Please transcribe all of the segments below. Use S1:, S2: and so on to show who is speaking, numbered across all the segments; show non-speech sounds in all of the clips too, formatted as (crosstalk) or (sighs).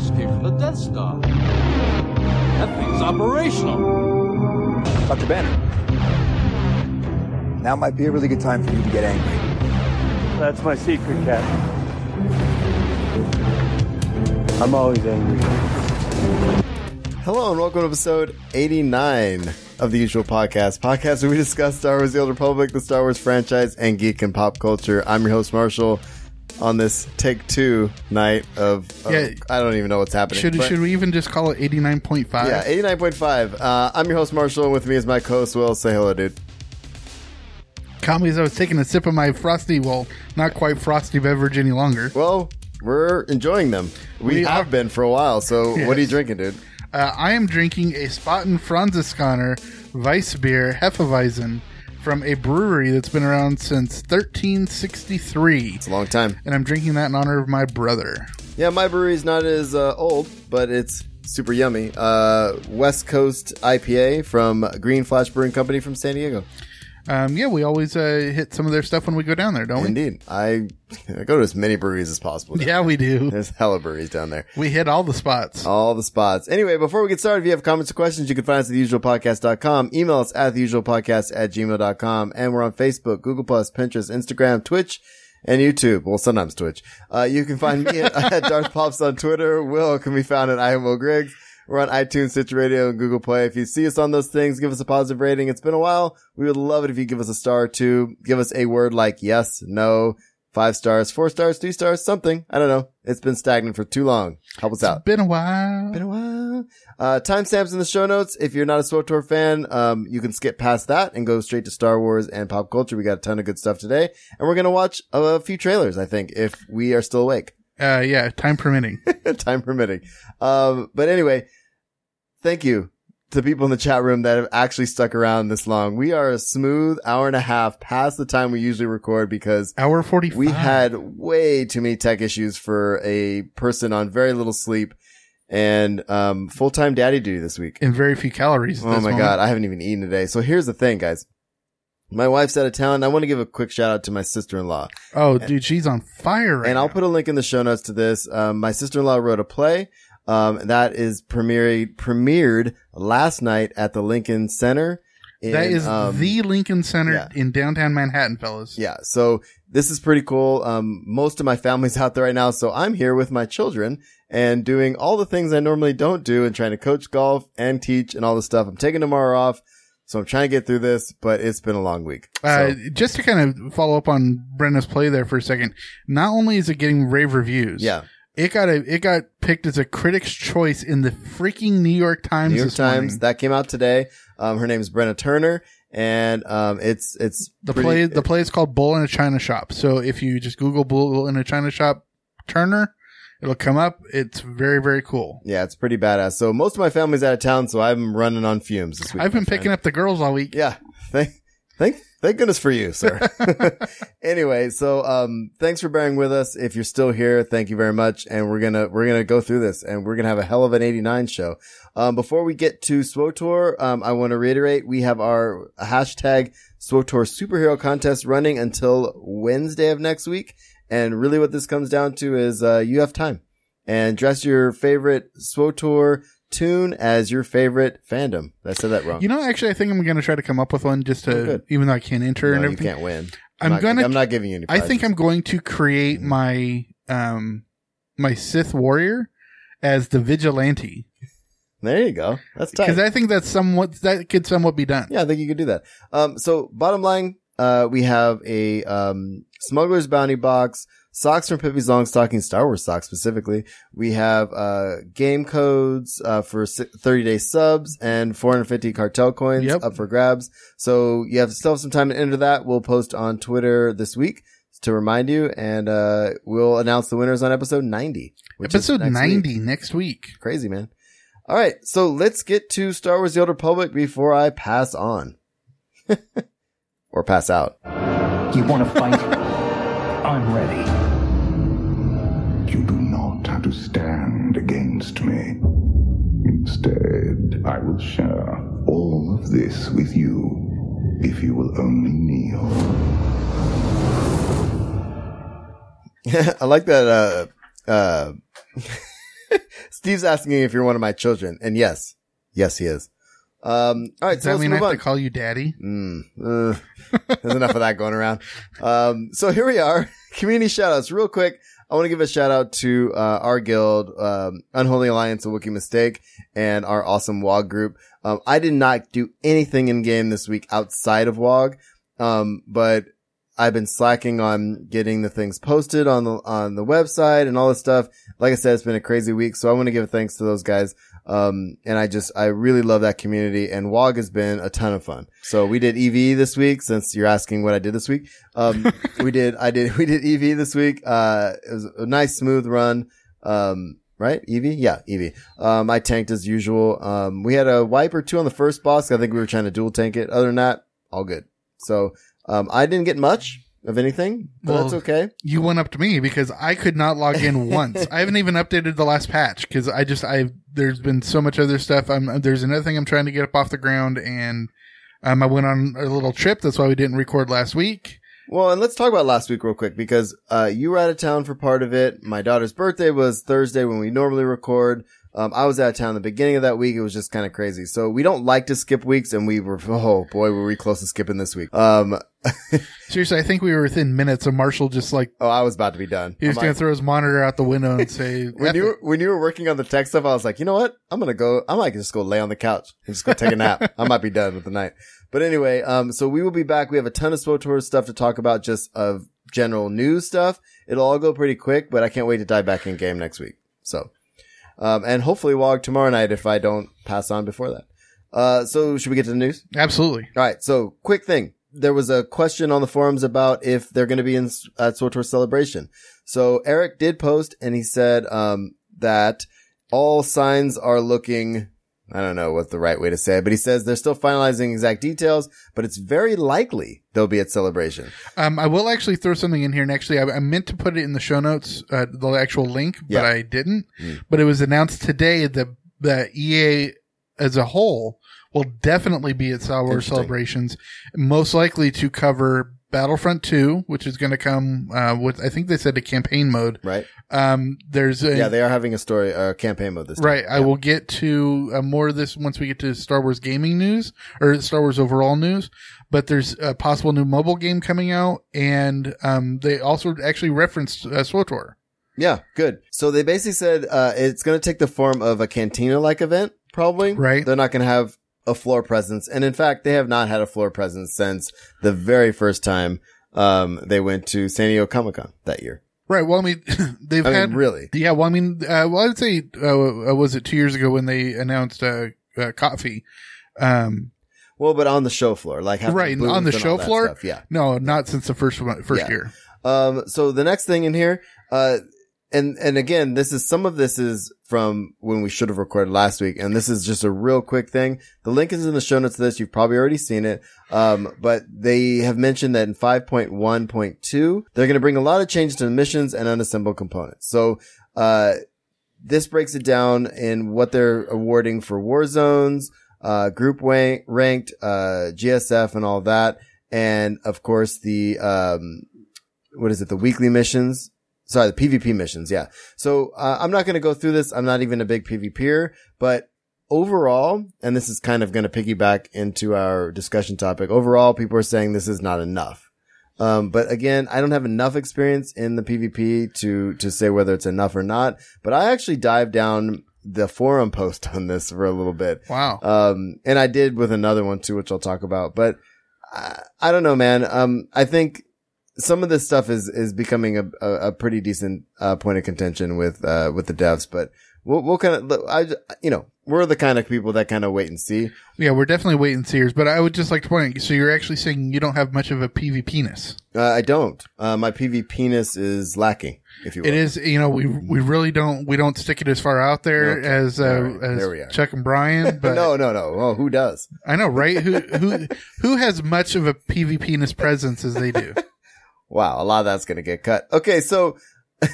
S1: Death Star. That thing's operational.
S2: Dr. Banner. Now might be a really good time for you to get angry.
S3: That's my secret, Captain. I'm always angry.
S4: Hello and welcome to episode 89 of the usual podcast. Podcast where we discuss Star Wars The Old Republic, the Star Wars franchise, and geek and pop culture. I'm your host, Marshall, on this take two night of. of-
S5: Yeah.
S4: I don't even know what's happening.
S5: Should,
S4: but-
S5: should we even just call it 89.5?
S4: yeah, 89.5. Uh, I'm your host, Marshall, and with me is my co host, Will. Say hello, dude.
S5: Comedies, I was taking a sip of my frosty, well, not quite frosty beverage any longer.
S4: Well, we're enjoying them. We,
S5: We
S4: have
S5: are-
S4: been for a while, so what are you
S5: Yes.
S4: drinking, dude?
S5: Uh, I am drinking a Spaten Franziskaner Weiss beer Hefeweizen from a brewery that's been around since 1363.
S4: It's a long time.
S5: And I'm drinking that in honor of my brother.
S4: Yeah, my brewery's not as uh, old, but it's super yummy. Uh, West Coast IPA from Green Flash Brewing Company from San Diego.
S5: Um, yeah, we always uh, hit some of their stuff when we go down there, don't we?
S4: Indeed, I, I go to as many breweries as possible.
S5: (laughs) Yeah, we do.
S4: There's hella breweries down there.
S5: We hit all the spots.
S4: All the spots. Anyway, before we get started, if you have comments or questions, you can find us at theusualpodcast.com. Email us at theusualpodcast at gmail.com. And we're on Facebook, Google Plus, Pinterest, Instagram, Twitch, and YouTube. Well, sometimes Twitch. Uh, you can find me (laughs) at, at Darth Pops on Twitter. Will can be found at I am Will Griggs. We're on iTunes, Stitcher Radio, and Google Play. If you see us on those things, give us a positive rating. It's been a while. We would love it if you give us a star or two. Give us a word like yes, no, five stars, four stars, two stars, something. I don't know. It's been stagnant for too long. Help us out.
S5: Been a while.
S4: Been a while. Uh, timestamps in the show notes. If you're not a SWTOR fan, um, you can skip past that and go straight to Star Wars and pop culture. We got a ton of good stuff today, and we're gonna watch a few trailers. I think if we are still awake, (laughs)
S5: Uh, yeah, time permitting.
S4: time permitting. Um, but anyway, thank you to people in the chat room that have actually stuck around this long. We are a smooth hour and a half past the time we usually record because
S5: Hour 45.
S4: we had way too many tech issues for a person on very little sleep and um, full time daddy duty this week.
S5: and very few calories. at
S4: Oh
S5: this
S4: my
S5: moment.
S4: god, I haven't even eaten today. So here's the thing, guys. My wife's out of town. I want to give a quick shout out to my sister in law,
S5: Oh, dude, she's on fire right
S4: and I'll
S5: now.
S4: put a link in the show notes to this. Um, my sister in law wrote a play um, that is premiered premiered last night at the Lincoln Center. in,
S5: that is
S4: um,
S5: the Lincoln Center
S4: yeah.
S5: in downtown Manhattan, fellas.
S4: Yeah. So this is pretty cool. Um, most of my family's (laughs) out there right now. So I'm here with my children and doing all the things I normally don't do and trying to coach golf and teach and all this stuff. I'm taking tomorrow off. So I'm trying to get through this, but it's been a long week. So,
S5: Uh, just to kind of follow up on Brenda's play there for a second, not only is it getting rave reviews,
S4: yeah.
S5: it got a, it got picked as a critic's choice in the freaking New York Times.
S4: New York
S5: this
S4: Times
S5: morning.
S4: that came out today. Um, her name's Brenna Turner and, um, it's, it's
S5: the
S4: pretty-
S5: play the play is called Bull in a China Shop. So if you just Google Bull in a China Shop Turner, it'll come up. It's very very cool.
S4: yeah, it's pretty badass. So most of my family's out of town. So I'm running on fumes this week.
S5: I've
S4: my
S5: been
S4: friend.
S5: picking up the girls all week.
S4: Yeah. Thank, thank, thank goodness for you,
S5: (laughs)
S4: sir. (laughs) anyway, so, um, thanks for bearing with us. If you're still here, thank you very much. And we're gonna, we're gonna go through this and we're gonna have a hell of an 89 show. Um, before we get to SWOTOR, um, I want to reiterate we have our hashtag SWOTOR superhero contest running until Wednesday of next week. And really what this comes down to is, uh, you have time and dress your favorite SWOTOR tune as your favorite fandom. I said that wrong.
S5: You know, actually, I think I'm going to try to come up with one just
S4: Oh,
S5: to,
S4: good.
S5: even though I can't enter and
S4: no, you
S5: everything.
S4: can't win.
S5: I'm
S4: not-
S5: gonna-
S4: I'm not Mm-hmm. giving you any.
S5: I
S4: Prizes.
S5: think I'm going to create my um my Sith warrior as the vigilante
S4: There you go. That's tight.
S5: because I think that's somewhat that could somewhat be done.
S4: yeah, I think you could do that. Um, so bottom line, uh, we have a um smuggler's bounty box, socks from Pippi's Longstocking, Star Wars socks specifically. We have uh game codes uh for si- 30 day subs and 450 cartel coins
S5: Yep.
S4: up for grabs. So you have still have some time to enter that. We'll post on Twitter this week. To remind you, and uh, we'll announce the winners on episode 90. which is
S5: Episode
S4: next week.
S5: 90 next week.
S4: Crazy, man. All right. So let's get to Star Wars The Old Republic before I pass on (laughs) or pass out. (laughs)
S6: You want to fight? I'm ready.
S7: You do not have to stand against me. Instead, I will share all of this with you if you will only kneel.
S4: I like that, uh, (laughs) uh, Steve's asking if you're one of my children, and yes, yes, he is. Um, all right,
S5: Does
S4: so
S5: that
S4: let's
S5: mean I
S4: move
S5: have
S4: on.
S5: to call you daddy?
S4: Mm, uh, there's (laughs) enough of that going around. Um, so here we are. (laughs) Community shout outs real quick. I want to give a shout out to, uh, our guild, um, Unholy Alliance, A Wookiee Mistake, and our awesome WOG group. Um, I did not do anything in game this week outside of WOG. Um, but I've been slacking on getting the things posted on the, on the website and all this stuff. Like I said, it's been a crazy week. So I want to give thanks to those guys. Um, and I just, I really love that community and WOG has been a ton of fun. So we did EV this week since you're asking what I did this week. Um, we did, I did, (laughs) we did EV this week. Uh, it was a nice smooth run. Um, right? EV? Yeah, EV. Um, I tanked as usual. Um, we had a wipe or two on the first boss. I think we were trying to dual tank it. Other than that, all good. So, um, I didn't get much of anything, but that's
S5: Well,
S4: okay.
S5: You went up to me because I could not log
S4: (laughs)
S5: in once. I haven't even updated the last patch because I just I there's been so much other stuff. I'm there's another thing I'm trying to get up off the ground, and um, I went on a little trip. That's why we didn't record last week.
S4: Well, and let's talk about last week real quick because uh, you were out of town for part of it. My daughter's birthday was Thursday when we normally record. Um, I was out of town the beginning of that week. It was just kind of crazy. So we don't like to skip weeks, and we were oh boy, were we close to skipping this week. Um,
S5: Seriously, I think we were within minutes of Marshall just like
S4: oh, I was about to be done.
S5: he was
S4: I'm
S5: gonna
S4: like-
S5: throw his monitor out the window and
S4: (laughs)
S5: say,
S4: when
S5: "F
S4: you
S5: it."
S4: were, when you were working on the tech stuff, I was like, you know what? I'm gonna go. I might just go lay on the couch and just go take a nap. I might be done with the night. But anyway, um, so we will be back. We have a ton of SWOTOR stuff to talk about, just of general news stuff. It'll all go pretty quick, but I can't wait to dive back in game next week. So, um, and hopefully WOG tomorrow night if I don't pass on before that. Uh, so should we get to the news?
S5: absolutely."
S4: All right. So quick thing. There was a question on the forums about if they're going to be in uh, SWTOR celebration. So Eric did post and he said, um, that all signs are looking, I don't know what the right way to say it, but he says they're still finalizing exact details, but it's very likely they'll be at celebration.
S5: Um, I will actually throw something in here, and actually, I, I meant to put it in the show notes, uh, the actual link,
S4: Yeah. Mm.
S5: but I didn't. But it was announced today that the EA as a whole will definitely be at Star Wars
S4: Interesting.
S5: celebrations, most likely to cover Battlefront 2, which is going to come uh, with, I think they said a campaign mode.
S4: Right.
S5: Um, there's a,
S4: Yeah. They are having a story, uh, campaign mode this time.
S5: Right. I will get to uh, more of this once we get to Star Wars gaming news or Star Wars overall news. But there's a possible new mobile game coming out, and um, they also actually referenced uh, SWTOR.
S4: Yeah. Good. So they basically said, uh, it's going to take the form of a cantina like event, probably.
S5: Right.
S4: They're not going to have a floor presence. And in fact, they have not had a floor presence since the very first time, um, they went to San Diego Comic Con that year.
S5: Right. Well, I mean, (laughs) they've
S4: I mean,
S5: had
S4: really.
S5: Yeah. Well, I mean, uh, well, I'd say uh, uh, was it two years ago when they announced uh, uh, coffee. Um,
S4: Well, but on the show floor, like having
S5: right
S4: booths
S5: on the
S4: and
S5: show
S4: all that
S5: floor.
S4: stuff, Yeah.
S5: No, not since the first one, first
S4: Yeah.
S5: year.
S4: Um, so the next thing in here, uh, and, and again, this is, some of this is from when we should have recorded last week. And this is just a real quick thing. The link is in the show notes to this. You've probably already seen it. Um, but they have mentioned that in 5.1.2, they're going to bring a lot of changes to the missions and unassembled components. So, uh, this breaks it down in what they're awarding for war zones, uh, group wa- ranked, uh, GSF and all that. And of course the, um, what is it? The weekly missions. Sorry, the PvP missions. Yeah. So, uh, I'm not going to go through this. I'm not even a big PvPer, but overall, and this is kind of going to piggyback into our discussion topic. Overall, people are saying this is not enough. Um, but again, I don't have enough experience in the PvP to, to say whether it's enough or not, but I actually dived down the forum post (laughs) on this for a little bit.
S5: Wow.
S4: Um, and I did with another one too, which I'll talk about, but I, I don't know, man. Um, I think some of this stuff is, is becoming a, a, a pretty decent, uh, point of contention with, uh, with the devs, but we'll, we'll kind of, I, you know, we're the kind of people that kind of wait and see.
S5: Yeah, we're definitely wait and seers, but I would just like to point out, so you're actually saying you don't have much of a PvPness.
S4: Uh, I don't, uh, my PV penis is lacking, if you will.
S5: It is, you know, we we really don't we don't stick it as far out there
S4: Okay.
S5: as uh,
S4: All right.
S5: as
S4: There we are.
S5: Chuck
S4: (laughs)
S5: and Brian, but
S4: no, no, no. Oh, who does?
S5: I know, right? Who who who has much of a PvPness presence as
S4: (laughs)
S5: they do?
S4: Wow. A lot of that's going to get cut. Okay. So (laughs)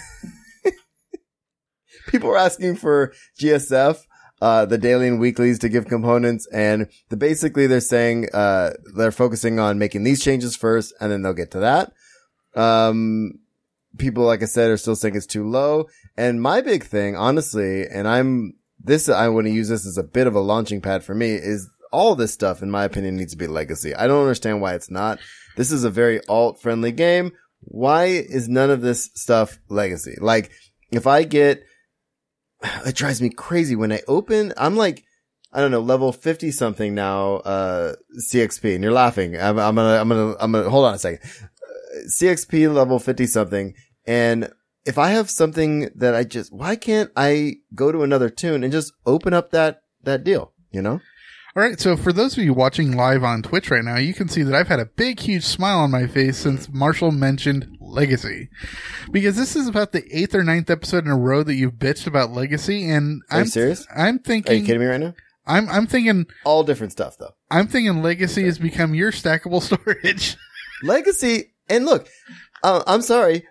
S4: people were asking for GSF, uh, the daily and weeklies to give components. And the, basically they're saying, uh, they're focusing on making these changes first and then they'll get to that. Um, people, like I said, are still saying it's too low. And my big thing, honestly, and I'm this, I want to use this as a bit of a launching pad for me is all this stuff, in my opinion, needs to be legacy. I don't understand why it's not. This is a very alt friendly game. Why is none of this stuff legacy? Like, if I get, (sighs) it drives me crazy when I open, I'm like, I don't know, level 50 something now, uh, CXP, and you're laughing. I'm, I'm gonna, I'm gonna, I'm gonna, hold on a second. Uh, CXP level 50 something, and if I have something that I just, why can't I go to another tune and just open up that, that deal, you know?
S5: All right, so for those of you watching live on Twitch right now, you can see that I've had a big, huge smile on my face since
S4: Mm.
S5: Marshall mentioned Legacy. Because this is about the eighth or ninth episode in a row that you've bitched about Legacy, and
S4: Are you
S5: I'm
S4: serious?
S5: I'm
S4: Are
S5: thinking,
S4: you kidding me right now?
S5: I'm I'm thinking,
S4: All different stuff though.
S5: I'm thinking Legacy has become your stackable (laughs) storage.
S4: Legacy, and look, uh, I'm sorry,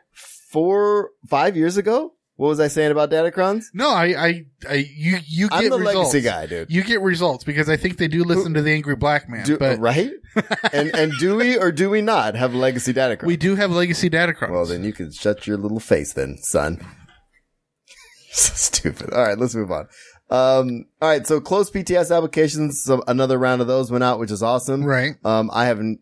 S4: four, five years ago, what was I saying about Datacrons?
S5: no, I, I, I, you, you get
S4: I'm the
S5: results.
S4: legacy guy, dude.
S5: You get results because I think they do listen to the angry black man,
S4: Do,
S5: but
S4: (laughs) right? and and do we or do we not have legacy Datacrons?
S5: we do have legacy data cards.
S4: Well, then you can shut your little face, then, son. (laughs) You're so stupid. All right, let's move on. Um, all right, so closed PTS applications. So another round of those went out, which is awesome.
S5: Right.
S4: Um, I haven't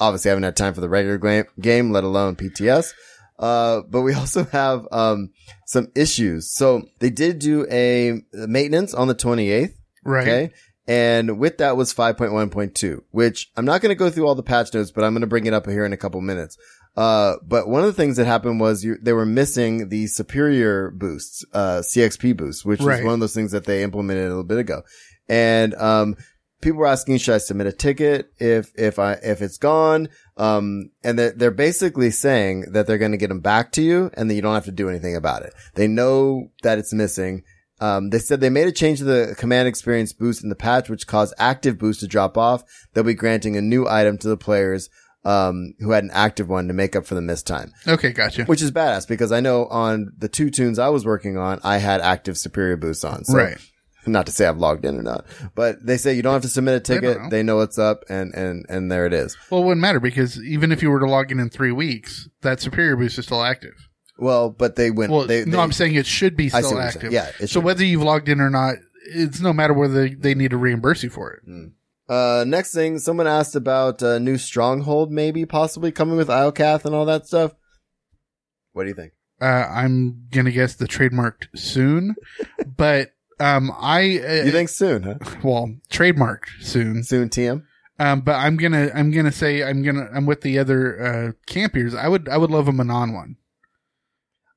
S4: obviously haven't had time for the regular gla- game, let alone PTS. Uh, but we (laughs) also have um some issues. So they did do a maintenance on the 28th.
S5: right.
S4: Okay. And with that was 5.1.2, which I'm not going to go through all the patch notes, but I'm going to bring it up here in a couple minutes. Uh, but one of the things that happened was you, they were missing the superior boosts, uh, CXP boosts, which
S5: Right.
S4: is one of those things that they implemented a little bit ago. And, um, people were asking, should I submit a ticket if, if I, if it's gone? Um, and they're, they're basically saying that they're going to get them back to you and that you don't have to do anything about it. They know that it's missing. Um, they said they made a change to the command experience boost in the patch, which caused active boost to drop off. They'll be granting a new item to the players, um, who had an active one to make up for the missed time,
S5: Okay. Gotcha.
S4: which is badass because I know on the two tunes I was working on, I had active superior boosts on. So
S5: right.
S4: not to say I've logged in or not, but they say you don't have to submit a
S5: They don't
S4: ticket.
S5: know.
S4: They know what's up and, and, and there it is.
S5: Well, it wouldn't matter because even if you were to log in in three weeks, that superior boost is still active.
S4: Well, but they went,
S5: Well,
S4: they,
S5: no,
S4: they-
S5: I'm saying it should be
S4: I see what
S5: still
S4: you're saying.
S5: active.
S4: Yeah, it
S5: So
S4: should.
S5: whether you've logged in or not, it's no matter whether they, they need to reimburse you for it.
S4: Uh, next thing, someone asked about uh, new stronghold, maybe possibly coming with Iocath and all that stuff. What do you think?
S5: Uh, I'm gonna guess the trademarked soon, (laughs) but um, I uh,
S4: You think soon, huh?
S5: well trademarked soon.
S4: Soon, TM.
S5: Um, but I'm gonna I'm gonna say I'm gonna I'm with the other uh, campers. I would I would love a Manon one.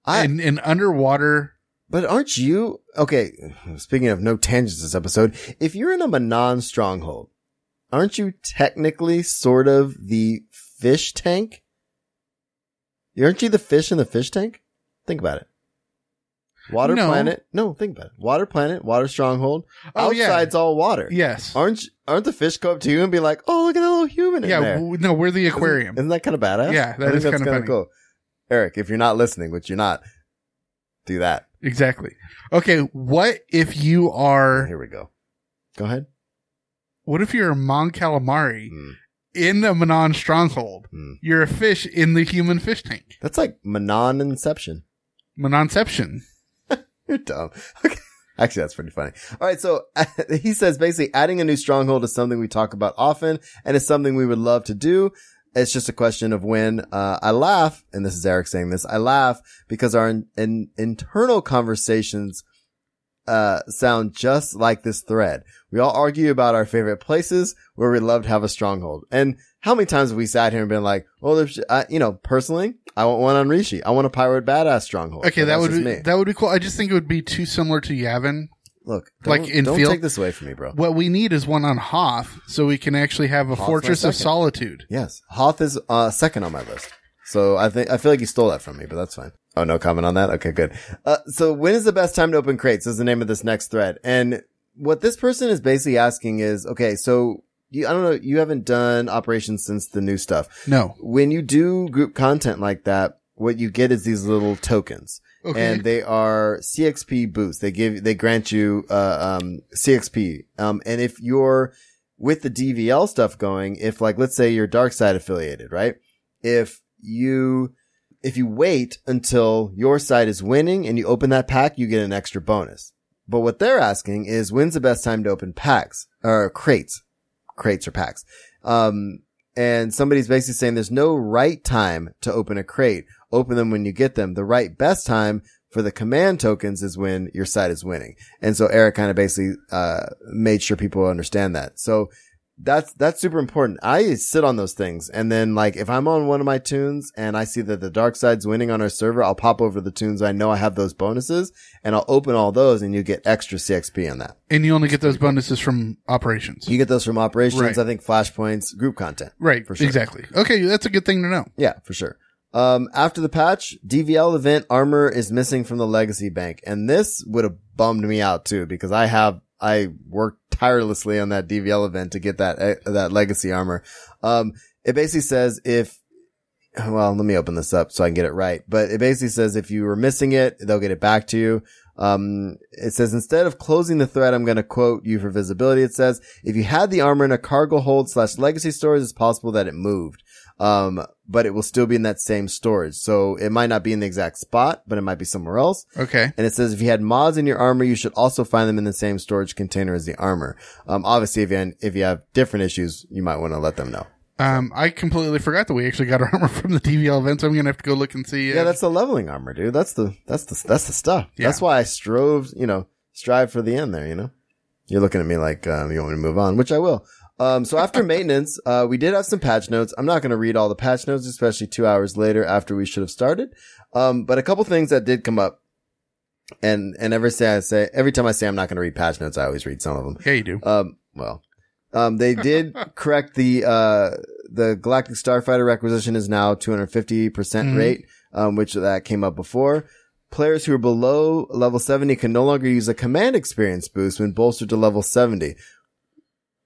S4: I
S5: and, and underwater.
S4: but aren't you okay? Speaking of no tangents this episode, if you're in a Manon stronghold, aren't you technically sort of the fish tank? Aren't you the fish in the fish tank? Think about it. Water
S5: No.
S4: planet. No, think about it. Water planet. Water stronghold.
S5: Oh, yeah.
S4: Outside's all water.
S5: Yes.
S4: aren't aren't the fish go up to you and be like, "Oh, look at that little human in
S5: Yeah.
S4: there"?
S5: w- No, we're the aquarium.
S4: Isn't, that kind of badass?
S5: Yeah,
S4: I
S5: that
S4: think
S5: is
S4: that's
S5: kinda
S4: kinda
S5: funny.
S4: cool. Eric, if you're not listening, which you're not, do that.
S5: Exactly. Okay. What if you are
S4: Here we go. Go ahead.
S5: What if you're a Mon Calamari
S4: Hmm.
S5: in the Manon stronghold?
S4: Hmm.
S5: You're a fish in the human fish tank.
S4: That's like Manon Inception.
S5: Manonception.
S4: You're dumb. (laughs) Okay. Actually, that's pretty funny. All right. So (laughs) he says basically adding a new stronghold is something we talk about often and it's something we would love to do. It's just a question of when, uh, I laugh. And this is Eric saying this. I laugh because our in, in- internal conversations, uh, sound just like this thread. We all argue about our favorite places where we love to have a stronghold. And how many times have we sat here and been like, well, there's, uh, you know, personally, I want one on Rishi. I want a pirate badass stronghold.
S5: Okay,
S4: But
S5: that
S4: that's
S5: would
S4: just
S5: be,
S4: me
S5: that would be cool. I just think it would be too similar to Yavin.
S4: look,
S5: Like
S4: don't-
S5: in
S4: don't
S5: field-
S4: take this away from me, bro.
S5: What we need is one on Hoth, so we can actually have
S4: my
S5: a fortress of
S4: second.
S5: solitude.
S4: Yes, Hoth is uh, second on my list, so I think I feel like you stole that from me, but that's fine. Oh, no comment on that. Okay, good. Uh, so when is the best time to open crates? Is the name of this next thread, and what this person is basically asking is, okay, so you, I don't know, you haven't done operations since the new stuff.
S5: No.
S4: When you do group content like that, what you get is these little tokens.
S5: Okay.
S4: and they are CXP boosts. They give, they grant you, uh, um, CXP. Um, and if you're with the DVL stuff going, if like, let's say you're dark side affiliated, right? If you, if you wait until your side is winning and you open that pack, you get an extra bonus. But what they're asking is when's the best time to open packs or crates, crates or packs. Um, and somebody's basically saying there's no right time to open a crate. Open them when you get them. The right best time for the command tokens is when your side is winning. And so Eric kind of basically, uh, made sure people understand that. So that's, that's super important. I sit on those things. And then like, if I'm on one of my tunes and I see that the dark side's winning on our server, I'll pop over the tunes. I know I have those bonuses and I'll open all those and you get extra CXP on that.
S5: and you only get those bonuses from operations.
S4: You get those from operations.
S5: Right.
S4: I think flashpoints, group content.
S5: right.
S4: for sure.
S5: Exactly. Okay. That's a good thing to know.
S4: Yeah, for sure. Um, after the patch, DVL event armor is missing from the legacy bank. And this would have bummed me out too, because I have, I worked tirelessly on that DVL event to get that, eh, that legacy armor. Um, it basically says if, well, let me open this up so I can get it right, but it basically says if you were missing it, they'll get it back to you. Um, it says instead of closing the thread, I'm going to quote you for visibility. It says, if you had the armor in a cargo hold slash legacy storage, it's possible that it moved. Um, but it will still be in that same storage. So it might not be in the exact spot, but it might be somewhere else.
S5: Okay.
S4: And it says if you had mods in your armor, you should also find them in the same storage container as the armor. Um, obviously, if you, if you have different issues, you might want to let them know.
S5: Um, I completely forgot that we actually got (laughs) our armor from the DVL event, so I'm gonna have to go look and see. uh,
S4: Yeah, that's the leveling armor, dude. That's the that's the that's the stuff.
S5: Yeah.
S4: That's why I strove, you know, strive for the end there. You know, you're looking at me like um, you want me to move on, which I will. Um, so
S5: (laughs)
S4: after maintenance, uh, we did have some patch notes. I'm not going to read all the patch notes, especially two hours later after we should have started. Um, but a couple things that did come up, and and every say I say every time I say I'm not going to read patch notes, I always read some of them.
S5: yeah, you do.
S4: Um, well, um, they did correct the, uh, the Galactic Starfighter requisition is now 250% percent
S5: Mhm.
S4: rate, um, which that came up before. Players who are below level 70 can no longer use a command experience boost when bolstered to level 70,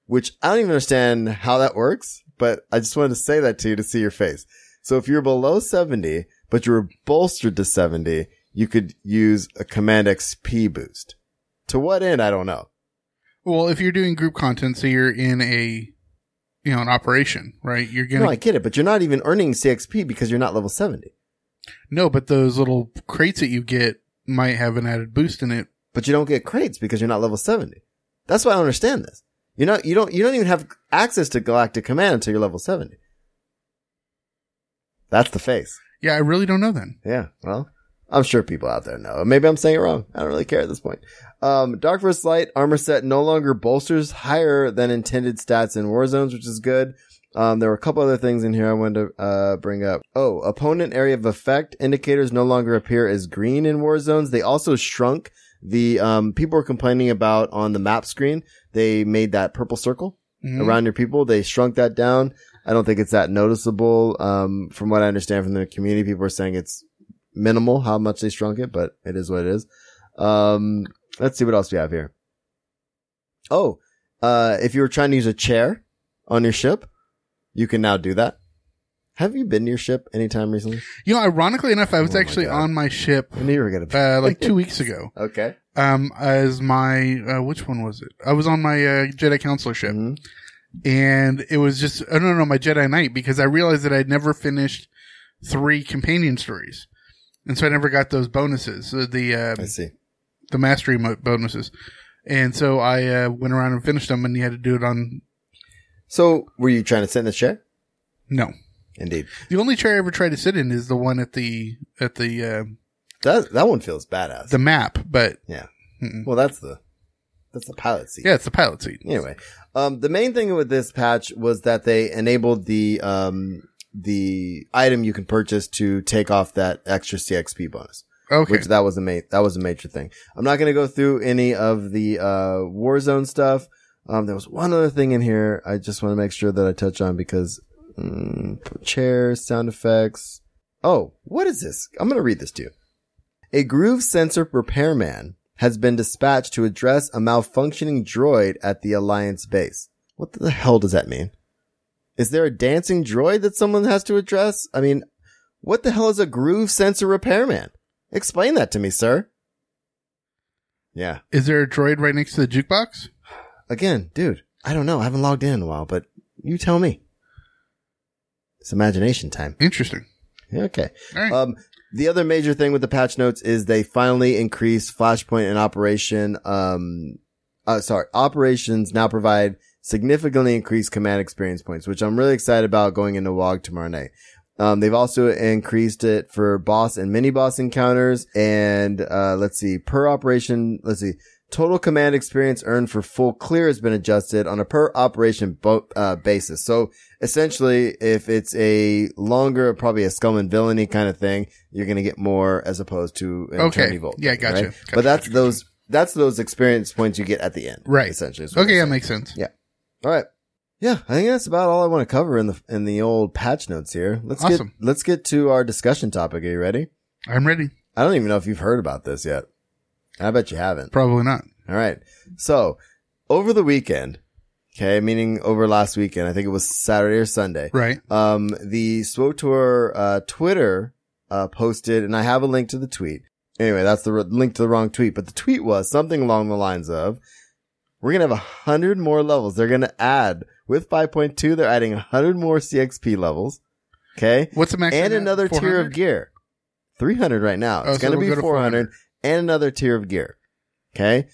S4: which I don't even understand how that works, but I just wanted to say that to you to see your face. So if you're below 70, but you were bolstered to 70, you could use a command XP boost. To what end? I don't know.
S5: well, if you're doing group content, so you're in a, you know, an operation, right? You're gonna
S4: No, I get it, but you're not even earning CXP because you're not level 70.
S5: no, but those little crates that you get might have an added boost in it.
S4: But you don't get crates because you're not level 70. That's why I don't understand this. You're not, you don't, you don't even have access to Galactic Command until you're level 70. That's the face.
S5: Yeah, I really don't know then.
S4: Yeah. Well, I'm sure people out there know. Maybe I'm saying it wrong. I don't really care at this point. Um, Dark vs. Light armor set no longer bolsters higher than intended stats in war zones, which is good. Um, there were a couple other things in here I wanted to uh, bring up. Oh, opponent area of effect indicators no longer appear as green in war zones. They also shrunk the um, people were complaining about on the map screen. They made that purple circle
S5: Mhm.
S4: around your people. They shrunk that down. I don't think it's that noticeable. Um, from what I understand from the community, people are saying it's minimal how much they shrunk it, but it is what it is. Um, let's see what else we have here. Oh, uh, if you were trying to use a chair on your ship, you can now do that. Have you been to your ship anytime recently?
S5: You know, ironically enough, I was
S4: Oh my
S5: actually
S4: God.
S5: on my ship
S4: I knew you were gonna.
S5: uh, like two weeks ago.
S4: okay.
S5: Um, as my uh, which one was it? I was on my uh, Jedi counselor ship.
S4: Mhm.
S5: and it was just oh no no my Jedi Knight because I realized that I'd never finished three companion stories, and so I never got those bonuses uh, the
S4: I
S5: uh,
S4: see.
S5: the mastery mo- bonuses, and so I uh, went around and finished them, and you had to do it on
S4: So, were you trying to sit in the chair?
S5: no.
S4: Indeed.
S5: The only chair I ever tried to sit in is the one at the at the uh,
S4: That that one feels badass.
S5: the map, but
S4: yeah.
S5: Mm-mm.
S4: Well, that's the that's the pilot seat.
S5: yeah, it's the pilot seat.
S4: Anyway, um, the main thing with this patch was that they enabled the um the item you can purchase to take off that extra CXP bonus.
S5: Okay,
S4: Which that was a ma- that was a major thing. I'm not going to go through any of the uh, Warzone stuff. Um, there was one other thing in here. I just want to make sure that I touch on because mm, chairs, sound effects. Oh, what is this? I'm going to read this to you. A groove sensor repairman has been dispatched to address a malfunctioning droid at the Alliance base. What the hell does that mean? Is there a dancing droid that someone has to address? I mean, what the hell is a groove sensor repairman? Explain that to me, sir. Yeah.
S5: is there a droid right next to the jukebox?
S4: Again, dude, I don't know. I haven't logged in in a while, but you tell me. It's imagination time.
S5: Interesting.
S4: Okay.
S5: All right.
S4: Um, the other major thing with the patch notes is they finally increased Flashpoint and Operation. Um, uh, sorry, operations now provide significantly increased command experience points, which I'm really excited about going into WOG tomorrow night. Um, they've also increased it for boss and mini boss encounters. And, uh, let's see, per operation, let's see, total command experience earned for full clear has been adjusted on a per operation bo- uh, basis. So essentially, if it's a longer, probably a scum and villainy kind of thing, you're going to get more as opposed to an
S5: Okay.
S4: attorney vote.
S5: Yeah, gotcha. Gotcha,
S4: but that's
S5: gotcha,
S4: those, that's those experience points you get at the end.
S5: Right.
S4: Essentially. is what
S5: Okay,
S4: I'm
S5: that
S4: saying.
S5: makes sense.
S4: All right. Yeah, I think that's about all I want to cover in the in the old patch notes here. Let's
S5: Awesome.
S4: get let's get to our discussion topic. Are you ready?
S5: I'm ready.
S4: I don't even know if you've heard about this yet. I bet you haven't.
S5: Probably not.
S4: All right. So, over the weekend, okay, meaning over last weekend, I think it was Saturday or Sunday.
S5: Right.
S4: Um, the SWOTOR uh, Twitter uh, posted, and I have a link to the tweet. Anyway, that's the r link to the wrong tweet, but the tweet was something along the lines of, "We're gonna have a hundred more levels. They're gonna add with 5.2. They're adding a hundred more CXP levels. Okay,
S5: What's the max?
S4: and
S5: on that?
S4: another tier of
S5: 400?
S4: gear. 300 right now.
S5: Oh,
S4: it's
S5: so
S4: going
S5: we'll
S4: to be
S5: go to
S4: 400 and another tier of gear. Okay.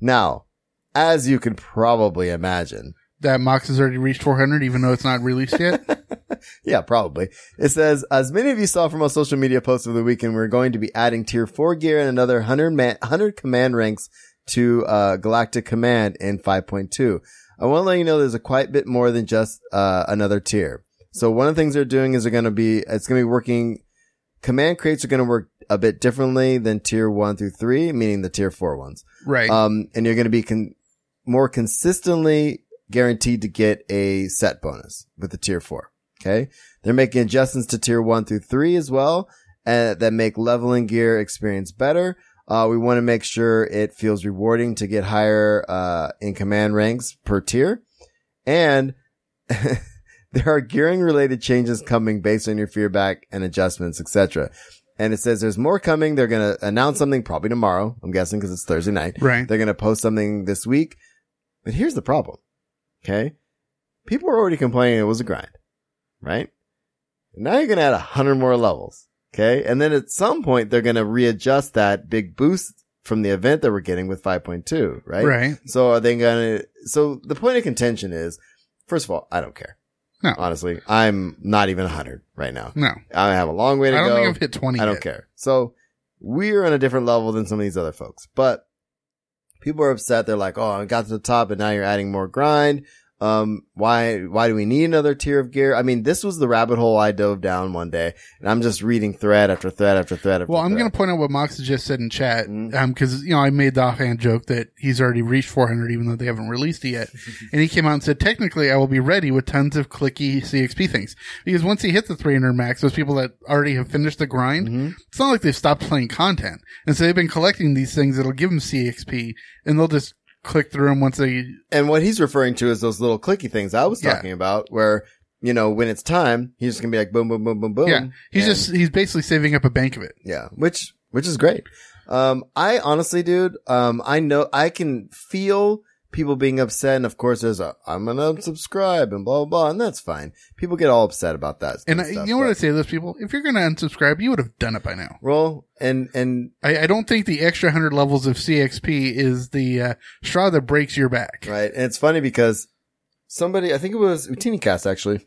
S4: Now, as you can probably imagine,
S5: That Mox has already reached 400, even though it's not released yet.
S4: (laughs) yeah, probably. It says, as many of you saw from our social media posts over the weekend, we're going to be adding tier four gear and another 100 man, 100 command ranks to, uh, Galactic Command in 5.2. I want to let you know there's a quite bit more than just, uh, another tier. So one of the things they're doing is they're going to be, it's going to be working command crates are going to work a bit differently than tier one through three, meaning the tier four ones.
S5: right.
S4: Um, and you're going to be con- more consistently guaranteed to get a set bonus with the tier four. Okay. They're making adjustments to tier one through three as well uh, that make leveling gear experience better. Uh, we want to make sure it feels rewarding to get higher, uh, in command ranks per tier. And (laughs) there are gearing related changes coming based on your feedback and adjustments, etc. And it says there's more coming. They're going to announce something probably tomorrow. I'm guessing because it's Thursday night.
S5: right.
S4: They're going to post something this week. But here's the problem. Okay. People were already complaining it was a grind, right? Now you're going to add a hundred more levels. Okay. And then at some point, they're going to readjust that big boost from the event that we're getting with 5.2, right?
S5: Right.
S4: So are they going to, so the point of contention is, first of all, I don't care.
S5: No.
S4: Honestly, I'm not even 100 right now.
S5: No.
S4: I have a long way
S5: I
S4: to
S5: don't
S4: go.
S5: think I've hit 20
S4: I don't
S5: yet.
S4: care. So we're on a different level than some of these other folks, but people are upset. They're like, Oh, I got to the top and now you're adding more grind. Um, why, why do we need another tier of gear? I mean, this was the rabbit hole I dove down one day and I'm just reading thread after thread after thread. After
S5: Well, I'm
S4: thread.
S5: going to point out what Mox just said in chat
S4: Mhm.
S5: because you know I made the offhand joke that he's already reached 400, even though they haven't released
S4: (laughs)
S5: it yet. and he came out and said, technically, I will be ready with tons of clicky CXP things because once he hits the 300 max, those people that already have finished the grind,
S4: Mm-hmm.
S5: it's not like they've stopped playing content, and so they've been collecting these things that'll give them CXP, and they'll just click through them once they
S4: and what he's referring to is those little clicky things I was
S5: Yeah.
S4: talking about where, you know, when it's time, he's just gonna be like boom, boom, boom, boom, boom.
S5: yeah. He's
S4: And-
S5: just he's basically saving up a bank of it.
S4: Yeah, which which is great. Um, I honestly, dude, um, I know I can feel people being upset, and of course, there's a I'm gonna unsubscribe and blah blah blah, and that's fine. People get all upset about that. kind
S5: And
S4: of
S5: I,
S4: stuff,
S5: you know what I
S4: but-
S5: say to those people? If you're going to unsubscribe, you would have done it by now.
S4: Well, and and
S5: I, I don't think the extra 100 levels of CXP is the uh, straw that breaks your back.
S4: Right. And it's funny because somebody, I think it was Utinicast actually,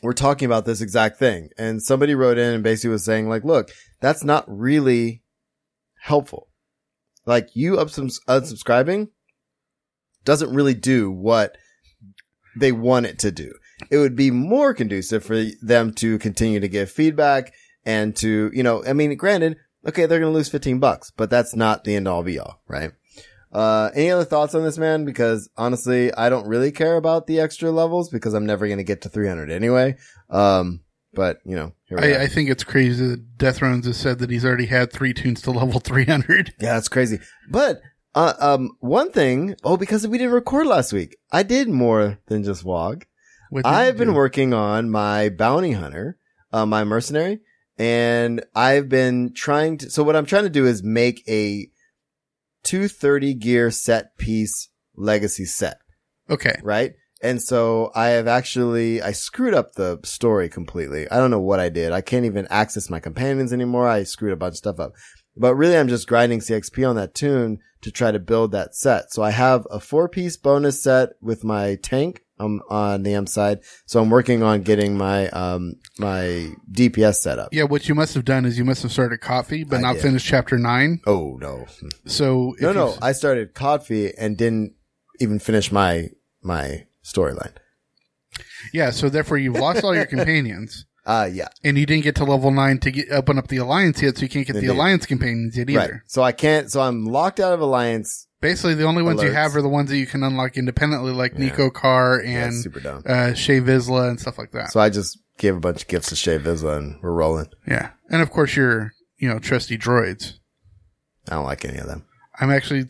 S4: we're talking about this exact thing. And somebody wrote in and basically was saying like, look, that's not really helpful. Like you ups- unsubscribing doesn't really do what they want it to do. It would be more conducive for them to continue to give feedback and to, you know, I mean, granted, okay, they're going to lose 15 bucks, but that's not the end all be all, right? Uh, any other thoughts on this, man? Because honestly, I don't really care about the extra levels because I'm never going to get to 300 anyway. Um, but you know, here we are.
S5: I, I think it's crazy that Death Rounds has said that he's already had three tunes to level (laughs) 300.
S4: yeah, that's crazy. But, uh, um, one thing, oh, because we didn't record last week, I did more than just WOG.
S5: What did
S4: I've
S5: you
S4: been
S5: do?
S4: working on my bounty hunter, uh, my mercenary, and I've been trying to, so what I'm trying to do is make a 230 gear set piece legacy set.
S5: Okay.
S4: right? And so I have actually, I screwed up the story completely. I don't know what I did. I can't even access my companions anymore. I screwed a bunch of stuff up, but really I'm just grinding CXP on that tune to try to build that set. So I have a four piece bonus set with my tank. um on the M side. So I'm working on getting my, um, my DPS set up.
S5: Yeah, what you must have done is you must have started coffee, but
S4: I
S5: not
S4: did.
S5: finished chapter nine.
S4: Oh no.
S5: So if
S4: No,
S5: you-
S4: no. I started Codfee and didn't even finish my, my storyline.
S5: yeah. So therefore, you've
S4: (laughs)
S5: lost all your companions,
S4: Uh, yeah.
S5: and you didn't get to level nine to get open up the alliance yet. So you can't get
S4: Indeed.
S5: the alliance companions yet either.
S4: Right. So I can't, so I'm locked out of Alliance.
S5: Basically, the only ones you
S4: Alerts.
S5: have are the ones that you can unlock independently, like Nico Carr
S4: Yeah,
S5: and
S4: it's super dumb.
S5: uh, Shea Vizsla and stuff like that.
S4: So I just gave a bunch of gifts to Shea Vizla and we're rolling.
S5: yeah, and of course your you know trusty droids.
S4: I don't like any of them.
S5: I'm actually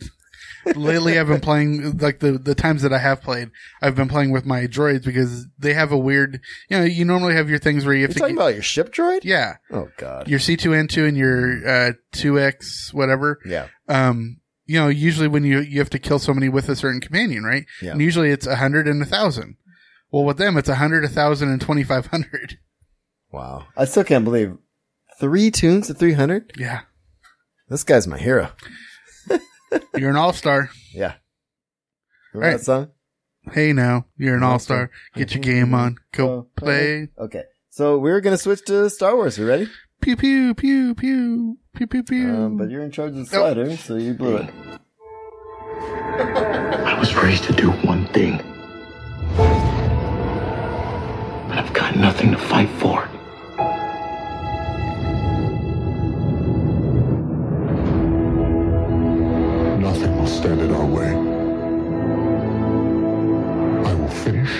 S5: lately I've been playing like the the times that I have played, I've been playing with my droids because they have a weird you know you normally have your things where you have
S4: You're
S5: to
S4: talking
S5: get-
S4: about your ship droid?
S5: yeah
S4: Oh god.
S5: your C2N2 and your uh, 2X whatever.
S4: Yeah.
S5: Um, you know, usually when you you have to kill somebody with a certain companion, right?
S4: Yeah.
S5: And usually it's a hundred and a thousand. Well, with them, it's a hundred, a thousand, and twenty five hundred. (laughs)
S4: Wow. I still can't believe three tunes to 300.
S5: Yeah,
S4: This guy's my hero.
S5: you're an all star.
S4: Yeah. Remember
S5: Alright.
S4: that song?
S5: Hey, now you're an all star. Get your game on. Go play.
S4: Uh, Okay. So we're going to switch to Star Wars. You ready?
S5: Pew pew pew pew pew pew pew.
S4: Um, but you're in charge of the slider, so you blew it.
S8: I was raised to do one thing. But I've got nothing to fight for.
S7: Nothing will stand in our way. I will finish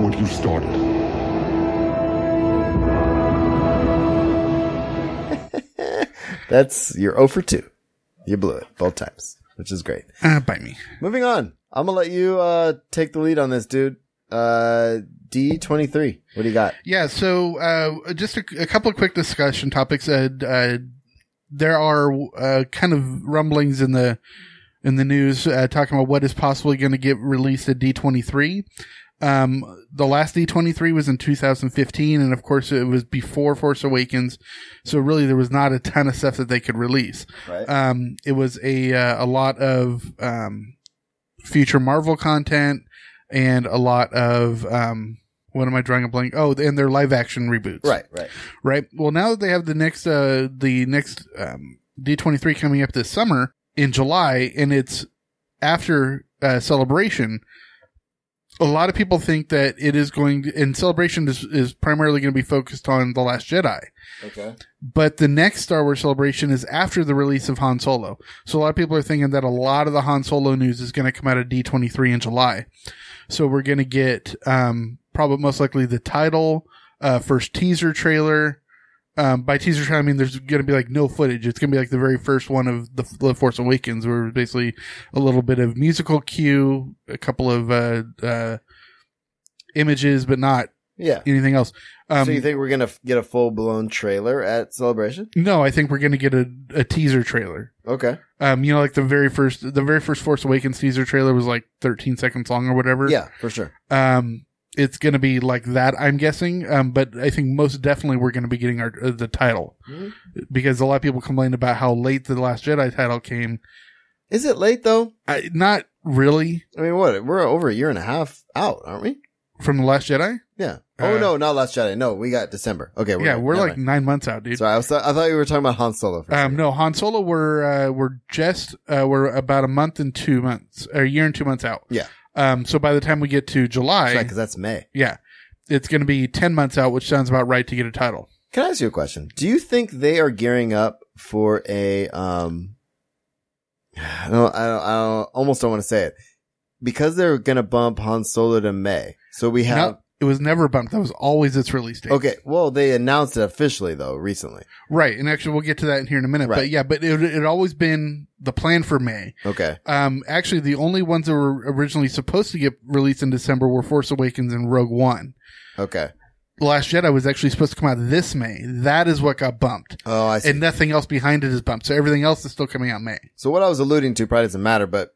S7: what you started.
S4: That's you're 0 for 2. You blew it both times, which is great.
S5: Ah, bite me.
S4: Moving on. I'm gonna let you uh take the lead on this, dude. Uh D23. What do you got?
S5: Yeah, so uh, just a, a couple of quick discussion topics. Uh, uh, there are uh, kind of rumblings in the in the news uh, talking about what is possibly going to get released at D23. Um, the last D23 was in 2015, and of course it was before Force Awakens, so really there was not a ton of stuff that they could release.
S4: Right.
S5: Um, it was a uh, a lot of um, future Marvel content and a lot of um, what am I drawing a blank? Oh, and their live action reboots.
S4: Right, right.
S5: right. Well, now that they have the next uh, the next um, D23 coming up this summer in July, and it's after uh, celebration. A lot of people think that it is going, to, and celebration is, is primarily going to be focused on the Last Jedi
S4: Okay.
S5: but the next Star Wars celebration is after the release of Han Solo. So a lot of people are thinking that a lot of the Han Solo news is going to come out of D23 in July. So we're going to get um, probably most likely the title, uh, first teaser trailer. Um, by teaser trailer, I mean there's going to be like no footage. It's going to be like the very first one of the, the Force Awakens, where basically a little bit of musical cue, a couple of uh, uh, images, but not
S4: Yeah.
S5: anything else. Um,
S4: so you think we're gonna f- get a full blown trailer at Celebration?
S5: no, I think we're going to get a, a teaser trailer.
S4: Okay.
S5: Um, you know, like the very first, the very first Force Awakens teaser trailer was like 13 seconds long or whatever.
S4: Yeah, for sure.
S5: Um, it's gonna be like that, I'm guessing. Um, but I think most definitely we're gonna be getting our uh, the title because a lot of people complained about how late the Last Jedi title came.
S4: Is it late though?
S5: I, not really
S4: I mean, what? We're over a year and a half out, aren't we?
S5: from the Last Jedi.
S4: Yeah. Oh
S5: Uh,
S4: no, not Last Jedi. No, we got December. Okay.
S5: yeah,
S4: good.
S5: we're
S4: Never
S5: like
S4: mind.
S5: nine months out, dude.
S4: Sorry, I, was th- I thought you were talking about Han Solo. For a
S5: Um,
S4: second.
S5: no, Han Solo, we're uh, we're just uh, we're about a month and two months, or a year and two months out.
S4: Yeah.
S5: Um, so by the time we get to July,
S4: That's right, because that's May.
S5: Yeah. It's going to be 10 months out, which sounds about right to get a title.
S4: Can I ask you a question? Do you think they are gearing up for a um? (sighs) I don't, I don't, I don't, almost don't want to say it because they're gonna bump Han Solo to May. So we have
S5: No, it was never bumped. That was always its release date.
S4: okay. Well, they announced it officially though recently.
S5: Right. And actually, we'll get to that in here in a minute. But
S4: Right.
S5: yeah, but it, it had always been the plan for May.
S4: Okay,
S5: Um, actually, the only ones that were originally supposed to get released in December were Force Awakens and Rogue One.
S4: okay.
S5: The Last Jedi was actually supposed to come out this May. That is what got bumped.
S4: Oh, I see.
S5: And nothing else behind it is bumped. So everything else is still coming out May.
S4: so what I was alluding to probably doesn't matter, but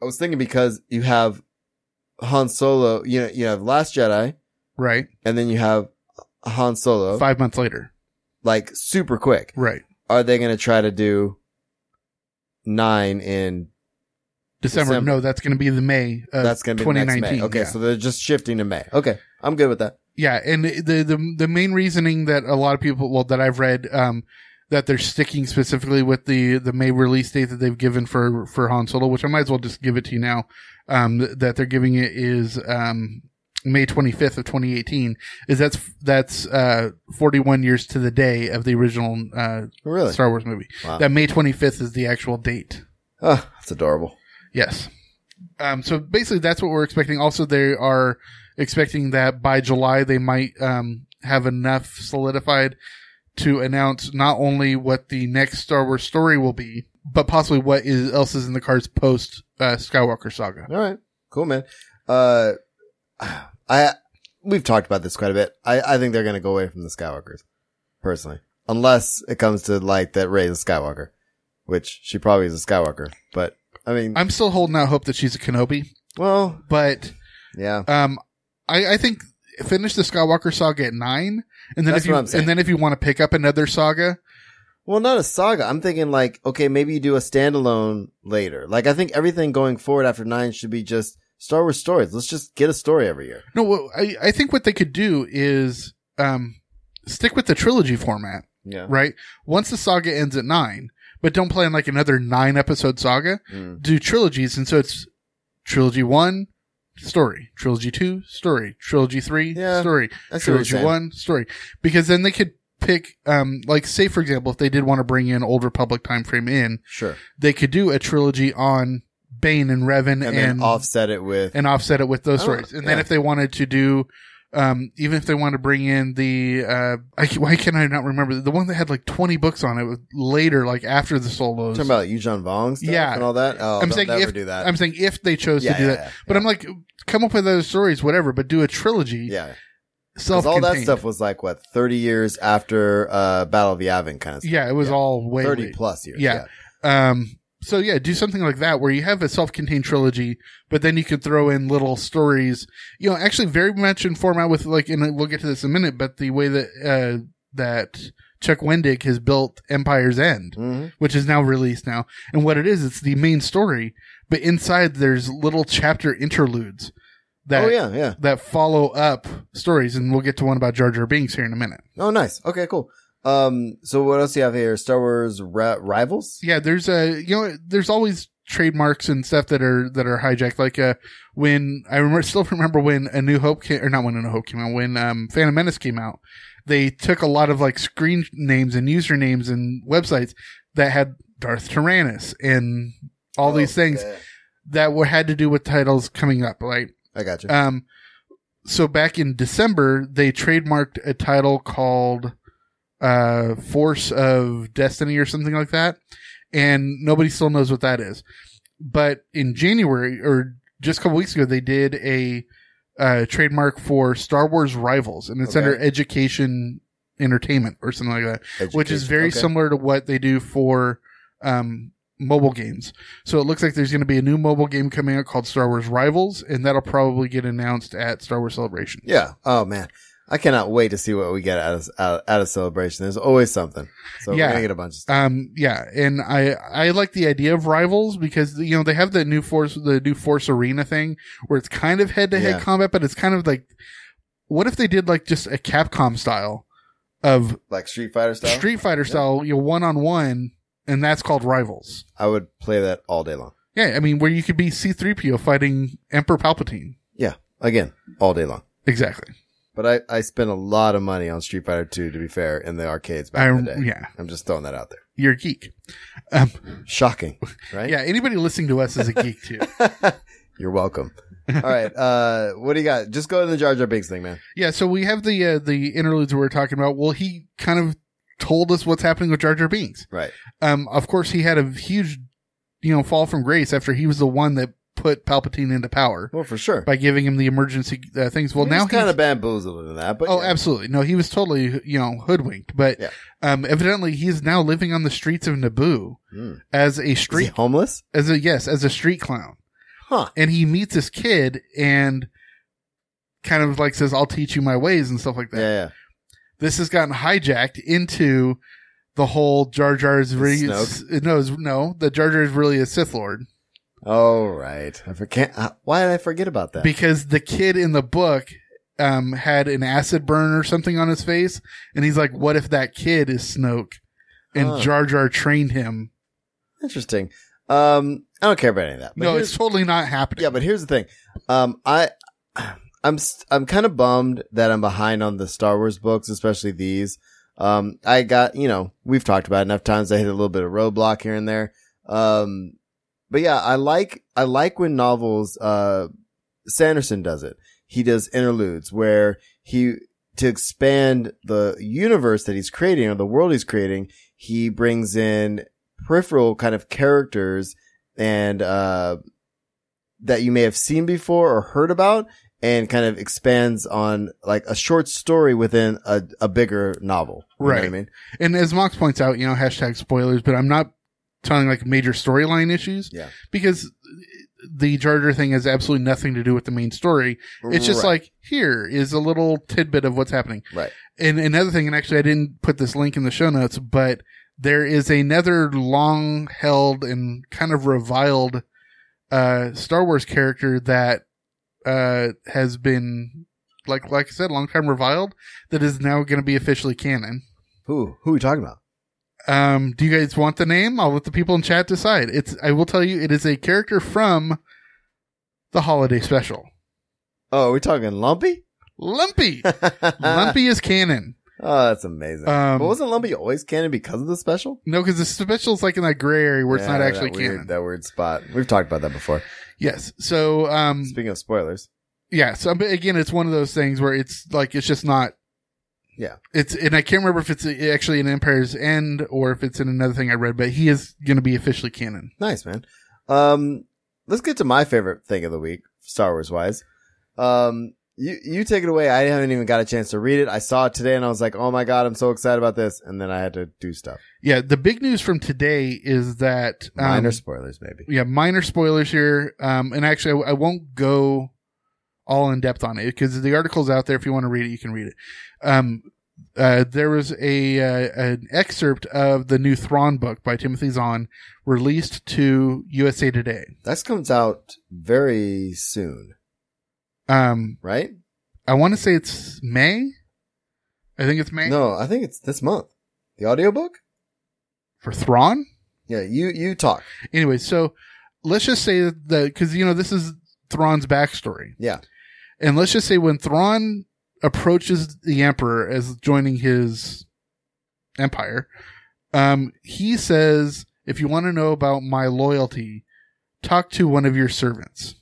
S4: I was thinking because you have Han Solo, you know, you have Last Jedi,
S5: Right.
S4: and then you have Han Solo,
S5: Five months later.
S4: like super quick.
S5: Right.
S4: Are they going to try to do nine in?
S5: December.
S4: December.
S5: No, that's going to be the May. Of
S4: that's going to be the next
S5: 2019.
S4: May. Okay,
S5: yeah.
S4: so they're just shifting to May. Okay, I'm good with that.
S5: Yeah, and the the the main reasoning that a lot of people, well, that I've read, um, that they're sticking specifically with the the May release date that they've given for for Han Solo, which I might as well just give it to you now. Um, th- that they're giving it is um May twenty fifth of twenty eighteen. Is that's that's uh forty one years to the day of the original uh
S4: Really?
S5: Star Wars movie.
S4: Wow.
S5: That May twenty fifth is the actual date.
S4: Oh, that's adorable.
S5: Yes. Um, so basically, that's what we're expecting. Also, they are expecting that by July they might um, have enough solidified to announce not only what the next Star Wars story will be, but possibly what is else is in the cards post uh, Skywalker Saga.
S4: All right, cool, man. Uh, I we've talked about this quite a bit. I I think they're going to go away from the Skywalkers, personally, unless it comes to light that Rey is a Skywalker, which she probably is a Skywalker. But I mean,
S5: I'm still holding out hope that she's a Kenobi,
S4: well,
S5: but
S4: yeah,
S5: um, I, I think finish the Skywalker Saga at nine, and then
S4: That's
S5: if you
S4: what I'm saying.
S5: and then if you want to pick up another saga,
S4: well, not a saga. I'm thinking like, okay, maybe you do a standalone later. Like, I think everything going forward after nine should be just Star Wars stories. Let's just get a story every year.
S5: No, well, I, I think what they could do is um, stick with the trilogy format,
S4: Yeah,
S5: right? Once the saga ends at nine, but don't plan like another nine episode saga,
S4: Mm.
S5: do trilogies. And so it's trilogy one, story, trilogy two, story, trilogy three,
S4: Yeah,
S5: story,
S4: I see what you're
S5: trilogy
S4: saying.
S5: one, story. Because then they could pick, um, like, say, for example, if they did want to bring in Old Republic time frame in,
S4: sure,
S5: they could do a trilogy on Bane and Revan and,
S4: and, then offset it with
S5: and offset it with those
S4: Oh,
S5: stories. And then
S4: yeah.
S5: if they wanted to do, um, even if they wanted to bring in the, uh, I, ca- why can I not remember the one that had like 20 books on it with- later, like after the solos.
S4: talking about Yuuzhan Vong stuff
S5: Yeah.
S4: and all that. Oh,
S5: I'm
S4: they'll
S5: saying
S4: never
S5: if,
S4: do that.
S5: I'm saying if they chose
S4: Yeah,
S5: to do
S4: yeah,
S5: that,
S4: yeah,
S5: but I'm like, come up with other stories, whatever, but do a trilogy.
S4: yeah,
S5: Self
S4: because all that stuff was like what thirty years after uh, Battle of Yavin kind of stuff.
S5: Yeah. It was all way
S4: thirty
S5: late.
S4: plus years.
S5: Yeah. Um, so yeah, do something like that where you have a self-contained trilogy, but then you could throw in little stories. You know, actually, very much in format with like, and we'll get to this in a minute, but the way that uh, that Chuck Wendig has built Empire's End,
S4: hmm
S5: which is now released now, and what it is, it's the main story, but inside there's little chapter interludes that
S4: Oh yeah, yeah.
S5: that follow up stories, and we'll get to one about Jar Jar Binks here in a minute.
S4: Oh nice. Okay, cool. Um, so what else do you have here? Star Wars ra- Rivals.
S5: Yeah, there's a you know there's always trademarks and stuff that are that are hijacked. Like uh, when I remember (laughs) still remember when A New Hope came, or not when A New Hope came out, when um Phantom Menace came out, they took a lot of like screen names and usernames and websites that had Darth Tyrannus and all
S4: Oh,
S5: these things that were had to do with titles coming up, right?
S4: I got you.
S5: Um, so back in December, they trademarked a title called uh, Force of Destiny or something like that, and nobody still knows what that is. But in January or just a couple weeks ago, they did a uh, trademark for Star Wars Rivals, and it's
S4: Okay.
S5: under Education Entertainment or something like that which is
S4: Education.
S5: very
S4: Okay.
S5: similar to what they do for um, mobile games. So it looks like there's going to be a new mobile game coming out called Star Wars Rivals, and that'll probably get announced at Star Wars Celebration.
S4: Yeah. Oh man, I cannot wait to see what we get out of out, out of celebration. There's always something. So
S5: Yeah.
S4: we're gonna get a bunch of stuff.
S5: Um, yeah, and I I like the idea of Rivals because you know they have the new force the new Force Arena thing where it's kind of head to
S4: Yeah.
S5: head combat, but it's kind of like what if they did like just a Capcom style of
S4: Like Street Fighter style.
S5: Street Fighter style, you know, one on one, and that's called Rivals.
S4: I would play that all day long.
S5: Yeah, I mean, where you could be C3PO fighting Emperor Palpatine.
S4: Yeah. Again, all day long.
S5: Exactly.
S4: But I, I spent a lot of money on Street Fighter 2, to be fair, in the arcades back
S5: I,
S4: in the day.
S5: yeah,
S4: I'm just throwing that out there.
S5: you're a geek. Um, (laughs)
S4: Shocking, right?
S5: yeah, anybody listening to us is a geek
S4: (laughs)
S5: too.
S4: You're
S5: (laughs)
S4: welcome. All right. Uh, what do you got? Just go to the Jar Jar Binks thing, man.
S5: Yeah, so we have the uh, the interludes we were talking about. Well, he kind of told us what's happening with Jar Jar Binks.
S4: Right.
S5: Um, of course, he had a huge, you know, fall from grace after he was the one that put Palpatine into power
S4: Well, for sure.
S5: by giving him the emergency uh, things. Well,
S4: He
S5: now
S4: was kind
S5: he's-
S4: of bamboozled in that, but
S5: oh,
S4: yeah.
S5: absolutely. No, he was totally, you know, hoodwinked. But
S4: Yeah.
S5: um, evidently, he is now living on the streets of Naboo
S4: Hmm.
S5: as a
S4: Is he
S5: street
S4: homeless?
S5: as a yes, as a street clown.
S4: Huh.
S5: And he meets this kid and kind of like says, I'll teach you my ways and stuff like that.
S4: Yeah, yeah.
S5: This has gotten hijacked into the whole Jar Jar's really,
S4: Snoke?
S5: no, it's- no, the Jar Jar is really a Sith Lord
S4: All right. I forget. uh, Why did I forget about that?
S5: because the kid in the book, um, had an acid burn or something on his face. And he's like, what if that kid is Snoke and
S4: Huh.
S5: Jar Jar trained him?
S4: Interesting. Um, I don't care about any of that. But
S5: no,
S4: here's-
S5: it's totally not happening.
S4: yeah, but here's the thing. Um, I, I'm, s- I'm kind of bummed that I'm behind on the Star Wars books, especially these. Um, I got, you know, we've talked about it enough times. I hit a little bit of roadblock here and there. Um, but yeah, I like, I like when novels, uh, Sanderson does it. He does interludes where he, to expand the universe that he's creating or the world he's creating, he brings in peripheral kind of characters and, uh, that you may have seen before or heard about and kind of expands on like a short story within a, a bigger novel. You know what I
S5: Right.
S4: mean?
S5: and as Mox points out, you know, hashtag spoilers, but I'm not telling like major storyline issues.
S4: Yeah.
S5: Because the Jar Jar thing has absolutely nothing to do with the main story. It's just
S4: Right.
S5: like here is a little tidbit of what's happening.
S4: Right.
S5: And another thing, and actually I didn't put this link in the show notes, but there is another long held and kind of reviled uh Star Wars character that uh has been like like I said, long time reviled, that is now gonna be officially canon.
S4: Who, who are we talking about?
S5: Um, do you guys want the name? I'll let the people in chat decide. It's I will tell you it is a character from the holiday special.
S4: Oh, are we talking Lumpy? (laughs)
S5: Lumpy. Lumpy is canon.
S4: Oh, that's amazing.
S5: Um,
S4: but wasn't Lumpy always canon because of the special?
S5: No, because the special's like in that gray area where it's
S4: Yeah,
S5: not actually
S4: that
S5: canon.
S4: Weird, that weird spot. We've talked about that before.
S5: yes. So um
S4: Speaking of spoilers.
S5: yeah, so but again it's one of those things where it's like it's just not
S4: Yeah.
S5: it's and I can't remember if it's actually in Empire's End or if it's in another thing I read, but he is gonna be officially canon.
S4: Nice, man. Um, let's get to my favorite thing of the week, Star Wars wise. Um, you, you take it away. I haven't even got a chance to read it. I saw it today and I was like, Oh my God, I'm so excited about this. And then I had to do stuff.
S5: Yeah, the big news from today is that um,
S4: Minor spoilers, maybe.
S5: yeah, minor spoilers here. Um, and actually, I, I won't go all in depth on it because the article's out there. If you want to read it, you can read it. Um, uh, there was a uh, an excerpt of the new Thrawn book by Timothy Zahn released to USA Today.
S4: That comes out very soon,
S5: Um,
S4: right?
S5: I want to say it's May. I think it's May
S4: No, I think it's this month. The audiobook?
S5: for Thrawn.
S4: Yeah, you, you talk.
S5: Anyway, so let's just say that because you know this is Thrawn's backstory.
S4: Yeah.
S5: And let's just say when Thrawn approaches the Emperor as joining his empire, um, he says, If you want to know about my loyalty, talk to one of your servants.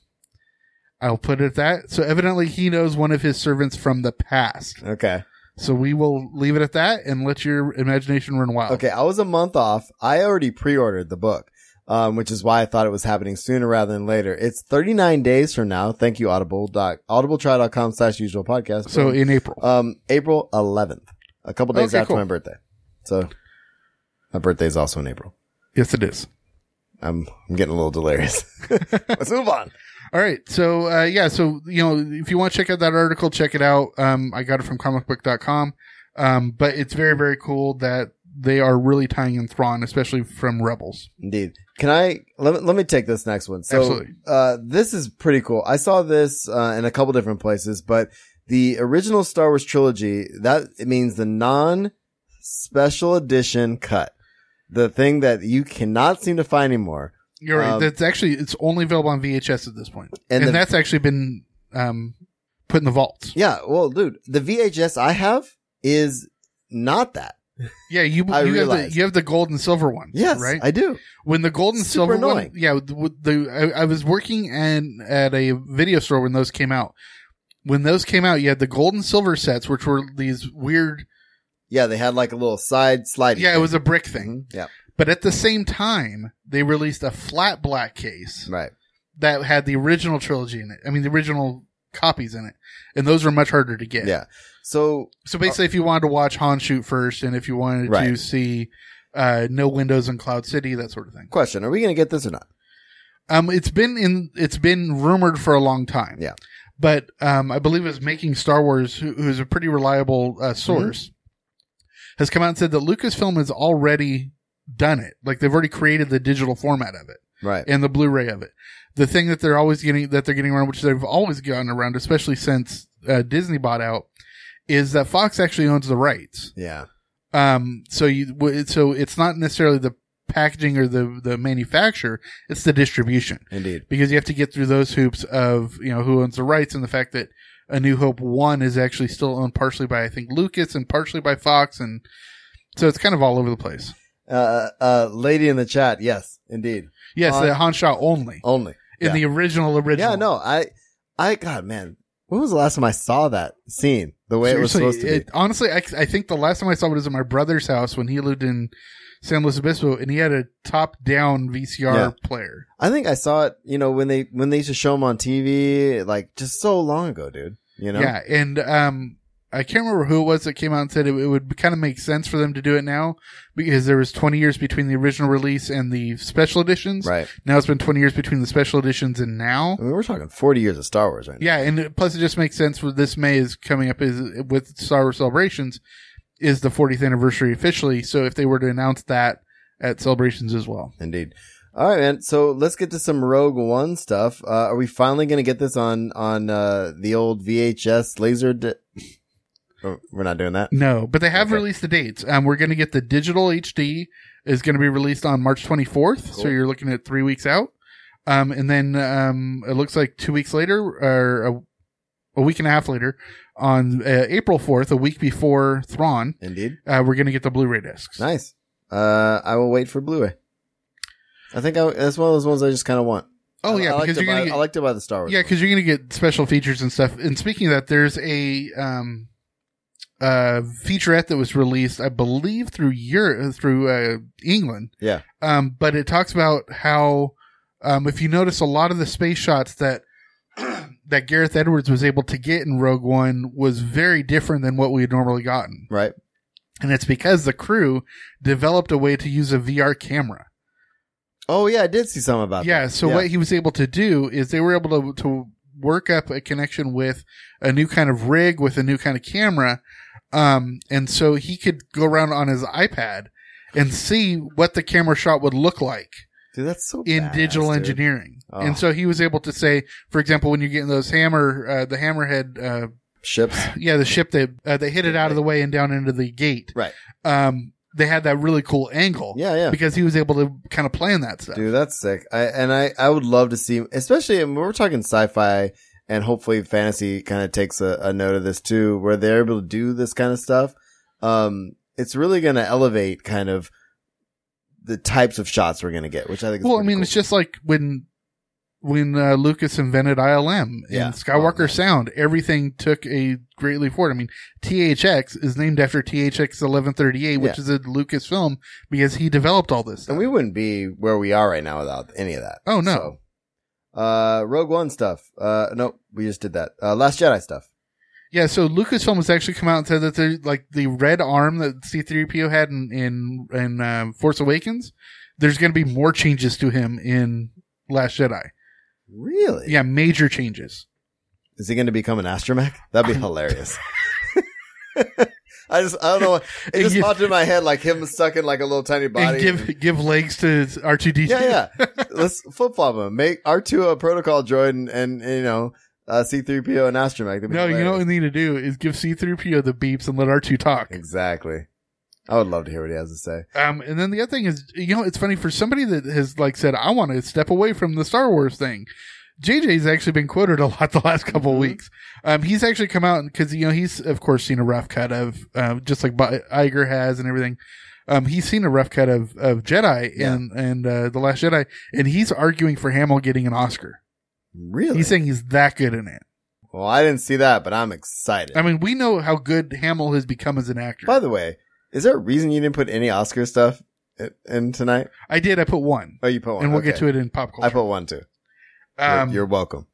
S5: I'll put it at that. So evidently he knows one of his servants from the past.
S4: Okay.
S5: So we will leave it at that and let your imagination run wild.
S4: Okay, I was a month off. I already pre-ordered the book, um, which is why I thought it was happening sooner rather than later. It's 39 days from now. Thank you, Audible. Doc, audibletry.com slash usual podcast.
S5: So in April.
S4: um, April 11th, a couple days
S5: Okay,
S4: after
S5: cool.
S4: my birthday. So my birthday is also in April.
S5: Yes, it is.
S4: I'm, I'm getting a little delirious. (laughs) Let's move on.
S5: All right. So, uh, yeah. So, you know, if you want to check out that article, check it out. Um, I got it from comicbook.com. Um, but it's very, very cool that they are really tying in Thrawn, especially from Rebels.
S4: Indeed. Can I let me, let me take this next one? So,
S5: Absolutely.
S4: uh, this is pretty cool. I saw this uh, in a couple different places, but the original Star Wars trilogy that it means the non special edition cut, the thing that you cannot seem to find anymore.
S5: You're right.
S4: Um,
S5: That's actually, it's only available on VHS at this point.
S4: And
S5: And,
S4: the-
S5: that's actually been, um, put in the vault.
S4: Yeah, well, dude, the VHS I have is not that.
S5: Yeah. You,
S4: I
S5: you, have the,
S4: realized.
S5: you have the gold and silver one.
S4: Yes,
S5: Right.
S4: I do.
S5: when the gold and
S4: Super
S5: silver one,
S4: annoying.
S5: yeah, the, the I, I was working and at a video store when those came out. When those came out, you had the gold and silver sets, which were these weird.
S4: Yeah, they had like a little side slide.
S5: Yeah, it was a brick thing.
S4: Yeah,
S5: But at the same time, they released a flat black case
S4: right.
S5: that had the original trilogy in it. I mean, the original copies in it, and those were much harder to get.
S4: Yeah. So
S5: So basically, if you wanted to watch Han shoot first, and if you wanted to
S4: Right.
S5: see uh, no windows in Cloud City, that sort of thing.
S4: question: Are we going to get this or not?
S5: Um, it's been in, it's been rumored for a long time.
S4: Yeah.
S5: But, um, I believe it's making Star Wars, who, who's a pretty reliable uh, source, has come out and said that Lucasfilm has already done it. Like they've already created the digital format of it
S4: Right.
S5: and the Blu-ray of it. The thing that they're always getting that they're getting around, which they've always gotten around, especially since uh, Disney bought out, is that Fox actually owns the rights.
S4: yeah.
S5: Um, so you w- so it's not necessarily the packaging or the the manufacture; it's the distribution
S4: Indeed.
S5: because you have to get through those hoops of you know who owns the rights and the fact that a new hope one is actually still owned partially by i think lucas and partially by fox and so it's kind of all over the place
S4: Uh, uh, lady in the chat. Yes, indeed.
S5: yes
S4: Uh,
S5: the hanshaw only
S4: Only.
S5: in
S4: yeah.
S5: the original original
S4: Yeah, no, I, I, God, man, when was the last time I saw that scene the way it was supposed to be?
S5: it- honestly, I, I think the last time I saw it was at my brother's house when he lived in San Luis Obispo, and he had a top-down VCR
S4: Yeah.
S5: player.
S4: I think I saw it, you know, when they, when they used to show them on TV, like just so long ago, dude, you know?
S5: Yeah, and um, I can't remember who it was that came out and said it, it would kind of make sense for them to do it now because there was 20 years between the original release and the special editions.
S4: Right.
S5: Now it's been 20 years between the special editions and now.
S4: I mean, we're talking 40 years of Star Wars right now.
S5: Yeah, and it- plus it just makes sense with this May is coming up is with Star Wars celebrations is the 40th anniversary officially. So if they were to announce that at celebrations as well,
S4: Indeed. All right, man. So let's get to some Rogue One stuff. Uh, are we finally going to get this on, on, uh, the old VHS laser? Di- oh, we're not doing that.
S5: no, but they have
S4: Okay.
S5: released the dates. Um, we're going to get the digital HD is going to be released on March 24th. So
S4: Cool.
S5: you're looking at three weeks out. Um, and then um, it looks like two weeks later or a, a week and a half later on uh, April 4th, a week before Thrawn,
S4: Indeed.
S5: uh, we're going to get the Blu-ray discs.
S4: Nice. Uh, I will wait for Blu-ray. I think I, that's one of those ones I just kind of want.
S5: Oh
S4: I-
S5: yeah,
S4: I like
S5: because
S4: to
S5: you're going
S4: buy-
S5: to get
S4: I like to buy the Star Wars.
S5: Yeah,
S4: one.
S5: because you're gonna get special features and stuff. And speaking of that, there's a um, uh, featurette that was released, I believe, through Europe, through uh, England.
S4: Yeah.
S5: Um, but it talks about how, um, if you notice, a lot of the space shots that (clears throat) that Gareth Edwards was able to get in Rogue One was very different than what we had normally gotten,
S4: right.
S5: and it's because the crew developed a way to use a VR camera.
S4: Oh yeah, I did see something about
S5: Yeah.
S4: that.
S5: So what he was able to do is they were able to to work up a connection with a new kind of rig with a new kind of camera, um, and so he could go around on his iPad and see what the camera shot would look like
S4: dude, that's so
S5: in
S4: badass,
S5: digital
S4: dude.
S5: engineering.
S4: Oh.
S5: And so he was able to say, for example, when you're getting those hammer, uh, the hammerhead, uh,
S4: ships.
S5: yeah, the ship that uh, they hit it out of the way and down into the gate.
S4: Right.
S5: Um, they had that really cool angle.
S4: Yeah, yeah.
S5: Because he was able to kind of plan that stuff.
S4: Dude, that's sick. I and I I would love to see, especially when we're talking sci-fi and hopefully fantasy kind of takes a, a note of this too, where they're able to do this kind of stuff. Um, it's really going to elevate kind of the types of shots we're going to get, which I think. Is
S5: Well, I
S4: pretty
S5: mean,
S4: cool.
S5: it's just like when when uh, Lucas invented ILM
S4: Yeah.
S5: and Skywalker
S4: Oh, man.
S5: Sound, everything took a great leap forward. I mean, THX is named after THX 1138, which
S4: Yeah.
S5: is a Lucas film because he developed all this.
S4: And
S5: Stuff.
S4: we wouldn't be where we are right now without any of that.
S5: Oh, no.
S4: So, uh, Rogue One stuff. Uh, no, we just did that. Uh, Last Jedi stuff.
S5: yeah, so Lucasfilm has actually come out and said that they're like the red arm that C3PO had in in, in um, Force Awakens. There's going to be more changes to him in Last Jedi.
S4: Really?
S5: Yeah, major changes.
S4: Is he going to become an astromech?
S5: (laughs)
S4: That'd be hilarious. (laughs) I just, I don't know. what- It
S5: And
S4: just
S5: you-
S4: popped in my head like him stuck in like a little tiny body.
S5: And give give legs to R2D2.
S4: yeah,
S5: (laughs)
S4: yeah. Let's flip flop him. Make R2 a protocol droid and, and you know, uh, C3PO an astromech. That'd be
S5: No, you know what
S4: hilarious.
S5: we need to do is give C3PO the beeps and let R2 talk.
S4: Exactly. I would love to hear what he has to say.
S5: Um, and then the other thing is, you know, it's funny for somebody that has like said, I want to step away from the Star Wars thing. JJ's actually been quoted a lot the last couple of
S4: Mm-hmm.
S5: weeks. Um, he's actually come out because you know he's of course seen a rough cut of um, just like Bi- Iger has and everything. Um, he's seen a rough cut of of Jedi
S4: Yeah.
S5: and and uh, the Last Jedi, and he's arguing for Hamill getting an Oscar.
S4: Really?
S5: He's saying he's that good in it.
S4: well, I didn't see that, but I'm excited.
S5: I mean, we know how good Hamill has become as an actor.
S4: By the way, is there a reason you didn't put any Oscar stuff in, in tonight?
S5: I did. I put one.
S4: Oh, you put one.
S5: and we'll
S4: okay.
S5: get to it in pop culture.
S4: I put one too. You're-
S5: um,
S4: you're, welcome.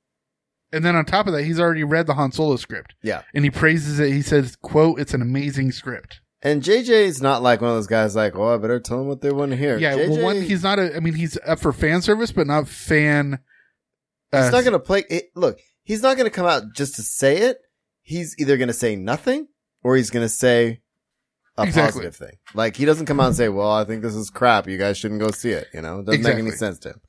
S5: and then on top of that, he's already read the Han Solo script,
S4: Yeah.
S5: and he praises it. He says, "quote It's an amazing script."
S4: And JJ's not like one of those guys like, oh, I better tell them what they want to hear.
S5: Yeah,
S4: JJ,
S5: well, one, he's not a. I mean, he's up for fan service, but not fan. Uh,
S4: he's not going to play. It, look, he's not going to come out just to say it. He's either going to say nothing or he's going to say a
S5: Exactly.
S4: positive thing. Like he doesn't come out and say, "Well, I think this is crap. You guys shouldn't go see it." You know, it doesn't make any
S5: Exactly.
S4: sense to him.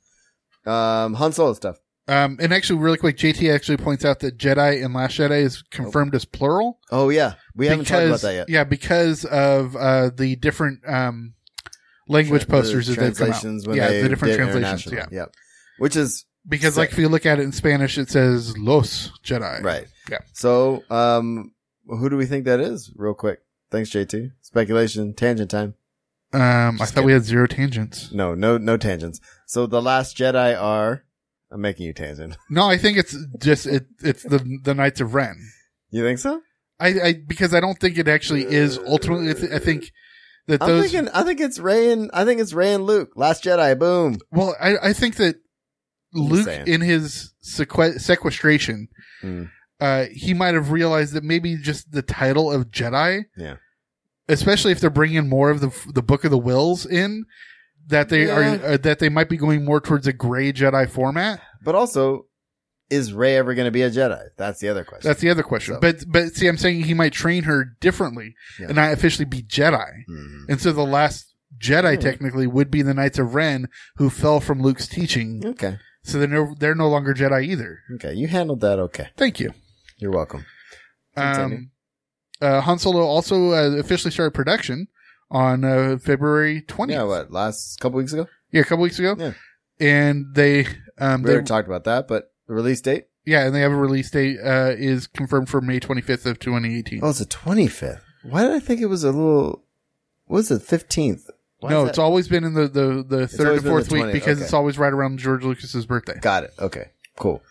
S4: Um, Han Solo stuff.
S5: um, and actually, really quick, JT actually points out that Jedi and Last Jedi is confirmed as plural.
S4: Oh yeah, we haven't talked about that yet.
S5: Yeah, because of uh, the different um, language
S4: The
S5: posters that they've come out.
S4: translations when
S5: yeah,
S4: they
S5: the different
S4: did
S5: translations. Yeah,
S4: international. Yep. Which is
S5: because like if you look at it in Spanish, it says Los Jedi.
S4: right.
S5: Yeah.
S4: So, um, who do we think that is? Real quick. Thanks, JT. Speculation, tangent time.
S5: Um, I thought
S4: Just
S5: we had zero tangents.
S4: No, no, no tangents. So the last Jedi are. I'm making you tangent. (laughs)
S5: No, I think it's just it. It's the the Knights of Ren.
S4: You think so?
S5: I, I because I don't think it actually is ultimately. I, th- I think that
S4: I'm
S5: those.
S4: thinking. I think it's Ray and I think it's Ray and Luke. Last Jedi. Boom.
S5: well, I I think that
S4: just
S5: Luke
S4: saying.
S5: in his sequ- sequestration,
S4: Mm.
S5: uh, he might have realized that maybe just the title of Jedi,
S4: Yeah.
S5: especially if they're bringing more of the the Book of the Wills in, that they
S4: Yeah.
S5: are uh, that they might be going more towards a gray Jedi format.
S4: But also, is Ray ever going to be a Jedi? That's the other question.
S5: That's the other question.
S4: So-
S5: But but see, I'm saying he might train her differently
S4: Yeah.
S5: and not officially be Jedi.
S4: Mhm.
S5: And so the last Jedi technically would be the Knights of Ren who fell from Luke's teaching.
S4: Okay.
S5: So they're no, they're no longer Jedi either.
S4: Okay. You handled that okay.
S5: Thank you.
S4: You're welcome. Continue.
S5: Um, uh, Han Solo also uh, officially started production on uh, February 20th.
S4: Yeah, what? Last couple weeks ago?
S5: Yeah, a couple weeks ago.
S4: Yeah.
S5: And they, um,
S4: We
S5: they,
S4: already talked about that, but the release date?
S5: yeah, and they have a release date, uh, is confirmed for May 25th of 2018.
S4: Oh, it's the 25th. Why did I think it was a little. What was it? 15th? Why
S5: no,
S4: is
S5: it's
S4: that-
S5: always been in the, the, the third
S4: always
S5: or
S4: been
S5: fourth
S4: the
S5: week
S4: 20th,
S5: because
S4: okay.
S5: it's always right around George Lucas's birthday.
S4: Got it. Okay. Cool.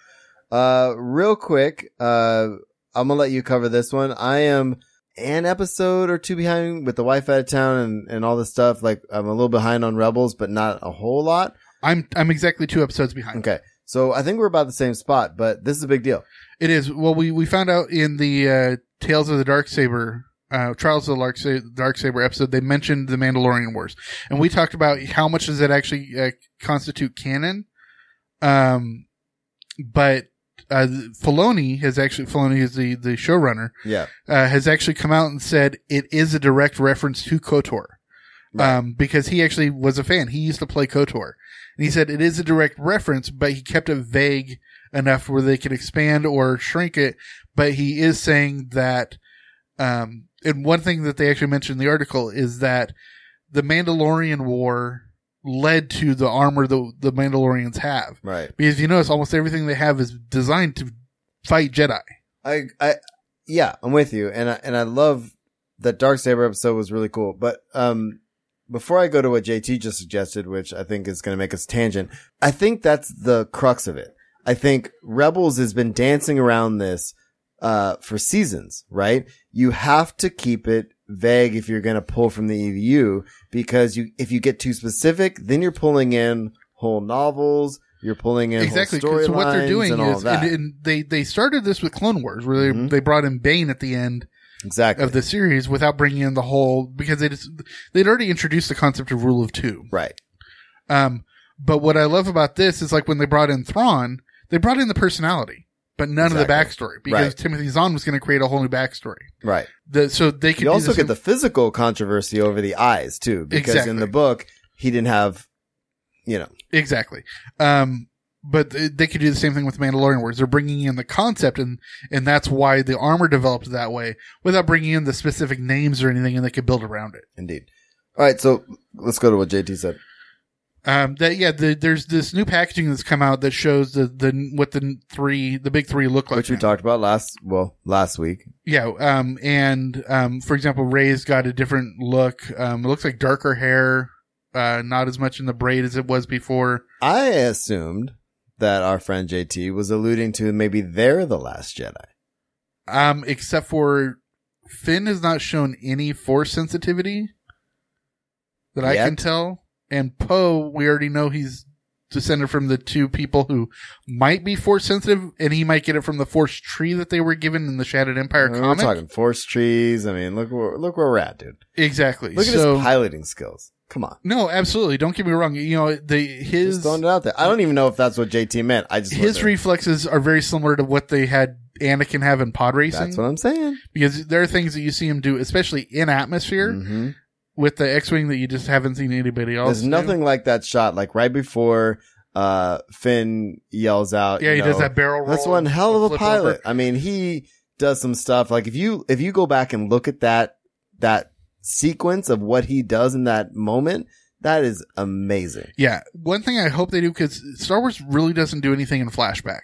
S4: Uh, real quick, uh, I'm gonna let you cover this one. I am an episode or two behind with the wife out of town and, and all this stuff. Like, I'm a little behind on Rebels, but not a whole lot.
S5: I'm, I'm exactly two episodes behind.
S4: Okay. So I think we're about the same spot, but this is a big deal.
S5: It is. Well, we, we found out in the uh, Tales of the Dark Saber, uh, Trials of the Dark, Sa- Dark Saber episode, they mentioned the Mandalorian Wars, and we talked about how much does that actually uh, constitute canon. Um, but uh, Filoni has actually Filoni is the the showrunner
S4: Yeah.
S5: uh, has actually come out and said it is a direct reference to KOTOR. Um, because he actually was a fan. He used to play KOTOR. And he said it is a direct reference, but he kept it vague enough where they could expand or shrink it. But he is saying that, um, and one thing that they actually mentioned in the article is that the Mandalorian War led to the armor that the Mandalorians have.
S4: Right.
S5: Because you notice almost everything they have is designed to fight Jedi.
S4: I, I, yeah, I'm with you. And I, and I love that Dark Saber episode was really cool. But, um, before I go to what JT just suggested, which I think is going to make us tangent, I think that's the crux of it. I think Rebels has been dancing around this, uh, for seasons, right? You have to keep it vague if you're going to pull from the EVU because you, if you get too specific, then you're pulling in whole novels, you're pulling in
S5: exactly
S4: whole
S5: 'cause what they're
S4: storylines
S5: doing
S4: and all
S5: is
S4: that.
S5: And, and they they started this with clone wars where they,
S4: Mhm.
S5: they brought in bane at the end
S4: exactly
S5: of the series without bringing in the whole because they just they'd already introduced the concept of rule of two
S4: right.
S5: um but what i love about this is like when they brought in thrawn they brought in the personality but none of the
S4: Exactly.
S5: backstory because
S4: Right.
S5: timothy zahn was going to create a whole new backstory
S4: Right.
S5: the, so they could
S4: you
S5: do
S4: also
S5: same-
S4: get the physical controversy over the eyes too, because in
S5: Exactly.
S4: the book he didn't have, you know,
S5: Exactly. Um, but th- they could do the same thing with Mandalorian Wars. They're bringing in the concept, and and that's why the armor developed that way, without bringing in the specific names or anything, and they could build around it.
S4: indeed. All right, so let's go to what JT said.
S5: Um, that yeah, the, there's this new packaging that's come out that shows the the what the three the big three look like.
S4: Which we
S5: now.
S4: talked about last, well, last week.
S5: Yeah. Um, and um, for example, Ray's got a different look. Um, it looks like darker hair, uh, not as much in the braid as it was before.
S4: I assumed that our friend JT was alluding to maybe they're the last Jedi.
S5: Um, except for Finn has not shown any force sensitivity that I
S4: Yet.
S5: can tell. And Poe, we already know he's descended from the two people who might be force sensitive, and he might get it from the force tree that they were given in the Shattered Empire
S4: We're
S5: comic.
S4: talking force trees. I mean, look where, look where we're at, dude.
S5: Exactly.
S4: Look at
S5: so,
S4: his piloting skills. Come on.
S5: no, absolutely. Don't get me wrong. You know, the
S4: Just
S5: his
S4: throwing it out there. I don't even know if that's what JT meant. I just
S5: his
S4: went there.
S5: reflexes are very similar to what they had Anakin have in pod racing.
S4: That's what I'm saying.
S5: because there are things that you see him do, especially in atmosphere
S4: Mhm.
S5: with the X-wing that you just haven't seen anybody else.
S4: There's
S5: do.
S4: nothing like that shot. Like right before uh Finn yells out.
S5: Yeah,
S4: you
S5: he does
S4: know,
S5: that barrel roll.
S4: That's one
S5: and
S4: hell of a
S5: flip
S4: pilot.
S5: over.
S4: I mean, he does some stuff. Like if you if you go back and look at that that sequence of what he does in that moment, that is amazing.
S5: Yeah, one thing I hope they do because Star Wars really doesn't do anything in flashback.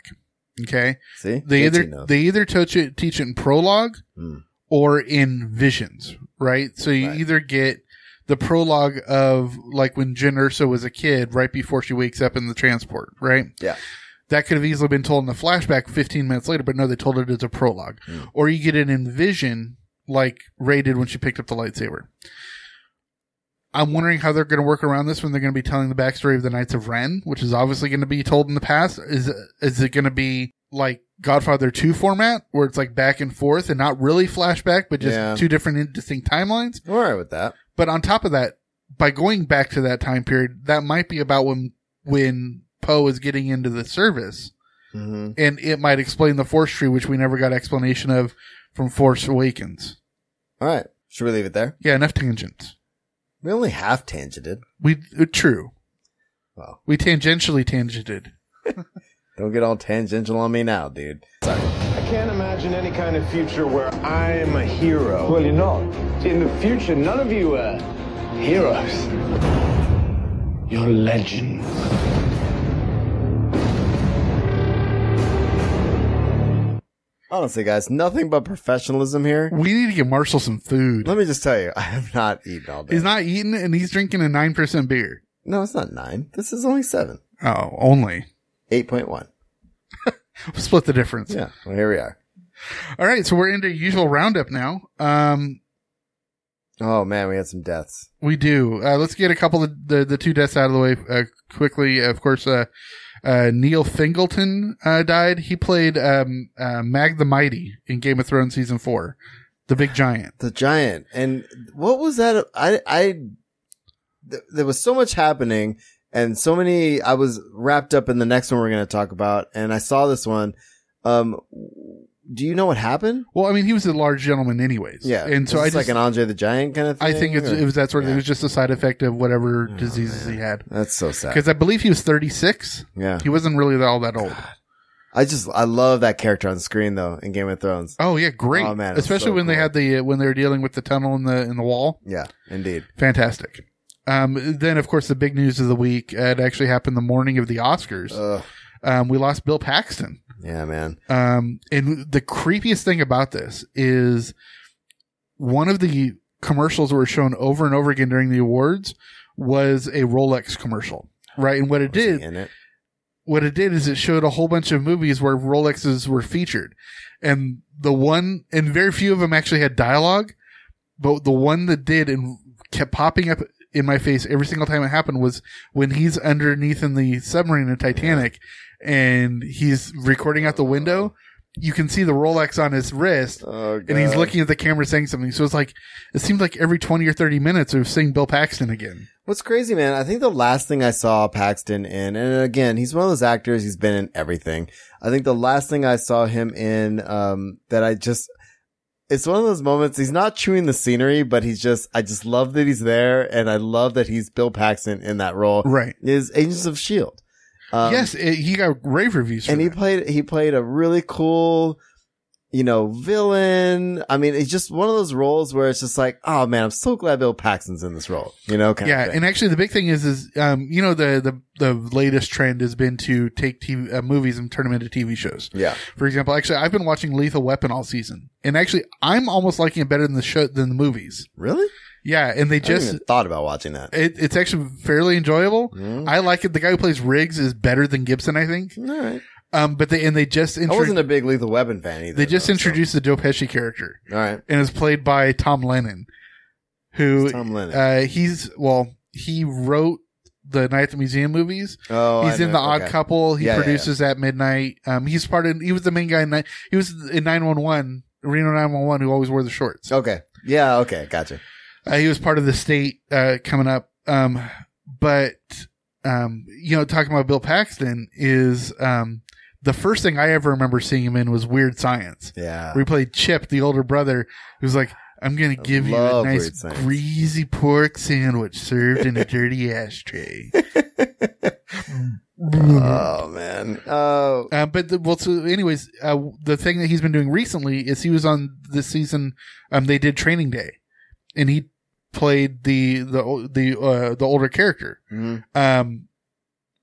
S5: Okay,
S4: See,
S5: they
S4: JT
S5: either
S4: knows.
S5: they either teach it teach it in prologue
S4: Hmm.
S5: or in visions, right? So you
S4: Right.
S5: either get the prologue of like when Jen Urso was a kid, right before she wakes up in the transport, right?
S4: Yeah.
S5: That could have easily been told in the flashback 15 minutes later, but no, they told it as a prologue. Or you get it in vision, like Ray did when she picked up the lightsaber. I'm wondering how they're going to work around this when they're going to be telling the backstory of the Knights of Ren, which is obviously going to be told in the past. Is is it going to be like Godfather 2 format, where it's like back and forth and not really flashback, but just
S4: Yeah.
S5: two different and distinct timelines?
S4: I'm all right with that.
S5: But on top of that, by going back to that time period, that might be about when when Poe is getting into the service,
S4: hmm
S5: and it might explain the Force tree, which we never got explanation of from Force Awakens.
S4: All right, should we leave it there?
S5: Yeah, enough tangents.
S4: We only half tangented.
S5: We uh, true.
S4: Wow.
S5: We tangentially tangented.
S4: Don't get all tangential on me now, dude.
S9: can't imagine any kind of future where I'm a hero. Well, you're not. In the future, none of you are heroes.
S8: You're legends.
S4: Honestly, guys, nothing but professionalism here.
S5: We need to get Marshall some food.
S4: Let me just tell you, I have not eaten all day.
S5: He's not eating, and he's drinking a nine percent beer.
S4: No, it's not nine. This is only seven.
S5: Oh, only
S4: Eight point one.
S5: split the difference.
S4: Yeah. Well, here we are.
S5: All right, so we're into usual roundup now. Um,
S4: Oh man, we had some deaths.
S5: We do. Uh, let's get a couple of the, the two deaths out of the way uh, quickly. Of course, uh, uh, Neil Fingleton uh, died. He played um, uh, Mag the Mighty in Game of Thrones season four, the big giant.
S4: The giant. And what was that? I, I, th- there was so much happening and so many, I was wrapped up in the next one we're going to talk about. And I saw this one. Um, do you know what happened?
S5: Well, I mean, he was a large gentleman, anyways.
S4: Yeah.
S5: and so
S4: Was
S5: I
S4: this
S5: just
S4: like an Andre the Giant kind of thing.
S5: I think it's,
S4: or-
S5: it was that sort of.
S4: Yeah. Oh,
S5: It was just a side effect of whatever diseases he had.
S4: That's so sad.
S5: Because I believe he was thirty six.
S4: Yeah.
S5: He wasn't really all that old.
S4: I just, I love that character on screen though in Game of Thrones.
S5: Oh yeah, great.
S4: Oh, man, it was
S5: Especially
S4: so
S5: when they
S4: cool.
S5: had the uh, when they were dealing with the tunnel in the in the wall.
S4: Yeah. Indeed.
S5: Fantastic. Um, then, of course, the big news of the week. Uh, it actually happened the morning of the Oscars.
S4: Ugh.
S5: Um, we lost Bill Paxton.
S4: Yeah, man.
S5: Um, and the creepiest thing about this is one of the commercials that were shown over and over again during the awards was a Rolex commercial, right? And what it
S4: Was he
S5: did,
S4: in it.
S5: what it did is it showed a whole bunch of movies where Rolexes were featured. And the one, and very few of them actually had dialogue, but the one that did and kept popping up in my face every single time it happened was when he's underneath in the submarine in Titanic and he's recording out the window. You can see the Rolex on his wrist
S4: Oh,
S5: and he's
S4: God.
S5: looking at the camera saying something. So it's like, it seemed like every 20 or 30 minutes we've seen Bill Paxton again.
S4: What's crazy, man? I think the last thing I saw Paxton in, and again, he's one of those actors. He's been in everything. I think the last thing I saw him in, um, that I just, it's one of those moments. He's not chewing the scenery, but he's just, I just love that he's there. And I love that he's Bill Paxton in that role
S5: Right.
S4: is Agents of S.H.I.E.L.D. Um,
S5: yes. It, he got rave reviews. For
S4: and he
S5: that.
S4: played he played a really cool you know villain i mean it's just one of those roles where it's just like oh man i'm so glad bill paxton's in this role you know kind
S5: yeah
S4: of thing.
S5: and actually the big thing is is um you know the the the latest trend has been to take TV, uh, movies and turn them into tv shows
S4: yeah
S5: for example actually i've been watching lethal weapon all season and actually i'm almost liking it better than the show than the movies
S4: really
S5: yeah and they
S4: i just
S5: just
S4: thought about watching that
S5: it, it's actually fairly enjoyable
S4: Mm.
S5: i like it the guy who plays riggs is better than gibson i think
S4: all right
S5: um but they and they just
S4: i wasn't
S5: introduced
S4: a big lethal weapon fan either
S5: they just
S4: though, so-
S5: introduced the joe pesci character
S4: all right
S5: and is played by Tom Lennon, who
S4: Who's Tom Lennon?
S5: Uh, he's well, he wrote the Night at the Museum movies.
S4: Oh, I
S5: he's in
S4: know,
S5: the Odd
S4: okay.
S5: Couple. He
S4: Yeah, yeah,
S5: produces at midnight. Um, he's part of. He was the main guy in. Ni- He was in nine one one Reno nine one one who always wore the shorts.
S4: Okay. Yeah. Okay. Gotcha.
S5: Uh, he was part of the state uh, coming up. Um, but um, you know, talking about Bill Paxton is um, the first thing I ever remember seeing him in was Weird Science.
S4: Yeah.
S5: where he played Chip, the older brother, who's like, "I'm gonna give you a
S4: love Weird
S5: nice
S4: Science.
S5: greasy pork sandwich served in a dirty ashtray."
S4: oh man. Oh.
S5: Uh, but the, well, so anyways, uh, the thing that he's been doing recently is he was on this season. Um, they did Training Day, and he played the the o- the uh, the older character.
S4: Mhm.
S5: Um,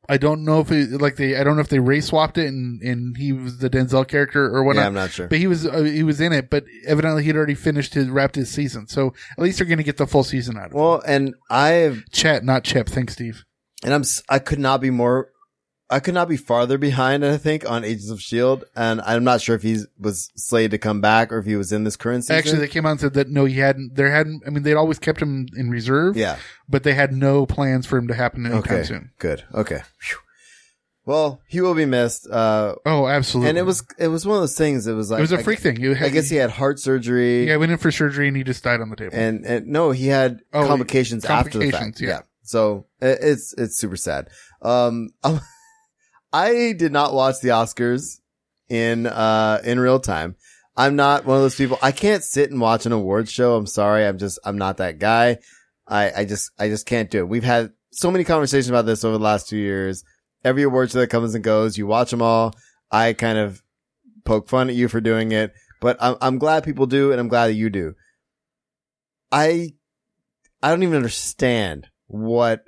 S5: I don't know if it, like they I don't know if they race swapped it and and he was the Denzel character or
S4: Yeah,
S5: whatnot.
S4: I'm not sure.
S5: but he was uh, he was in it, but evidently he'd already finished his wrapped his season. So at least they're going to get the full season out of it.
S4: Well, and I've
S5: Chet, not Chip. Thanks, Steve.
S4: and I'm s- I could not be more I could not be farther behind I think on Agents of Shield and I'm not sure if he was slated to come back or if he was in this current season.
S5: Actually, they came out and said that no, he hadn't. There hadn't. I mean, they'd always kept him in reserve.
S4: yeah.
S5: but they had no plans for him to happen anytime
S4: Okay.
S5: soon.
S4: Good. Okay. Phew. Well, he will be missed. Uh
S5: Oh, absolutely.
S4: and it was it was one of those things it was like
S5: it was a
S4: I
S5: freak
S4: gu-
S5: thing. You
S4: I guess he had heart surgery
S5: yeah, went in for surgery and he just died on the table.
S4: and, and no, he had
S5: Oh,
S4: complications, after the fact.
S5: complications, yeah.
S4: So it, it's it's super sad. Um (laughs) I did not watch the Oscars in uh in real time. I'm not one of those people. I can't sit and watch an award show. I'm sorry. I'm just I'm not that guy. I I just I just can't do it. We've had so many conversations about this over the last 2 years. Every award show that comes and goes, you watch them all. I kind of poke fun at you for doing it, but I'm I'm glad people do and I'm glad that you do. I I don't even understand what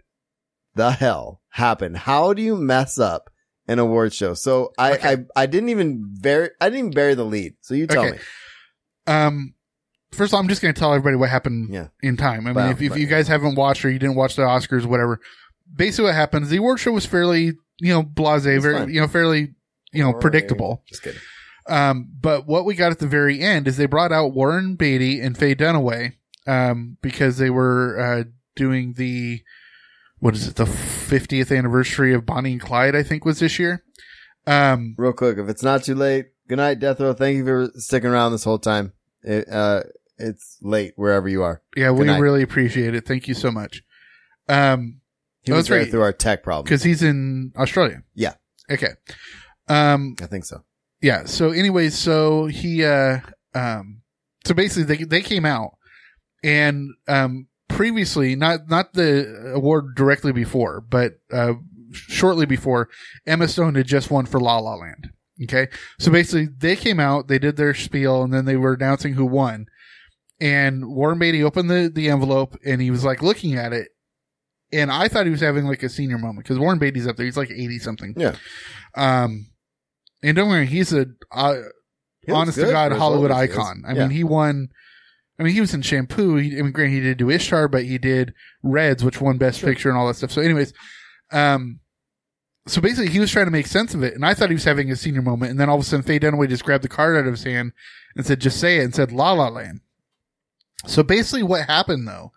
S4: the hell happened. How do you mess up an award show? So I
S5: Okay.
S4: I, I didn't even bury I didn't even bury the lead. So you tell
S5: Okay.
S4: me.
S5: um, first of all, I'm just going to tell everybody what happened
S4: Yeah.
S5: in time. I mean,
S4: Wow,
S5: if, if
S4: right.
S5: you guys haven't watched or you didn't watch the Oscars, whatever. Basically, what happens? The award show was fairly, you know, blasé,
S4: It's
S5: very,
S4: fine.
S5: you know, fairly, you know,
S4: Boring.
S5: predictable.
S4: Just kidding.
S5: Um, but what we got at the very end is they brought out Warren Beatty and Faye Dunaway, um, because they were uh, doing the what is it, the fiftieth anniversary of Bonnie and Clyde, I think was this year. Um,
S4: Real quick, if it's not too late, good night, Death Row. Thank you for sticking around this whole time. It, uh, it's late wherever you are.
S5: yeah,
S4: Good
S5: we
S4: night.
S5: really appreciate it. Thank you so much. Um,
S4: He
S5: Oh,
S4: was
S5: that's
S4: there
S5: right.
S4: through our tech problem.
S5: because he's in Australia.
S4: Yeah.
S5: Okay. Um,
S4: I think so.
S5: yeah so anyways so he uh um so basically they they came out and um previously not not the award directly before but uh shortly before emma stone had just won for la la land okay so basically they came out they did their spiel and then they were announcing who won and warren beatty opened the the envelope and he was like looking at it and i thought he was having like a senior moment because warren beatty's up there he's like 80 something
S4: Yeah.
S5: um and don't worry, he's a uh,
S4: He looks
S5: honest to
S4: good
S5: God
S4: for as
S5: Hollywood
S4: old as he is.
S5: icon. I
S4: Yeah.
S5: mean, he won. I mean, he was in Shampoo. He, I mean, granted, he did do Ishtar, but he did Reds, which won Best Picture and all that stuff. So, anyways, um, so basically, he was trying to make sense of it, and I thought he was having a senior moment, and then all of a sudden, Faye Dunaway just grabbed the card out of his hand and said, "Just say it," and said, "La La Land." So basically, what happened though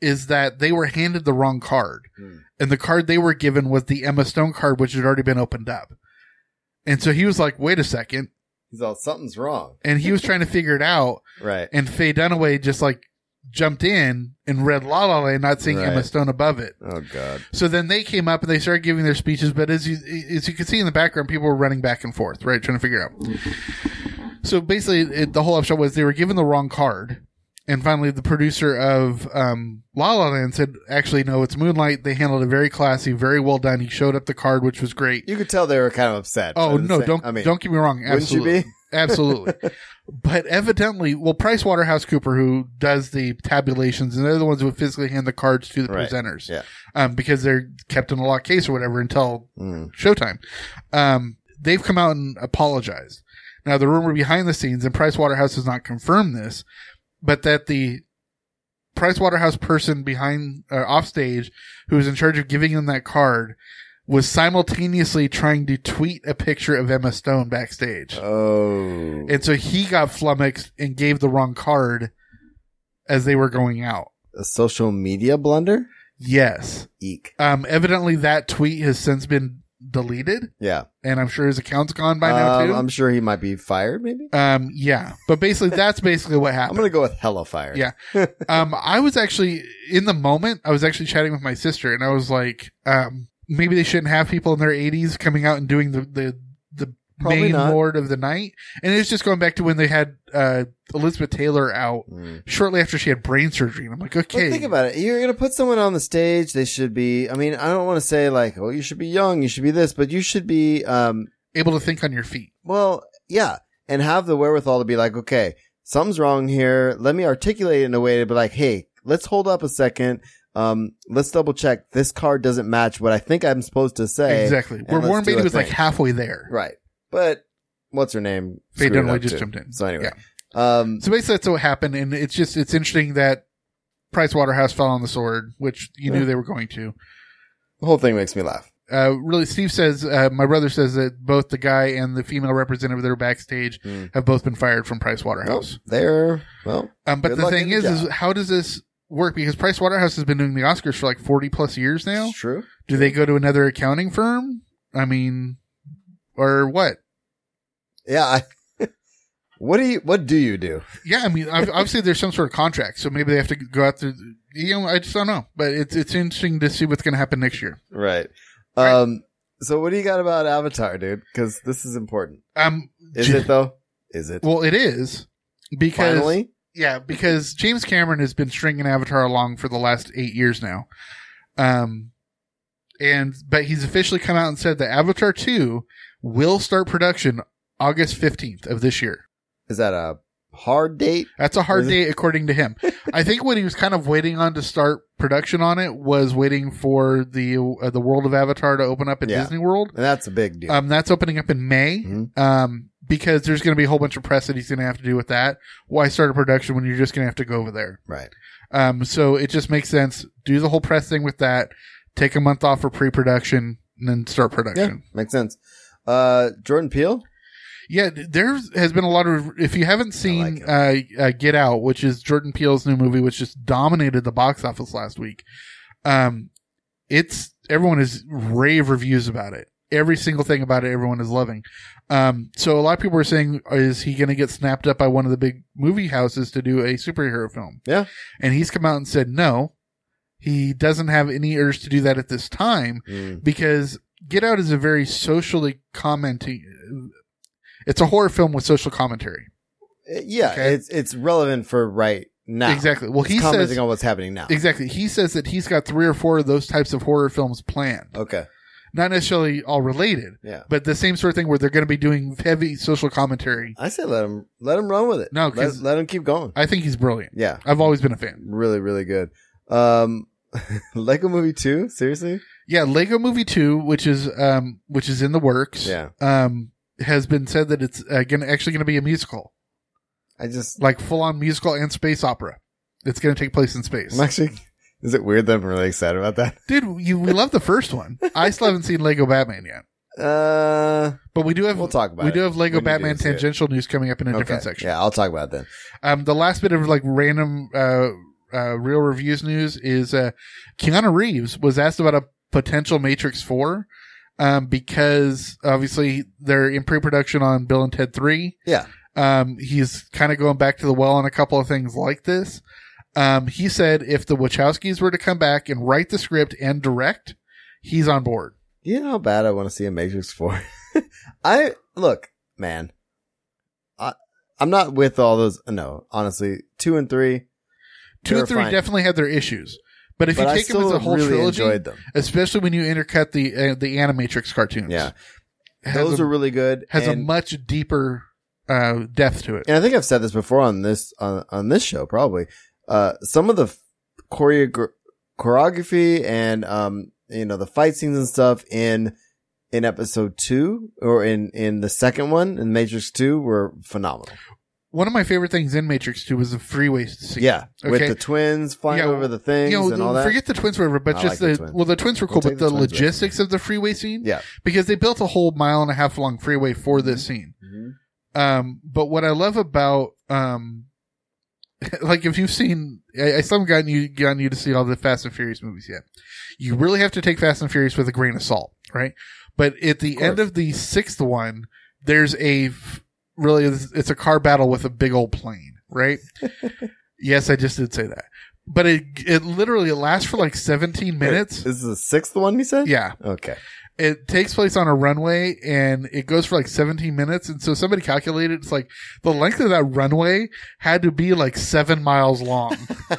S5: is that they were handed the wrong card, and the card they were given was the Emma Stone card, which had already been opened up. And so he was like, "Wait a second.
S4: He's all, something's wrong.
S5: and he was trying to figure it out.
S4: Right.
S5: And Faye Dunaway just like jumped in and read La La Land, not seeing Emma
S4: Right.
S5: Stone above it.
S4: Oh God.
S5: So then they came up and they started giving their speeches. But as you as you can see in the background, people were running back and forth, right, trying to figure out. So basically, it, the whole upshot was they were given the wrong card. And finally, the producer of um, La La Land said, "Actually, no, it's Moonlight." They handled it very classy, very well done. He showed up the card, which was great.
S4: You could tell they were kind of upset.
S5: Oh
S4: But at the
S5: no!
S4: same-
S5: Don't don't get me wrong.
S4: Wouldn't you
S5: Absolutely,
S4: (laughs)
S5: absolutely. But evidently, well, Price Waterhouse Cooper, who does the tabulations, and they're the ones who physically hand the cards to the
S4: Right.
S5: presenters,
S4: Yeah.
S5: um, because they're kept in a locked case or whatever until
S4: Mm.
S5: showtime. Um, they've come out and apologized. Now, the rumor behind the scenes, and Price Waterhouse has not confirmed this, but that the Price Waterhouse person behind uh, offstage, who was in charge of giving him that card, was simultaneously trying to tweet a picture of Emma Stone backstage.
S4: Oh.
S5: And so he got flummoxed and gave the wrong card as they were going out.
S4: a social media blunder?
S5: Yes.
S4: Eek.
S5: Um, evidently that tweet has since been deleted
S4: Yeah.
S5: and I'm sure his account's gone by now
S4: Um,
S5: too.
S4: I'm sure he might be fired, maybe?
S5: um, yeah,
S4: (laughs)
S5: but basically that's basically what
S4: I'm
S5: happened.
S4: going to go with hella fired.
S5: Yeah. um, I was actually in the moment. I was actually chatting with my sister, and I was like, um, maybe they shouldn't have people in their 80s coming out and doing the the the
S4: Probably
S5: main
S4: not.
S5: lord of the night. And it's just going back to when they had uh, Elizabeth Taylor out
S4: Mm.
S5: shortly after she had brain surgery, and I'm like,
S4: But
S5: okay,
S4: think about it. You're going to put someone on the stage. They should be, I mean, I don't want to say like, oh, you should be young. You should be this, but you should be, um,
S5: able to think on your feet.
S4: Well, yeah. And have the wherewithal to be like, okay, something's wrong here. Let me articulate it in a way to be like, hey, let's hold up a second. Um, let's double check. This card doesn't match what I think I'm supposed to say.
S5: exactly.
S4: and
S5: Where
S4: let's
S5: Warren
S4: do
S5: Beatty
S4: a
S5: was like
S4: thing.
S5: halfway there.
S4: right. But what's her name?
S5: Faye
S4: screwed it
S5: Dunaway
S4: up
S5: just
S4: too.
S5: jumped in.
S4: So anyway, um,
S5: So basically, that's what happened, and it's just it's interesting that Price Waterhouse fell on the sword, which you knew they were going to.
S4: the whole thing makes me laugh.
S5: uh, really, Steve says, uh, my brother says that both the guy and the female representative that are backstage
S4: Hmm.
S5: have both been fired from Price Waterhouse.
S4: There. Well,
S5: um, but
S4: good
S5: the
S4: luck in
S5: thing
S4: the
S5: is, is
S4: job.
S5: how does this work? Because Price Waterhouse has been doing the Oscars for like 40 plus years now.
S4: it's true.
S5: Do they go to another accounting firm? I mean, or what?
S4: Yeah. I, (laughs) what do you, what do you do?
S5: Yeah, I mean, ob- obviously there's some sort of contract, so maybe they have to go out through. You know, I just don't know, but it's it's interesting to see what's going to happen next year.
S4: Right. Um, so what do you got about Avatar, dude? Cause this is important.
S5: Um,
S4: Is it though? Is it?
S5: (laughs) Well, it is because
S4: Finally?
S5: Yeah, because James Cameron has been stringing Avatar along for the last eight years now. Um, and but he's officially come out and said that Avatar two will start production August fifteenth of this year.
S4: Is that a hard date?
S5: That's a hard
S4: Is it-
S5: date, according to him. I think what he was kind of waiting on to start production on it was waiting for the uh, the world of Avatar to open up at
S4: Yeah.
S5: Disney World.
S4: And that's a big deal.
S5: Um, that's opening up in May.
S4: Mhm.
S5: Um, because there's going to be a whole bunch of press that he's going to have to do with that. Why start a production when you're just going to have to go over there?
S4: right.
S5: Um, so it just makes sense. Do the whole press thing with that. Take a month off for pre-production and then start
S4: Yeah.
S5: production.
S4: Makes sense. Uh, Jordan Peele?
S5: Yeah, there has been a lot of. If you haven't seen uh, uh, Get Out, which is Jordan Peele's new movie, which just dominated the box office last week, um, it's everyone is rave reviews about it. Every single thing about it, everyone is loving. Um, so a lot of people are saying, is he going to get snapped up by one of the big movie houses to do a superhero film?
S4: Yeah.
S5: And he's come out and said no. He doesn't have any urge to do that at this time because Get Out is a very socially commenting. It's a horror film with social commentary.
S4: Uh, Yeah.
S5: Okay.
S4: It's, it's relevant for right now.
S5: Exactly. Well,
S4: It's
S5: he
S4: commenting
S5: says
S4: on what's happening now.
S5: exactly. He says that he's got three or four of those types of horror films planned,
S4: okay.
S5: not necessarily all related,
S4: Yeah.
S5: but the same sort of thing where they're going to be doing heavy social commentary.
S4: I say let him, let him run with it.
S5: No,
S4: let,
S5: 'cause-
S4: let him keep going.
S5: I think he's brilliant.
S4: yeah.
S5: I've always been a fan.
S4: Really, really good. Um, (laughs) Lego Movie 2? Seriously?
S5: Yeah, Lego Movie Two, which is um, which is in the works.
S4: Yeah.
S5: um, has been said that it's uh, gonna, actually going to be a musical,
S4: I just,
S5: like full on musical and space opera. It's going to take place in space.
S4: I'm actually, is it weird that I'm really excited about that?
S5: Dude, you, we love the first one. I still haven't seen Lego Batman yet,
S4: Uh,
S5: but we do have
S4: We'll talk about
S5: we
S4: it
S5: do have Lego
S4: when you do
S5: Batman
S4: see it.
S5: tangential news coming up in a
S4: okay.
S5: different section.
S4: Yeah. I'll talk about it then.
S5: Um, the last bit of like random uh, uh, real reviews news is uh, Keanu Reeves was asked about a potential Matrix Four um, because obviously they're in pre-production on Bill and Ted Three.
S4: Yeah.
S5: Um, he's kind of going back to the well on a couple of things like this. Um, he said if the Wachowskis were to come back and write the script and direct, he's on board.
S4: You know how bad I want to see a Matrix 4? (laughs) I, look, man, I, I'm not with all those. No, honestly, two and three,
S5: Two
S4: They
S5: and
S4: were
S5: three
S4: fine.
S5: definitely had their issues, but if
S4: but
S5: you
S4: I
S5: take them as
S4: still
S5: a whole
S4: really
S5: trilogy,
S4: enjoyed them.
S5: especially when you intercut the uh, the Animatrix cartoons,
S4: Yeah.
S5: has
S4: Those
S5: a-
S4: are really good.
S5: has
S4: and,
S5: a much deeper uh, depth to it.
S4: and I think I've said this before on this, on, on this show, probably. Uh, some of the choreogra- choreography and, um, you know, the fight scenes and stuff in, in episode two or in, in the second one in Matrix two were phenomenal.
S5: One of my favorite things in Matrix 2 was the freeway scene.
S4: Yeah. With
S5: Okay.
S4: the twins flying
S5: Yeah,
S4: over the things
S5: you know,
S4: and all that.
S5: forget the twins, whatever, but
S4: I
S5: just
S4: like the
S5: the,
S4: twins.
S5: well, the twins were cool,
S4: We'll
S5: but
S4: take
S5: the,
S4: the twins with
S5: logistics of the freeway scene,
S4: yeah.
S5: because they built a whole mile and a half long freeway for this scene. Um, (laughs) but what I love about um, like if you've seen, I, I still haven't gotten you gotten you to see all the Fast and Furious movies yet. You really have to take Fast and Furious with a grain of salt, right? But at the end of the sixth one, there's a f- really it's a car battle with a big old plane, right? yes, I just did say that, but it it literally lasts for like 17 minutes.
S4: This is the sixth one you said?
S5: Yeah,
S4: Okay.
S5: it takes place on a runway and it goes for like 17 minutes. And so somebody calculated it's like the length of that runway had to be like seven miles long (laughs) for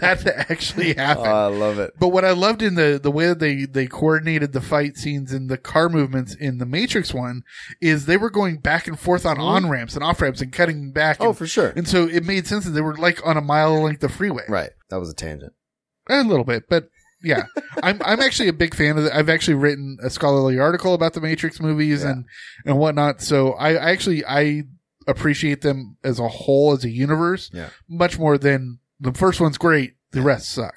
S5: that
S4: (laughs)
S5: to actually
S4: Oh,
S5: happen.
S4: I love it.
S5: but what I loved in the, the way that they, they coordinated the fight scenes and the car movements in the Matrix one is they were going back and forth on on ramps and off ramps and cutting back.
S4: Mm-hmm. Oh,
S5: and-
S4: for sure.
S5: And so it made sense that they were like on a mile length of freeway.
S4: Right. That was a tangent.
S5: A little bit, but yeah, I'm I'm actually a big fan of. The, I've actually written a scholarly article about the Matrix movies and and whatnot. So I, I actually I appreciate them as a whole as a universe.
S4: Yeah.
S5: much more than the first one's great. The rest suck.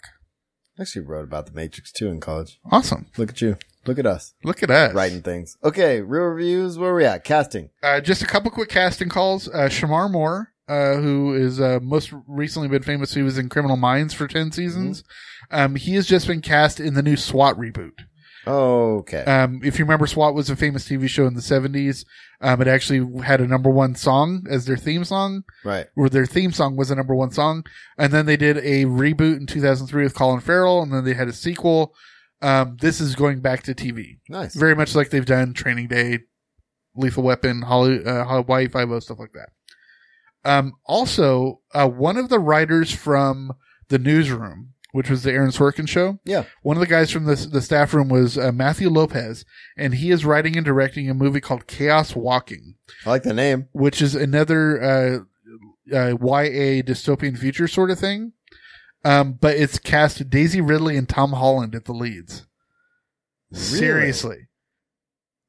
S4: I actually wrote about the Matrix too in college.
S5: Awesome.
S4: Look at you. Look at us
S5: Look at us.
S4: writing things. Okay. Real reviews. Where are we at? Casting.
S5: Uh, just a couple quick casting calls. Uh, Shamar Moore, uh, who is uh, most recently been famous, he was in Criminal Minds for ten seasons. Um, he has just been cast in the new SWAT reboot.
S4: Okay.
S5: Um, if you remember, SWAT was a famous TV show in the 70s. Um, it actually had a number one song as their theme song,
S4: right.
S5: or their theme song was a number one song. And then they did a reboot in 2003 with Colin Farrell, and then they had a sequel. Um, this is going back to TV,
S4: Nice.
S5: very much like they've done Training Day, Lethal Weapon, Holly, uh, Hawaii Five-O, stuff like that. Um, also, uh, one of the writers from The Newsroom, which was the Aaron Sorkin show,
S4: yeah.
S5: one of the guys from the, the staff room was uh, Matthew Lopez, and he is writing and directing a movie called Chaos Walking,
S4: I like the name.
S5: which is another uh, uh, YA dystopian future sort of thing. Um, but it's cast Daisy Ridley and Tom Holland at the leads. Seriously.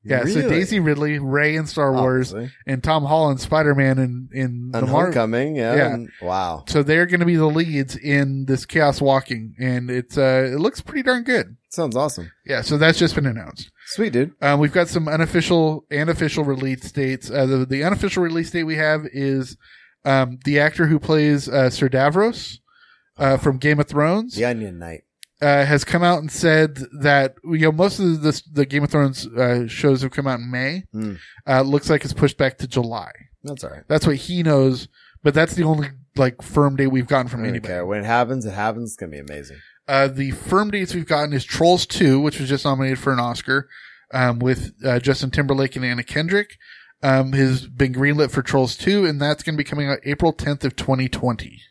S5: Yeah, so
S4: Really?
S5: Daisy Ridley, Ray in Star Wars,
S4: Obviously.
S5: and Tom Holland, Spider Man in, in the
S4: And
S5: Mar-
S4: Homecoming. Yeah.
S5: Yeah.
S4: and- wow.
S5: So they're going to be the leads in this Chaos Walking, and it's uh, it looks pretty darn good.
S4: Sounds awesome.
S5: Yeah, so that's just been announced.
S4: Sweet, dude.
S5: Um, we've got some unofficial and official release dates. Uh, the, the unofficial release date we have is um, the actor who plays uh, Sir Davros uh, from Game of Thrones
S4: The Onion Night.
S5: uh, has come out and said that you know most of the, the Game of Thrones uh, shows have come out in May.
S4: Hmm.
S5: Uh, looks like it's pushed back to July.
S4: That's all right.
S5: That's what he knows, but that's the only like firm date we've gotten
S4: I
S5: from
S4: don't
S5: anybody.
S4: care. When it happens, it happens. It's going to be amazing.
S5: Uh, the firm dates we've gotten is Trolls 2, which was just nominated for an Oscar, um, with uh, Justin Timberlake and Anna Kendrick. Um, has been greenlit for Trolls 2, and that's going to be coming out April 10th of 2020.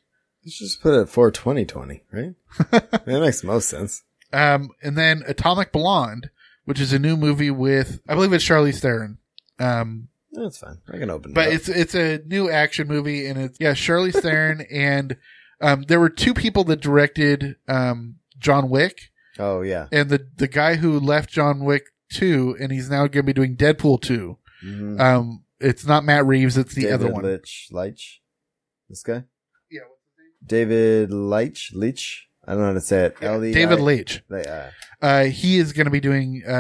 S4: Let's just put it at 42020,
S5: (laughs)
S4: right? that makes the most sense.
S5: Um, and then Atomic Blonde, which is a new movie with, I believe it's Charlize Theron. Um,
S4: That's fine. I can open it.
S5: but
S4: up.
S5: it's, it's a new action movie, and it's,
S4: (laughs)
S5: yeah, Charlize Theron, and, um, there were two people that directed, um, John Wick.
S4: oh yeah.
S5: and the the guy who left John Wick two, and he's now going to be doing Deadpool 2
S4: Mhm.
S5: Um, it's not Matt Reeves; it's the
S4: David
S5: other one.
S4: Leitch, Leitch. This guy.
S5: Yeah,
S4: David Leitch, Leitch. I don't know how to say it. L E I-
S5: David Leitch.
S4: Le- uh,
S5: Uh, he is going to be doing uh,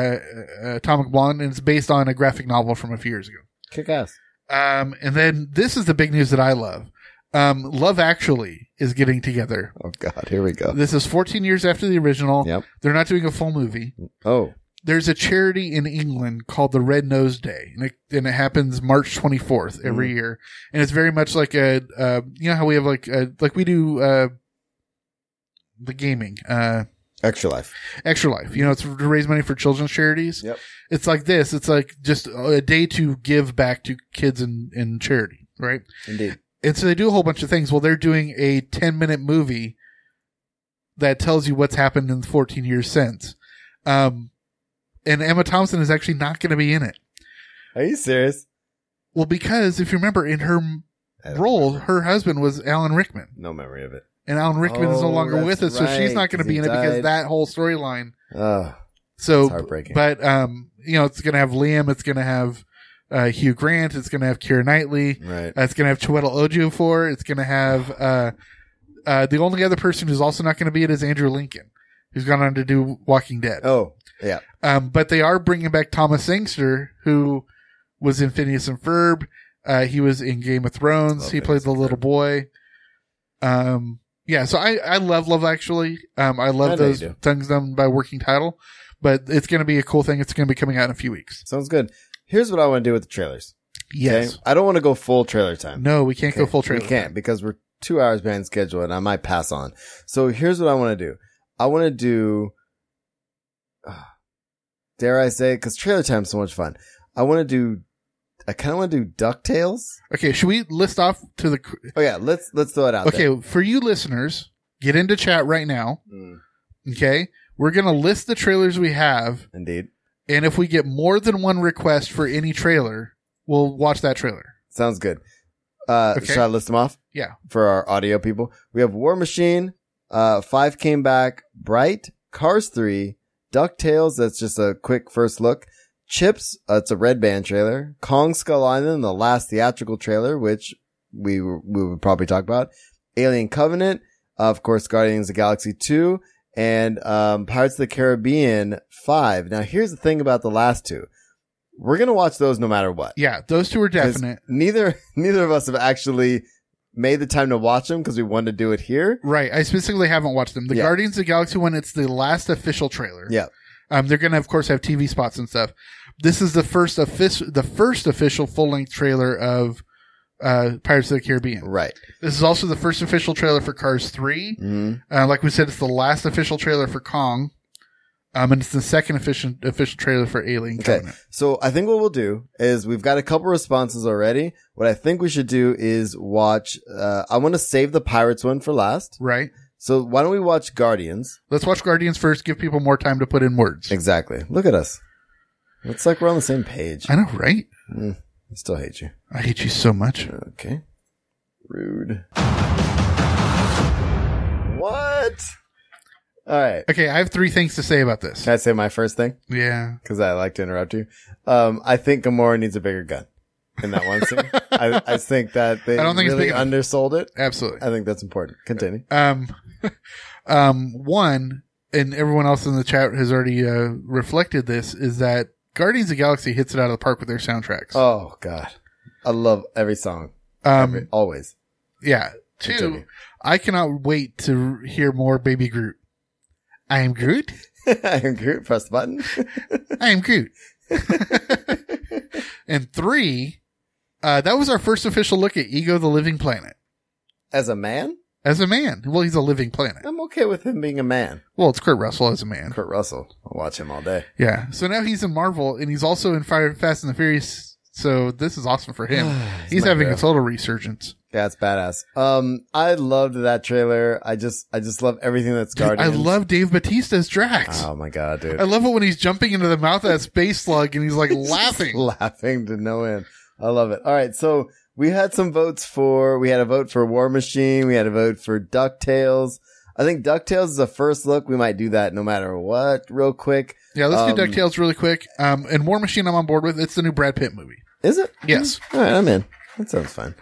S5: uh, Atomic Blonde, and it's based on a graphic novel from a few years ago.
S4: kick ass.
S5: Um, and then this is the big news that I love. Um, Love Actually is getting together.
S4: Oh God, here we go.
S5: This is 14 years after the original.
S4: Yep.
S5: They're not doing a full movie.
S4: Oh,
S5: There's a charity in England called the Red Nose Day, and it, and it happens March 24th every year. And it's very much like a, uh, you know how we have like, uh like we do, uh, the gaming, uh,
S4: extra life.
S5: Extra Life. You know, it's to raise money for children's charities.
S4: Yep.
S5: It's like this. It's like just a day to give back to kids in, in charity, right?
S4: Indeed.
S5: And so they do a whole bunch of things. Well, they're doing a 10 minute movie that tells you what's happened in 14 years since. Um, and Emma Thompson is actually not going to be in it.
S4: Are you serious?
S5: Well, because if you remember in her m- role, her husband was Alan Rickman
S4: No memory of it.
S5: and Alan Rickman is no
S4: Oh,
S5: longer with
S4: that's
S5: us. So she's not
S4: right,
S5: going to
S4: 'cause
S5: be
S4: he
S5: in it because
S4: died.
S5: that whole storyline.
S4: Oh,
S5: So,
S4: It's heartbreaking.
S5: but, um, you know, it's going to have Liam. It's going to have, uh, Hugh Grant. It's going to have Keira Knightley.
S4: right.
S5: Uh, It's gonna have Chiwetel Ejiofor. It's gonna have uh, uh, the only other person who's also not gonna be it is Andrew Lincoln, who's gone on to do Walking Dead.
S4: oh, yeah.
S5: Um, but they are bringing back Thomas Sangster, who was in Phineas and Ferb. Uh, he was in Game of Thrones.
S4: Love
S5: he played
S4: Phineas
S5: the little boy. Um, yeah, so I, I love Love Actually. Um, I love
S4: I know you
S5: those
S4: do.
S5: things done by working title, but it's going to be a cool thing. It's going to be coming out in a few weeks.
S4: Sounds good. Here's what I want to do with the trailers. okay?
S5: Yes.
S4: I don't want to go full trailer time.
S5: No, we can't go full trailer.
S4: We can't because we're two hours behind schedule and I might pass on. So here's what I want to do. I want to do, (sighs) ah, dare I say, because trailer time's so much fun. I want to do, I kind of want to do DuckTales.
S5: Okay, should we list off to the?
S4: Oh yeah, let's, let's throw it out
S5: Okay,
S4: there. Mm.
S5: for you listeners, get into chat right now. Okay, we're gonna list the trailers we have,
S4: Indeed.
S5: and if we get more than one request for any trailer, we'll watch that trailer.
S4: Sounds good. Uh,
S5: Okay.
S4: should I list them off?
S5: Yeah.
S4: For our audio people. We have War Machine, uh, Five Came Back, Bright, Cars 3, DuckTales, that's just a quick first look, Chips, uh, it's a red band trailer, Kong Skull Island, the last theatrical trailer, which we, were- we would probably talk about, Alien Covenant, of course, Guardians of the Galaxy 2, and, um, Pirates of the Caribbean 5. Now, here's the thing about the last two. We're gonna watch those no matter what.
S5: Yeah, those two are
S4: 'Cause
S5: definite.
S4: Neither (laughs) neither of us have actually made the time to watch them because we wanted to do it here.
S5: Right, I specifically haven't watched them. The
S4: Yeah.
S5: Guardians of the Galaxy one, it's the last official trailer.
S4: Yeah,
S5: Um, they're gonna of course have TV spots and stuff. This is the first offic- the first official full length trailer of uh, Pirates of the Caribbean.
S4: right.
S5: This is also the first official trailer for Cars 3.
S4: Mhm.
S5: Uh, like we said, it's the last official trailer for Kong. Um, and it's the second official official trailer for Alien
S4: Okay.
S5: Covenant.
S4: So I think what we'll do is we've got a couple responses already. What I think we should do is watch. Uh, I want to save the pirates one for last.
S5: Right?
S4: So why don't we watch Guardians?
S5: Let's watch Guardians first, give people more time to put in words.
S4: Exactly. Look at us. It's like we're on the same page.
S5: I know, right?
S4: I still hate you.
S5: I hate you so much.
S4: Okay. Rude. What? All right.
S5: Okay, I have three things to say about this.
S4: Can I say my first thing?
S5: Yeah.
S4: because I like to interrupt you. Um, I think Gamora needs a bigger gun in that one scene. I,
S5: (laughs)
S4: I think that they
S5: I don't think it's
S4: really
S5: big enough.
S4: undersold it.
S5: Absolutely.
S4: I think that's important. Continue.
S5: Um, (laughs) um, one, and everyone else in the chat has already uh, reflected this, is that Guardians of the Galaxy hits it out of the park with their soundtracks.
S4: Oh God, I love every song.
S5: um,
S4: Every- always. (laughs)
S5: Yeah. Two,
S4: Continue.
S5: I cannot wait to hear more Baby Groot. I am Groot.
S4: I am Groot. Press the button. (laughs)
S5: I am Groot. (laughs) and three, uh, that was our first official look at Ego the Living Planet
S4: As a man,
S5: as a man. Well, he's a living planet.
S4: I'm okay with him being a man.
S5: Well, it's Kurt Russell as a man.
S4: Kurt Russell. I'll watch him all day.
S5: Yeah. So now he's in Marvel and he's also in Fire Fast and the Furious. So this is awesome for
S4: (sighs)
S5: him. he's
S4: my
S5: having
S4: hero.
S5: a total resurgence.
S4: Yeah, it's badass. Um, I loved that trailer. I just, I just love everything that's
S5: Dude, I
S4: Guardians.
S5: love Dave Batista's Drax.
S4: Oh my god, dude!
S5: I love it when he's jumping into the mouth of that space slug and
S4: (laughs)
S5: he's like laughing.
S4: laughing to no end. I love it. All right. So we had some votes for, we had a vote for War Machine. We had a vote for DuckTales. I think DuckTales is a first look. We might do that no matter what, real quick.
S5: Yeah, let's do
S4: Um,
S5: DuckTales really quick. Um, and War Machine, I'm on board with. It's the new Brad Pitt movie.
S4: Is it? Mm-hmm.
S5: Yes.
S4: All right. I'm in. That sounds fun.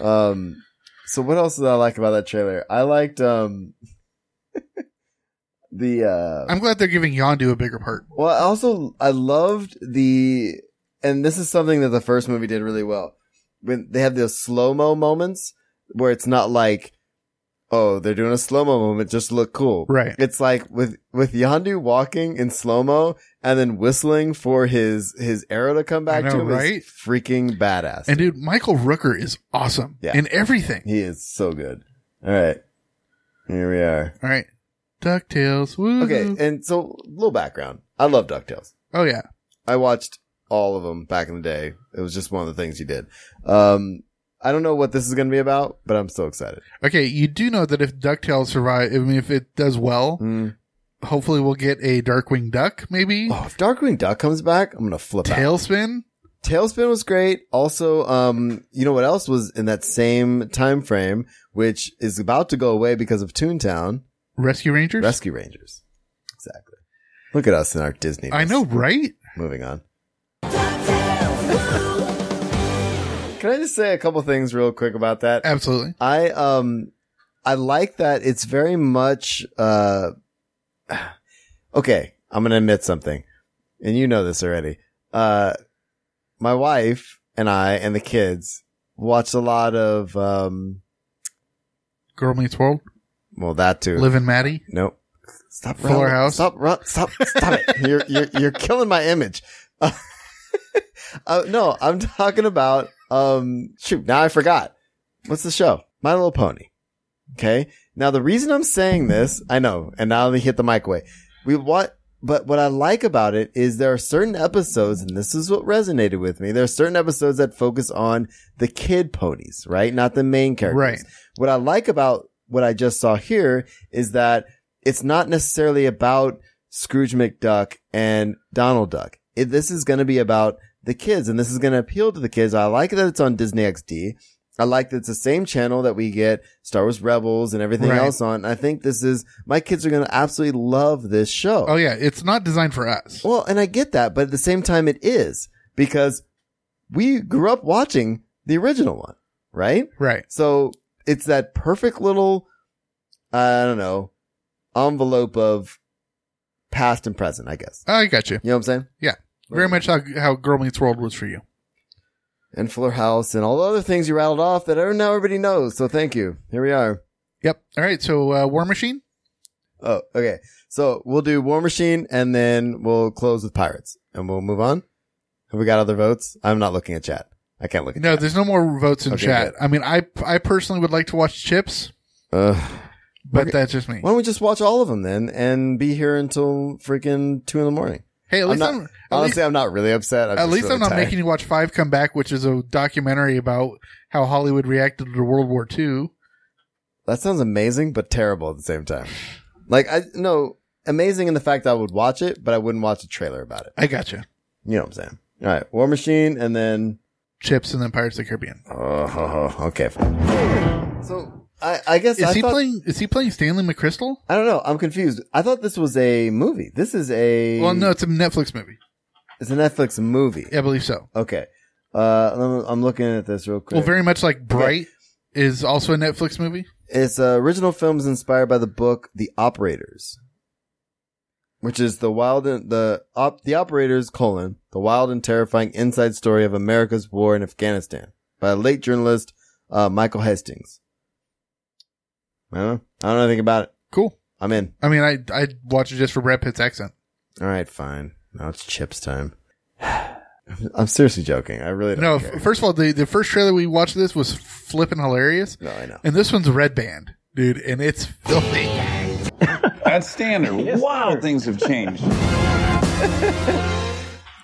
S4: Um, so what else did I like about that trailer? I liked, um, (laughs) the, uh,
S5: I'm glad they're giving Yondu a bigger part.
S4: Well, I also I loved the, and this is something that the first movie did really well. When they have those slow mo moments where it's not like, oh, they're doing a slow mo moment just to look cool.
S5: Right.
S4: It's like with with Yandu walking in slow mo and then whistling for his his arrow to come back
S5: I know,
S4: to him
S5: right?
S4: is freaking badass.
S5: And dude, Michael Rooker is awesome
S4: Yeah.
S5: in everything.
S4: he is so good. All right, here we are.
S5: All right. DuckTales. Woo.
S4: Okay, and so little background. I love Ducktales.
S5: oh, yeah.
S4: I watched all of them back in the day. It was just one of the things you did. Um, I don't know what this is going to be about, but I'm so excited.
S5: Okay, you do know that if DuckTales survive, I mean, if it does well,
S4: Mm.
S5: hopefully we'll get a Darkwing Duck, maybe?
S4: Oh, if Darkwing Duck comes back, I'm going to flip out.
S5: Tailspin?
S4: Tailspin was great. Also, um, you know what else was in that same time frame, which is about to go away because of Toontown?
S5: Rescue Rangers?
S4: Rescue Rangers. Exactly. Look at us in our Disney.
S5: I know, right?
S4: Moving on. Can I just say a couple things real quick about that?
S5: Absolutely.
S4: I um I like that it's very much uh (sighs) okay, I'm gonna admit something. And you know this already. Uh my wife and I and the kids watched a lot of um
S5: Girl Meets World,
S4: Well, that too.
S5: Live and Maddie.
S4: Nope. Stop.
S5: Fuller
S4: run-
S5: House?
S4: Stop. Run, stop. Stop
S5: (laughs)
S4: it. You're you're you're killing my image. Uh, (laughs) uh, no, I'm talking about. Um, shoot. Now I forgot. What's the show? My Little Pony. Okay. Now the reason I'm saying this, I know, and now let me hit the mic away. We want, but what I like about it is there are certain episodes, and this is what resonated with me. There are certain episodes that focus on the kid ponies, right? Not the main characters.
S5: Right.
S4: What I like about what I just saw here is that it's not necessarily about Scrooge McDuck and Donald Duck. It, this is going to be about the kids and this is going to appeal to the kids. I like that it's on Disney XD. I like that it's the same channel that we get Star Wars Rebels and everything
S5: Right.
S4: else on. I think this is, my kids are going to absolutely love this show.
S5: Oh yeah, it's not designed for us.
S4: Well, and I get that, but at the same time, it is because we grew up watching the original one, right?
S5: Right.
S4: So it's that perfect little, I don't know, envelope of past and present, I guess.
S5: I got you.
S4: You know what I'm saying?
S5: Very much how how Girl Meets World was for you.
S4: And Fuller House and all the other things you rattled off that now everybody knows. So thank you. Here we are.
S5: Yep. All right. So uh, War Machine.
S4: Oh, okay. So we'll do War Machine and then we'll close with Pirates and we'll move on. Have we got other votes? I'm not looking at chat. I can't look at
S5: No,
S4: chat.
S5: there's no more votes in
S4: Okay,
S5: chat. I mean, I I personally would like to watch Chips,
S4: Ugh.
S5: but that's just me.
S4: Why don't we just watch all of them then and be here until freaking two in the morning?
S5: hey, at
S4: I'm
S5: least
S4: not,
S5: I'm, at
S4: honestly,
S5: least,
S4: I'm not really upset. I'm
S5: at
S4: just
S5: least
S4: really
S5: I'm not
S4: tired.
S5: making you watch Five Come Back, which is a documentary about how Hollywood reacted to World War II.
S4: That sounds amazing, but terrible at the same time. Like, I no, amazing in the fact that I would watch it, but I wouldn't watch a trailer about it.
S5: I gotcha.
S4: You know what I'm saying? All right, War Machine, and then
S5: Chips and then Pirates of the Caribbean.
S4: oh, okay. So I, I guess
S5: Is
S4: I
S5: he
S4: thought,
S5: playing? Is he playing Stanley McChrystal?
S4: I don't know. I'm confused. I thought this was a movie. This is a
S5: Well, no, it's a Netflix movie.
S4: it's a Netflix movie.
S5: I believe so.
S4: Okay. Uh, I'm- I'm looking at this real quick.
S5: Well, very much like Bright is also a Netflix movie.
S4: It's uh, original films inspired by the book The Operators, which is the wild and the op, the Operators colon the wild and terrifying inside story of America's war in Afghanistan by late journalist uh, Michael Hastings. I don't know. I don't know anything about it.
S5: Cool.
S4: I'm in.
S5: I mean, I I watch it just for Brad Pitt's accent.
S4: All right, fine. Now it's chips time. (sighs) I'm seriously joking. I really don't
S5: No,
S4: care.
S5: f- first of all, the the first trailer we watched of this was flipping hilarious,
S4: no, I know.
S5: and this one's Red Band, dude, and it's filthy.
S1: That's standard. wow, things have changed.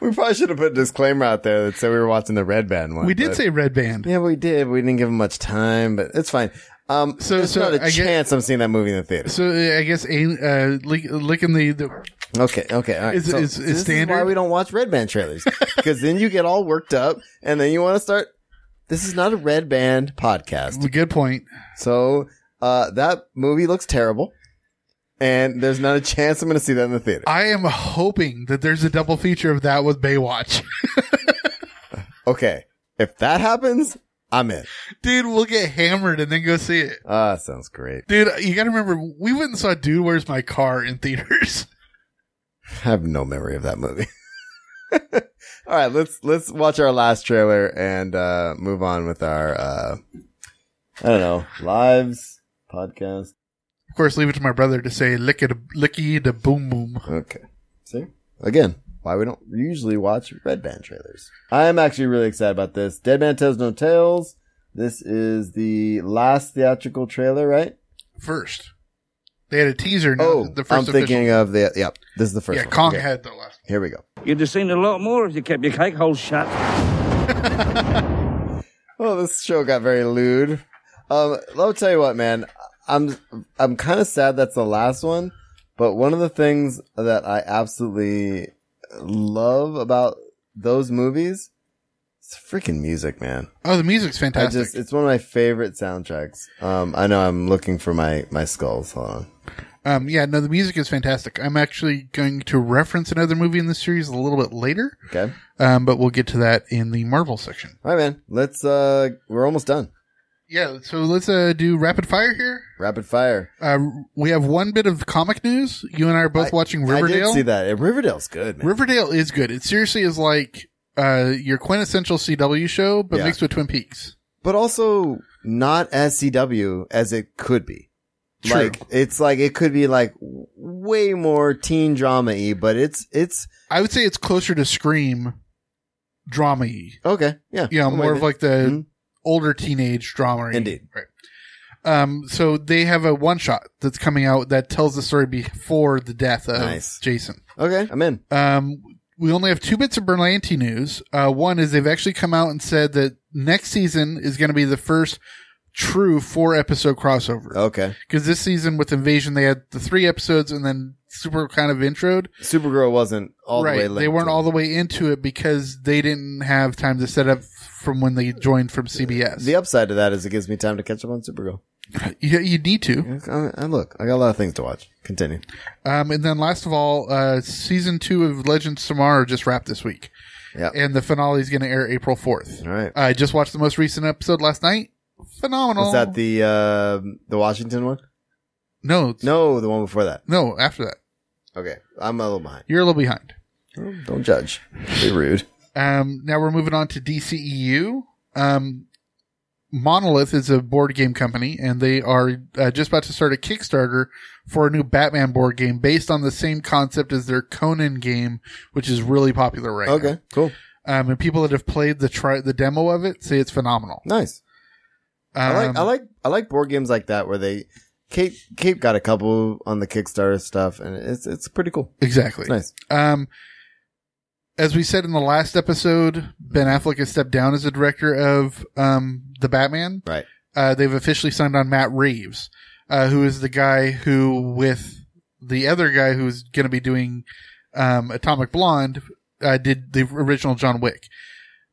S4: We probably should have put a disclaimer out there that said we were watching the Red Band one.
S5: we did
S4: but-
S5: say Red Band.
S4: Yeah, we did. We didn't give him much time, but it's fine. Um, so
S5: So-
S4: there's
S5: so
S4: not a
S5: I get-
S4: chance I'm seeing that movie in the theater.
S5: So uh, I guess uh, lick, licking the, the
S4: Okay, okay, all right.
S5: Is-
S4: so,
S5: is-
S4: so
S5: is
S4: this
S5: standard?
S4: why we don't watch Red Band trailers because then you get all worked up and then you want to start. This is not a Red Band podcast,
S5: good point.
S4: so uh, that movie looks terrible, and there's not a chance I'm going to see that in the theater.
S5: I am hoping that there's a double feature of that with Baywatch, (laughs)
S4: Okay, if that happens, I'm in.
S5: dude. We'll get hammered and then go see it,
S4: Ah, that sounds great.
S5: dude. You got to remember, we went and saw Dude, Where's My Car in theaters. (laughs)
S4: I have no memory of that movie. (laughs) All right, let's let's watch our last trailer and uh move on with our uh I don't know, lives podcast.
S5: Of course, leave it to my brother to say lick it, licky the boom boom.
S4: Okay. See? Again, why we don't usually watch Red Band trailers. I am actually really excited about this. Dead Man Tells No Tales. This is the last theatrical trailer, right?
S5: First, they had a teaser. Now,
S4: oh,
S5: the 1st
S4: I'm
S5: official-
S4: thinking of the yeah, this is the first
S5: Yeah,
S4: one.
S5: Kong
S4: Okay,
S5: had the last.
S4: Here we go.
S1: You'd have seen a lot more if you kept your cake holes shut.
S4: Well, this show got very lewd. Um, I'll tell you what, man. I'm I'm kind of sad that's the last one, but one of the things that I absolutely love about those movies is freaking music, man.
S5: Oh, the music's
S4: I
S5: fantastic.
S4: just it's one of my favorite soundtracks. Um, I know I'm looking for my my skulls. Hold on.
S5: um, yeah, no, the music is fantastic. I'm actually going to reference another movie in the series a little bit later,
S4: Okay,
S5: um, but we'll get to that in the Marvel section.
S4: all right, man. Let's. uh We're almost done.
S5: Yeah, so let's uh, do rapid fire here.
S4: Rapid fire.
S5: Uh, we have one bit of comic news. You and I are both
S4: I-
S5: watching Riverdale.
S4: I did see that. Riverdale's good, man.
S5: Riverdale is good. It seriously is like uh, your quintessential CW show, but
S4: Yeah.
S5: mixed with Twin Peaks.
S4: but also not as CW as it could be.
S5: True.
S4: Like it's like it could be like way more teen drama y, but it's it's
S5: I would say it's closer to Scream drama y.
S4: okay. Yeah.
S5: Yeah,
S4: I'm
S5: more
S4: with
S5: of
S4: it.
S5: like the
S4: Mhm.
S5: older teenage drama.
S4: Indeed.
S5: Right. Um, so they have a one shot that's coming out that tells the story before the death of
S4: Nice.
S5: Jason.
S4: Okay, I'm in.
S5: Um, we only have two bits of Berlanti news. Uh, one is they've actually come out and said that next season is going to be the first true four episode crossover.
S4: Okay.
S5: Because this season with Invasion, they had the three episodes and then super kind of introed.
S4: Supergirl wasn't all the way linked.
S5: They weren't all the way into it because they didn't have time to set up from when they joined from CBS.
S4: Uh, The upside to that is it gives me time to catch up on Supergirl.
S5: You, you need to.
S4: I, I look, I got a lot of things to watch. Continue.
S5: Um, and then last of all, uh, season two of Legends Tomorrow just wrapped this week.
S4: Yeah.
S5: And the finale is going to air April 4th.
S4: All right.
S5: I just watched the most recent episode last night. Phenomenal.
S4: Was that the uh the Washington one?
S5: No. No.
S4: No, the one before that.
S5: No, after that.
S4: Okay, I'm a little behind.
S5: You're a little behind.
S4: Don't judge. Be rude.
S5: Um, now we're moving on to DCEU. Um, Monolith is a board game company, and they are uh, just about to start a Kickstarter for a new Batman board game based on the same concept as their Conan game, which is really popular right now.
S4: Okay, cool,
S5: Um, and people that have played the try the demo of it say it's phenomenal.
S4: nice.
S5: Um,
S4: I like I like I like board games like that where they Kate Kate got a couple on the Kickstarter stuff, and it's it's pretty cool.
S5: exactly.
S4: It's nice.
S5: Um, as we said in the last episode, Ben Affleck has stepped down as the director of um, the Batman.
S4: Right.
S5: Uh, they've officially signed on Matt Reeves, uh, who is the guy who, with the other guy who's going to be doing um, Atomic Blonde, uh, did the original John Wick,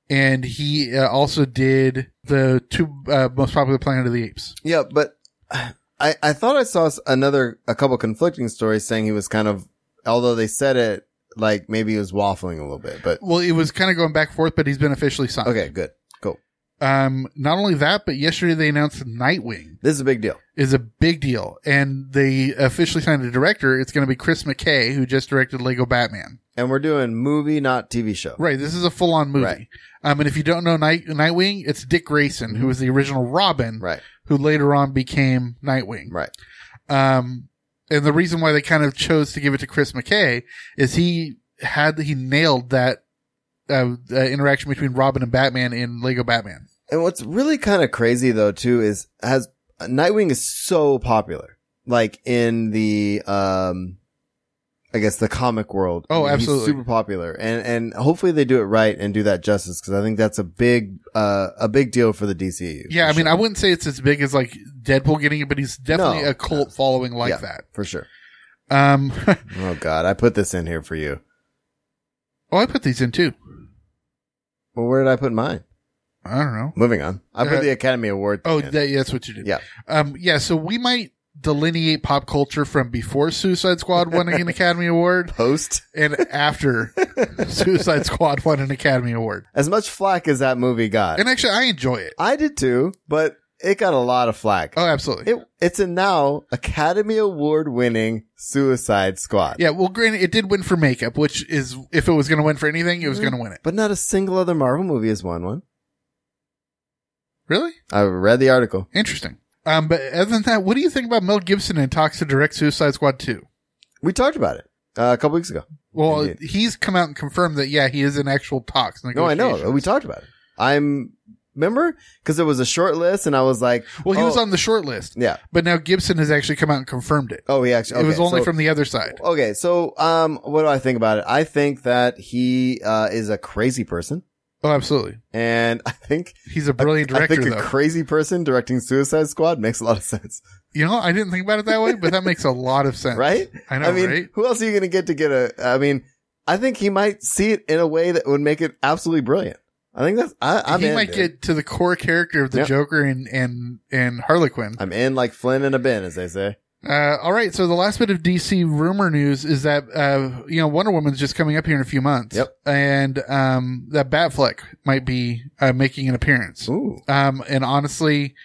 S5: and he uh, also did the two uh, most popular Planet of the Apes.
S4: Yeah, but I I thought I saw s- another a couple conflicting stories saying he was kind of although they said it like maybe he was waffling a little bit, but
S5: Well, it was kind of going back and forth, but he's been officially signed.
S4: okay, good, cool.
S5: Um, not only that, but yesterday they announced Nightwing.
S4: This is a big deal.
S5: is a big deal. And they officially signed a director. It's going to be Chris McKay, who just directed Lego Batman.
S4: And we're doing movie, not TV show.
S5: Right. This is a full on movie.
S4: Right. Mm-hmm.
S5: Um, and if you don't know Night- Nightwing, it's Dick Grayson, who was the original Robin,
S4: Right.
S5: who later on became Nightwing.
S4: Right.
S5: Um, and the reason why they kind of chose to give it to Chris McKay is he had, he nailed that uh, uh, interaction between Robin and Batman in Lego Batman.
S4: And what's really kind of crazy though too is has Nightwing is so popular, like in the um, I guess the comic world.
S5: Oh,
S4: He's
S5: absolutely.
S4: super popular, and and hopefully they do it right and do that justice because I think that's a big uh a big deal for the DCU.
S5: Yeah.
S4: for
S5: I mean,
S4: sure.
S5: I wouldn't say it's as big as like Deadpool getting it, but he's definitely
S4: No,
S5: a cult following like
S4: Yeah,
S5: that.
S4: for sure.
S5: Um, (laughs)
S4: Oh God, I put this in here for you.
S5: Oh, I put these in too.
S4: Well, where did I put mine?
S5: I don't know.
S4: Moving on, I put
S5: Uh,
S4: the Academy Award.
S5: Oh,
S4: thing in.
S5: that, yeah, that's what you did.
S4: yeah,
S5: Um, yeah. So we might delineate pop culture from before Suicide Squad won
S4: (laughs)
S5: an Academy Award
S4: post.
S5: and
S4: (laughs)
S5: after Suicide Squad won an Academy Award.
S4: As much flack as that movie got,
S5: And actually, I enjoy it.
S4: Uh, I did too, but it got a lot of flack.
S5: Oh, absolutely.
S4: It, it's a now Academy Award winning Suicide Squad.
S5: yeah. Well, granted, it did win for makeup, which is if it was going to win for anything, it was
S4: Mm-hmm.
S5: going to win it.
S4: But not a single other Marvel movie has won one.
S5: Really
S4: I read the article.
S5: interesting. Um, but other than that, what do you think about Mel Gibson and talks to direct Suicide Squad two?
S4: We talked about it uh, a couple weeks ago.
S5: Well,
S4: Indeed.
S5: he's come out and confirmed that yeah, he is in actual talks.
S4: No, I know.
S5: negotiations.
S4: We talked about it. I'm, remember? Because there was a short list and I was like,
S5: Well, he
S4: oh,
S5: was on the short list.
S4: Yeah.
S5: But now Gibson has actually come out and confirmed it.
S4: Oh, he actually.
S5: it was
S4: okay,
S5: only
S4: so-
S5: from the other side.
S4: Okay, so um, what do I think about it? I think that he uh, is a crazy person,
S5: Oh, absolutely.
S4: and (laughs) I think
S5: He's a brilliant
S4: I
S5: director,
S4: think
S5: though.
S4: a crazy person directing Suicide Squad makes a lot of sense,
S5: you know, I didn't think about it that way, but that makes a lot of sense.
S4: right?
S5: I know,
S4: I mean,
S5: right?
S4: who else are you going to get to get a? I mean, I think he might see it in a way that would make it absolutely brilliant. I think that's. I, I'm
S5: he
S4: in.
S5: might
S4: dude.
S5: get to the core character of the
S4: Yeah.
S5: Joker and and and Harlequin.
S4: I'm in like Flynn in a bin, as they say.
S5: Uh, all right, so the last bit of DC rumor news is that uh, you know Wonder Woman's just coming up here in a few months.
S4: Yep.
S5: and um, that Batfleck might be uh, making an appearance.
S4: Ooh.
S5: Um, and honestly,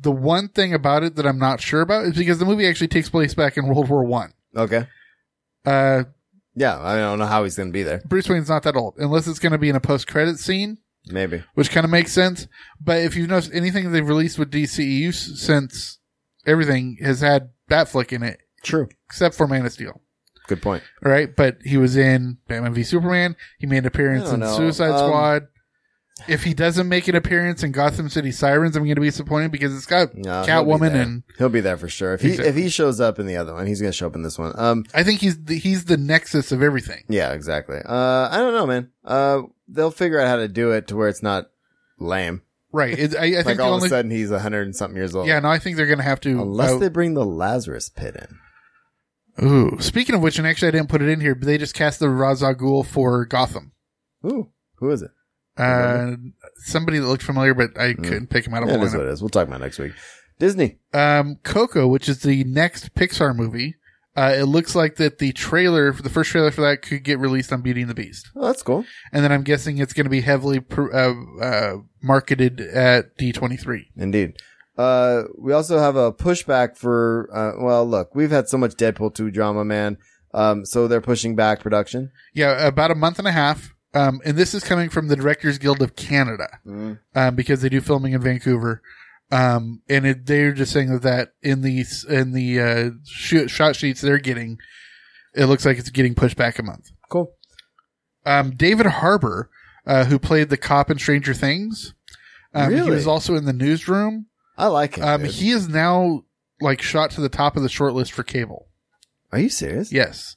S5: the one thing about it that I'm not sure about is because the movie actually takes place back in World War One.
S4: Okay.
S5: Uh,
S4: Yeah, I don't know how he's going to be there.
S5: Bruce Wayne's not that old, unless it's going to be in a post credit scene.
S4: Maybe.
S5: which kind of makes sense. But if you've noticed anything they've released with DCEU s- since everything has had Batflick in it,
S4: True.
S5: except for Man of Steel.
S4: Good point.
S5: All right, but he was in Batman v Superman. He made an appearance
S4: I
S5: in
S4: don't know.
S5: Suicide
S4: Um,
S5: Squad. If he doesn't make an appearance in Gotham City Sirens, I'm going to be disappointed because it's got
S4: No, he'll be
S5: Catwoman
S4: there.
S5: and
S4: he'll be there for sure. If he if he shows up in the other one, he's gonna show up in this one. Um,
S5: I think he's the, he's the nexus of everything.
S4: yeah, exactly. Uh, I don't know, man. Uh, they'll figure out how to do it to where it's not lame.
S5: Right. It, I, I think
S4: Like
S5: the
S4: all
S5: only
S4: of a sudden he's a hundred and something years old.
S5: yeah. No, I think they're going to have to.
S4: Unless
S5: uh,
S4: they bring the Lazarus Pit in.
S5: Ooh. Speaking of which, and actually I didn't put it in here, but they just cast the Raza Ghul for Gotham.
S4: Ooh, who is it?
S5: Uh, somebody that looked familiar, but I couldn't pick him out of
S4: Yeah, it
S5: the
S4: Hmm. is
S5: lineup.
S4: what it is. We'll talk about it next week. Disney.
S5: um, Coco, which is the next Pixar movie. Uh, it looks like that the trailer, the first trailer for that, could get released on Beauty and the Beast,
S4: Oh, that's cool.
S5: and then I'm guessing it's going to be heavily pr- uh, uh, marketed at D23.
S4: Indeed. Uh, we also have a pushback for, uh, well, look, we've had so much Deadpool 2 drama, man. Um, so they're pushing back production.
S5: Yeah, about a month and a half. Um, and this is coming from the Directors Guild of Canada,
S4: Mm.
S5: um, because they do filming in Vancouver. Um, and it, they're just saying that, that in the s- in the uh, shoot, shot sheets they're getting, it looks like it's getting pushed back a month.
S4: Cool.
S5: um, David Harbour, uh, who played the cop in Stranger Things. Um, He
S4: Really?
S5: was also in the newsroom.
S4: I like it.
S5: Um,
S4: dude.
S5: he is now like shot to the top of the short list for cable.
S4: Are you serious?
S5: Yes.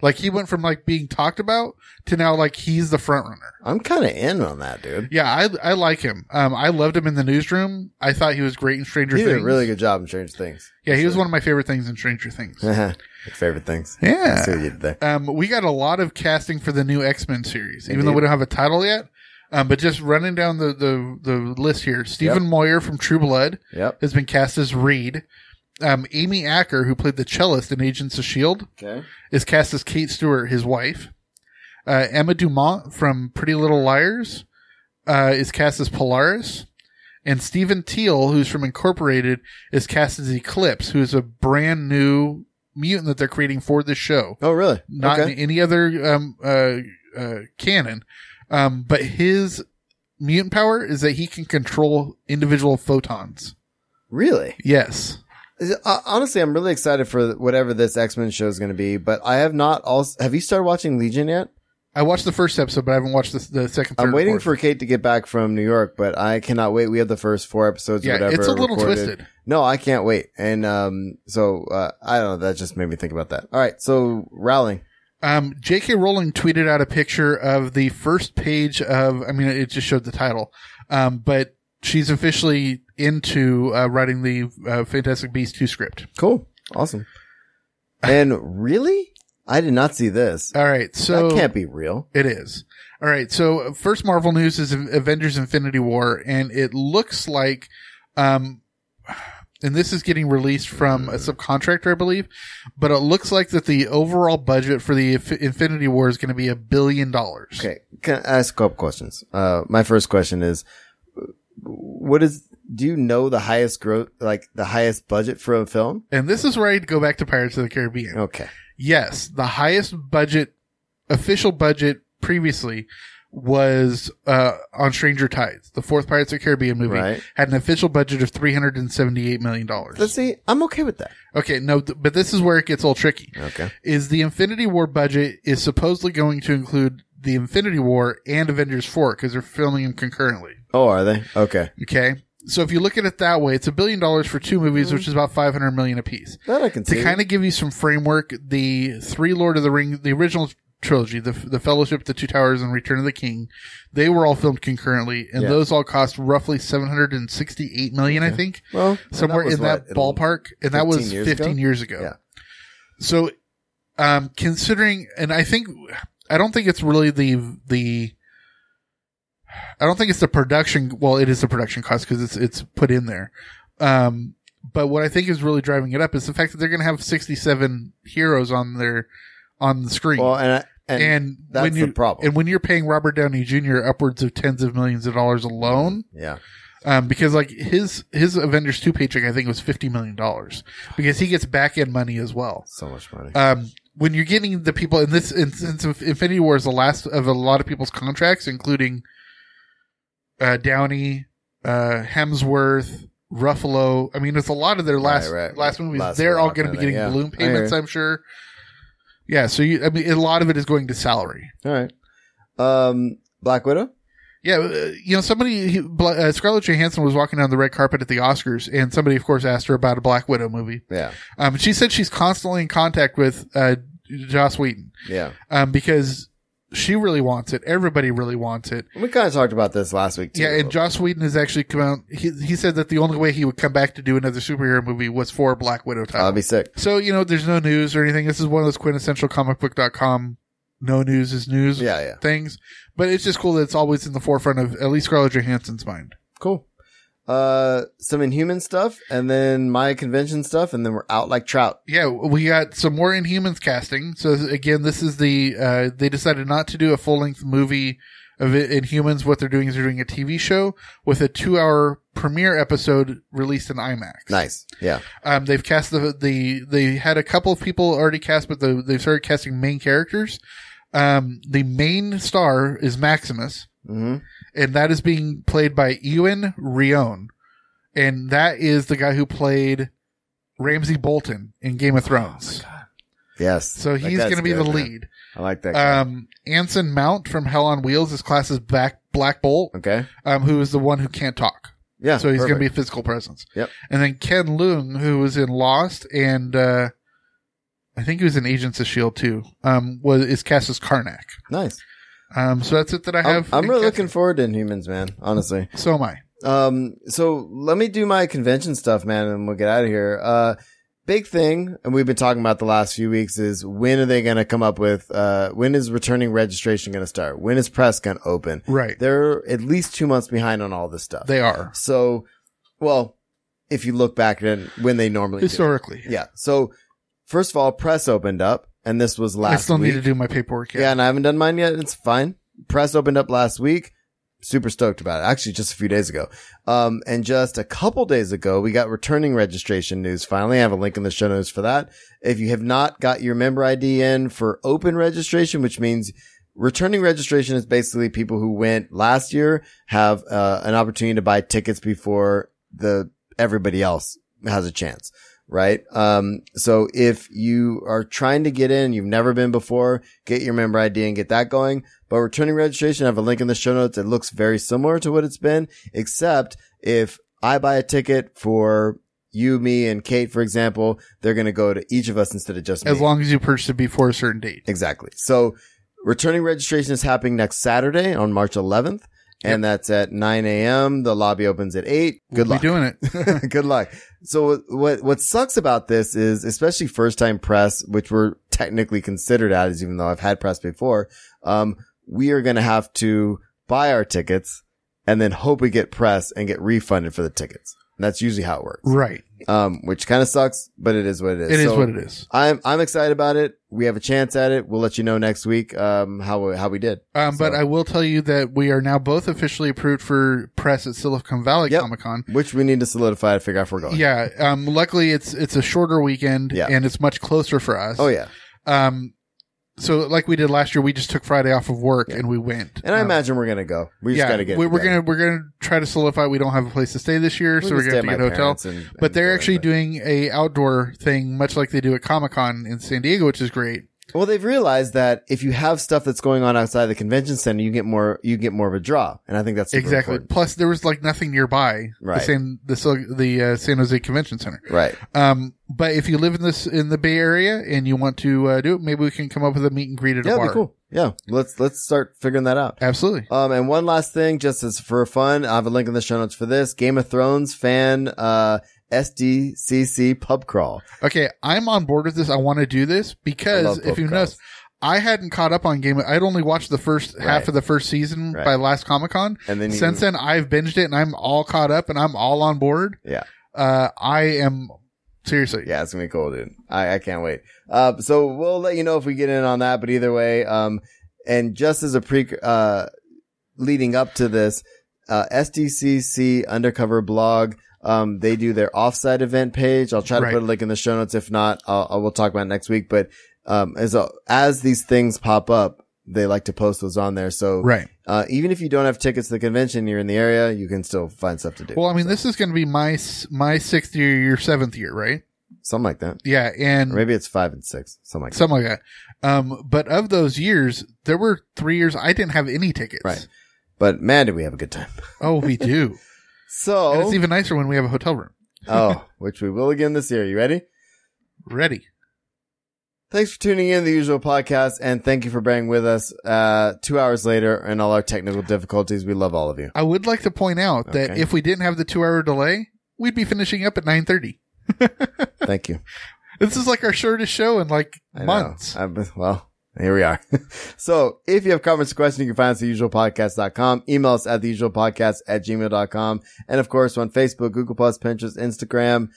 S5: Like he went from like being talked about to now like he's the front runner.
S4: I'm kind of in on that, dude.
S5: Yeah, I I like him. Um, I loved him in the newsroom. I thought he was great in Stranger
S4: You did a
S5: Things.
S4: really good job in Stranger Things.
S5: Yeah, he was one of my favorite things in Stranger Things.
S4: (laughs) Your favorite things.
S5: Yeah.
S4: I see what you did there.
S5: um, we got a lot of casting for the new X Men series, even
S4: Indeed.
S5: though we don't have a title yet. Um, but just running down the, the, the list here, Stephen Moyer from True Blood
S4: Yep.
S5: has been cast as Reed. Um, Amy Acker, who played the cellist in Agents of Shield,
S4: Okay.
S5: is cast as Kate Stewart, his wife. Uh, Emma Dumont from Pretty Little Liars uh, is cast as Polaris, and Stephen Teal, who's from Incorporated, is cast as Eclipse, who is a brand new mutant that they're creating for this show
S4: Oh, really?
S5: not
S4: okay.
S5: in any other um, uh, uh, canon. Um, but his mutant power is that he can control individual photons.
S4: Really?
S5: Yes.
S4: Is it- uh, honestly, I'm really excited for whatever this X-Men show is going to be, but I have not also, have you started watching Legion yet?
S5: I watched the first episode, but I haven't watched the, the second.
S4: I'm
S5: third,
S4: waiting
S5: fourth.
S4: for Kate to get back from New York, but I cannot wait. We have the first four episodes.
S5: Yeah,
S4: or whatever
S5: it's a little
S4: recorded.
S5: twisted.
S4: No, I can't wait. And um, so uh, I don't know. That just made me think about that. All right, so Rowling.
S5: Um, J.K. Rowling tweeted out a picture of the first page of. I mean, it just showed the title, um, but she's officially into uh, writing the uh, Fantastic Beasts two script.
S4: Cool,
S5: (laughs)
S4: awesome. And really, I did not see this.
S5: All right, so
S4: that can't be real.
S5: It is. All right. So first Marvel news is Avengers Infinity War and it looks like, um, and this is getting released from a subcontractor, I believe, but it looks like that the overall budget for the Inf- Infinity War is going to be a billion dollars.
S4: Okay, can I ask a couple questions? Uh, my first question is, what is? Do you know the highest growth, like the highest budget for a film?
S5: And this is where I go back to Pirates of the Caribbean.
S4: Okay,
S5: Yes, the highest budget, official budget previously was uh, on Stranger Tides, the fourth Pirates of the Caribbean movie,
S4: Right.
S5: had an official budget of three hundred and seventy-eight million dollars.
S4: let's see. I'm okay with that.
S5: Okay, no, th- but this is where it gets all tricky.
S4: Okay.
S5: Is the Infinity War budget is supposedly going to include the Infinity War and Avengers 4 because they're filming them concurrently.
S4: Oh, are they okay?
S5: Okay. So if you look at it that way, it's a billion dollars for two movies, which is about 500 million apiece.
S4: That I can see.
S5: To kind of give you some framework, the three Lord of the Ring, the original trilogy, the, the Fellowship, the Two Towers, and Return of the King, they were all filmed concurrently, and
S4: Yeah.
S5: those all cost roughly 768 million, I think
S4: well and
S5: somewhere
S4: was
S5: in that
S4: what, it'll-
S5: ballpark, and that was
S4: 15 years
S5: 15
S4: ago?
S5: years ago.
S4: Yeah.
S5: So, um, considering, and I think, I don't think it's really the the, I don't think it's the production. Well, it is the production cost because it's it's put in there. Um, but what I think is really driving it up is the fact that they're going to have 67 heroes on their on the screen.
S4: Well, and I, and,
S5: and
S4: that's
S5: when you,
S4: the problem.
S5: And when you're paying Robert Downey Jr. upwards of tens of millions of dollars alone,
S4: yeah,
S5: um, because like his his Avengers two paycheck, I think was fifty million dollars because he gets back end money as well.
S4: so much money.
S5: Um, when you're getting the people in this, and since Infinity War is the last of a lot of people's contracts, including uh, Downey, uh, Hemsworth, Ruffalo. I mean, it's a lot of their last
S4: Right, right.
S5: last movies.
S4: Last
S5: They're all
S4: lot,
S5: going
S4: I
S5: to be
S4: think,
S5: getting
S4: yeah.
S5: balloon
S4: I hear
S5: payments,
S4: you.
S5: I'm sure. Yeah, so you, I mean, a lot of it is going to salary.
S4: All right. Um, Black Widow.
S5: Yeah, uh, you know, somebody, he- Bla- uh, Scarlett Johansson was walking down the red carpet at the Oscars, and somebody, of course, asked her about a Black Widow movie.
S4: Yeah.
S5: Um, she said she's constantly in contact with uh, Joss Whedon
S4: Yeah.
S5: um, because she really wants it. Everybody really wants it.
S4: We kind of talked about this last week too.
S5: Yeah, and Joss Whedon has actually come out. He, he said that the only way he would come back to do another superhero movie was for a Black Widow title.
S4: I'll be sick.
S5: so, you know, there's no news or anything. This is one of those quintessential comicbook.com no news is news
S4: Yeah. Yeah.
S5: things. But it's just cool that it's always in the forefront of at least Scarlett Johansson's mind.
S4: Cool. Uh, some Inhuman stuff, and then my convention stuff, and then we're out like trout.
S5: Yeah, we got some more Inhumans casting. So again, this is the uh, they decided not to do a full length movie of it- Inhumans. What they're doing is they're doing a TV show with a two hour premiere episode released in IMAX.
S4: Nice. Yeah.
S5: Um, they've cast the the they had a couple of people already cast, but the, they've started casting main characters. Um, the main star is Maximus,
S4: hmm
S5: and that is being played by Ewan Rion, and that is the guy who played Ramsey Bolton in Game of Thrones.
S4: Yes.
S5: So
S4: That
S5: he's
S4: guy's
S5: going to be
S4: good,
S5: the
S4: man.
S5: lead.
S4: I like that. guy.
S5: Um, Anson Mount from Hell on Wheels. His class is Black Black Bolt,
S4: okay.
S5: um, who is the one who can't talk.
S4: Yeah.
S5: So he's going to be
S4: Ah,
S5: a
S4: perfect.
S5: physical presence.
S4: Yep.
S5: And then Ken Leung, who was in Lost, and uh, I think he was in Agents of Shield too. Um, was is cast as Karnak.
S4: nice.
S5: Um, so that's it that I
S4: I'm,
S5: have.
S4: I'm
S5: in
S4: really
S5: casting.
S4: looking forward to Inhumans, man. Honestly.
S5: So am I.
S4: Um, so let me do my convention stuff, man, and we'll get out of here. Uh, big thing, and we've been talking about the last few weeks is when are they going to come up with, uh, when is returning registration going to start? When is press going to open?
S5: Right.
S4: They're at least two months behind on all this stuff.
S5: They are
S4: so, well, if you look back at when they normally do.
S5: historically.
S4: Yeah. So first of all, press opened up and this was
S5: I
S4: last
S5: still
S4: week.
S5: need to do my paperwork.
S4: Yeah. and I haven't done mine yet. It's fine. Press opened up last week. Super stoked about it. Actually, just a few days ago. Um, and just a couple days ago, we got returning registration news. Finally, I have a link in the show notes for that. If you have not got your member ID in for open registration, which means returning registration is basically people who went last year have uh, an opportunity to buy tickets before the everybody else has a chance right? Um, so if you are trying to get in, you've never been before, get your member ID and get that going. But returning registration, I have a link in the show notes. It looks very similar to what it's been, except if I buy a ticket for you, me, and Kate, for example, they're going to go to each of us instead of just me.
S5: As long as you purchase it before a certain date.
S4: Exactly. So returning registration is happening next Saturday on March 11th. And that's at 9 a.m. The lobby opens at 8. Good
S5: We'll
S4: luck.
S5: be
S4: (laughs)
S5: doing it.
S4: Good luck. So what- what what sucks about this is especially first time press, which we're technically considered as, even though I've had press before. Um, we are going to have to buy our tickets and then hope we get press and get refunded for the tickets. And that's usually how it works.
S5: right.
S4: Um, which kind of sucks, but it is what it is.
S5: It is
S4: So
S5: what it is.
S4: I'm I'm excited about it. We have a chance at it. We'll let you know next week. Um, how how we did.
S5: Um, but
S4: So-
S5: I will tell you that we are now both officially approved for press at Silicon Valley
S4: Yep.
S5: Comic Con.
S4: Which we need to solidify to figure out if we're going.
S5: Yeah. Um, luckily, it's it's a shorter weekend
S4: Yeah.
S5: and it's much closer for us.
S4: Oh yeah.
S5: Um, so like we did last year, we just took Friday off of work and we went.
S4: And I
S5: Um,
S4: imagine we're gonna go. We just
S5: yeah,
S4: gotta get.
S5: we, we're
S4: together.
S5: gonna we're gonna try to solidify. We don't have a place to stay this year, so
S4: can
S5: we're gonna
S4: stay
S5: have
S4: at
S5: to get
S4: my
S5: a hotel.
S4: parents' and-
S5: but
S4: and
S5: they're
S4: do
S5: actually
S4: everything.
S5: doing a outdoor thing, much like they do at Comic Con in San Diego, which is great.
S4: Well, they've realized that if you have stuff that's going on outside the convention center, you get more. You get more of a draw, and I think that's super
S5: exactly.
S4: important.
S5: Plus, there was like nothing nearby.
S4: Right.
S5: The San the Sil- the uh, San Jose Convention Center.
S4: Right.
S5: Um, but if you live in this in the Bay Area and you want to uh, do it, maybe we can come up with a meet and greet at
S4: Yeah,
S5: a
S4: it'd
S5: bar.
S4: be cool. Yeah, let's let's start figuring that out.
S5: Absolutely.
S4: Um, and one last thing, just as for fun, I have a link in the show notes for this Game of Thrones fan uh SDCC pub crawl.
S5: Okay, I'm on board with this. I want to do this
S4: I
S5: because
S4: love
S5: if you
S4: podcasts.
S5: notice, I hadn't caught up on Game. of I'd only watched the first half
S4: Right.
S5: of the first season
S4: Right.
S5: by last Comic Con.
S4: And then you-
S5: since then, I've binged it and I'm all caught up and I'm all on board.
S4: Yeah.
S5: Uh, I am seriously.
S4: Yeah, it's gonna be cool, dude. I, I can't wait. Uh, so we'll let you know if we get in on that. But either way, um, and just as a pre, uh, leading up to this, uh, SDCC undercover blog. Um, they do their offsite event page. I'll try to
S5: Right.
S4: put a link in the show notes. If not, I'll, I will talk about it next week. But um, as as these uh, things pop up, they like to post those on there. So
S5: Right.
S4: uh, even if you don't have tickets to the convention, you're in the area, you can still find stuff to do.
S5: Well, I mean, this is going to be my s- my sixth year, your seventh year, right?
S4: something like that.
S5: Yeah, and
S4: Or maybe it's five and six, something like
S5: something like that. Um, but of those years, there were three years I didn't have any tickets.
S4: Right. that. But man, did we have a good time.
S5: Oh,
S4: (laughs)
S5: we do. and
S4: So,
S5: it's even nicer when we have a hotel room
S4: (laughs)
S5: (laughs)
S4: oh, which we will again this year. You ready?
S5: ready.
S4: Thanks for tuning in to the usual podcast and thank you for bearing with us uh, two hours later and all our technical difficulties. We love all of you.
S5: I would like to point out that
S4: Okay.
S5: if we didn't have the two hour delay, we'd be finishing up at nine thirty.
S4: Thank you.
S5: This is like our shortest show in like
S4: I know.
S5: months.
S4: I- well, here we are. (laughs) so if you have comments or questions, you can find us at theusualpodcast.com. Email us at theusualpodcast at gmail.com. And of course, on Facebook, Google Plus, Pinterest, Instagram,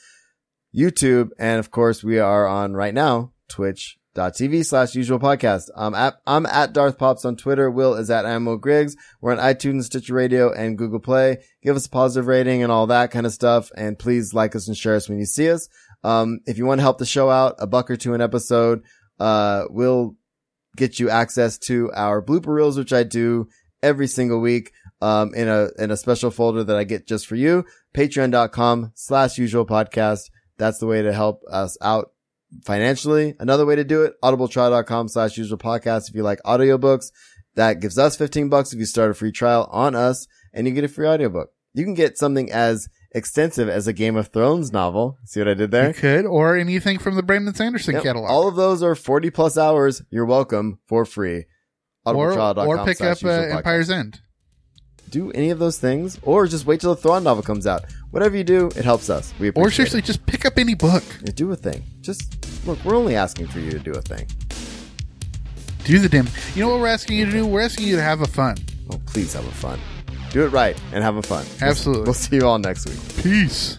S4: YouTube. And of course, we are on right now, twitch.tv slash usual podcast. I'm at, I'm at Darth Pops on Twitter. Will is at Ammo Griggs. We're on iTunes, Stitcher Radio, and Google Play. Give us a positive rating and all that kind of stuff. And please like us and share us when you see us. Um, if you want to help the show out, a buck or two an episode, uh, will get you access to our blooper reels, which I do every single week, um, in a, in a special folder that I get just for you. Patreon.com slash usual podcast. That's the way to help us out financially. Another way to do it, audibletrial.com slash usual podcast. If you like audiobooks, that gives us 15 bucks if you start a free trial on us and you get a free audiobook. You can get something as extensive as a Game of Thrones novel. See what I did there?
S5: You could, or anything from the Brandon Sanderson
S4: Yep.
S5: catalog.
S4: All of those are 40 plus hours. You're welcome for free.
S5: or,
S4: audibletrial.com
S5: or pick
S4: slash
S5: up uh,
S4: usual podcast.
S5: Empire's End.
S4: Do any of those things or just wait till the Thrawn novel comes out. Whatever you do, it helps us. We appreciate
S5: Or seriously, just pick up any book.
S4: it. Do a thing. Just look, we're only asking for you to do a thing.
S5: Do the damn. You know what we're asking you to do? We're asking you to have a fun.
S4: Oh, please have a fun. Do it right and have a fun. We'll-
S5: Absolutely.
S4: We'll see you all next week.
S5: Peace.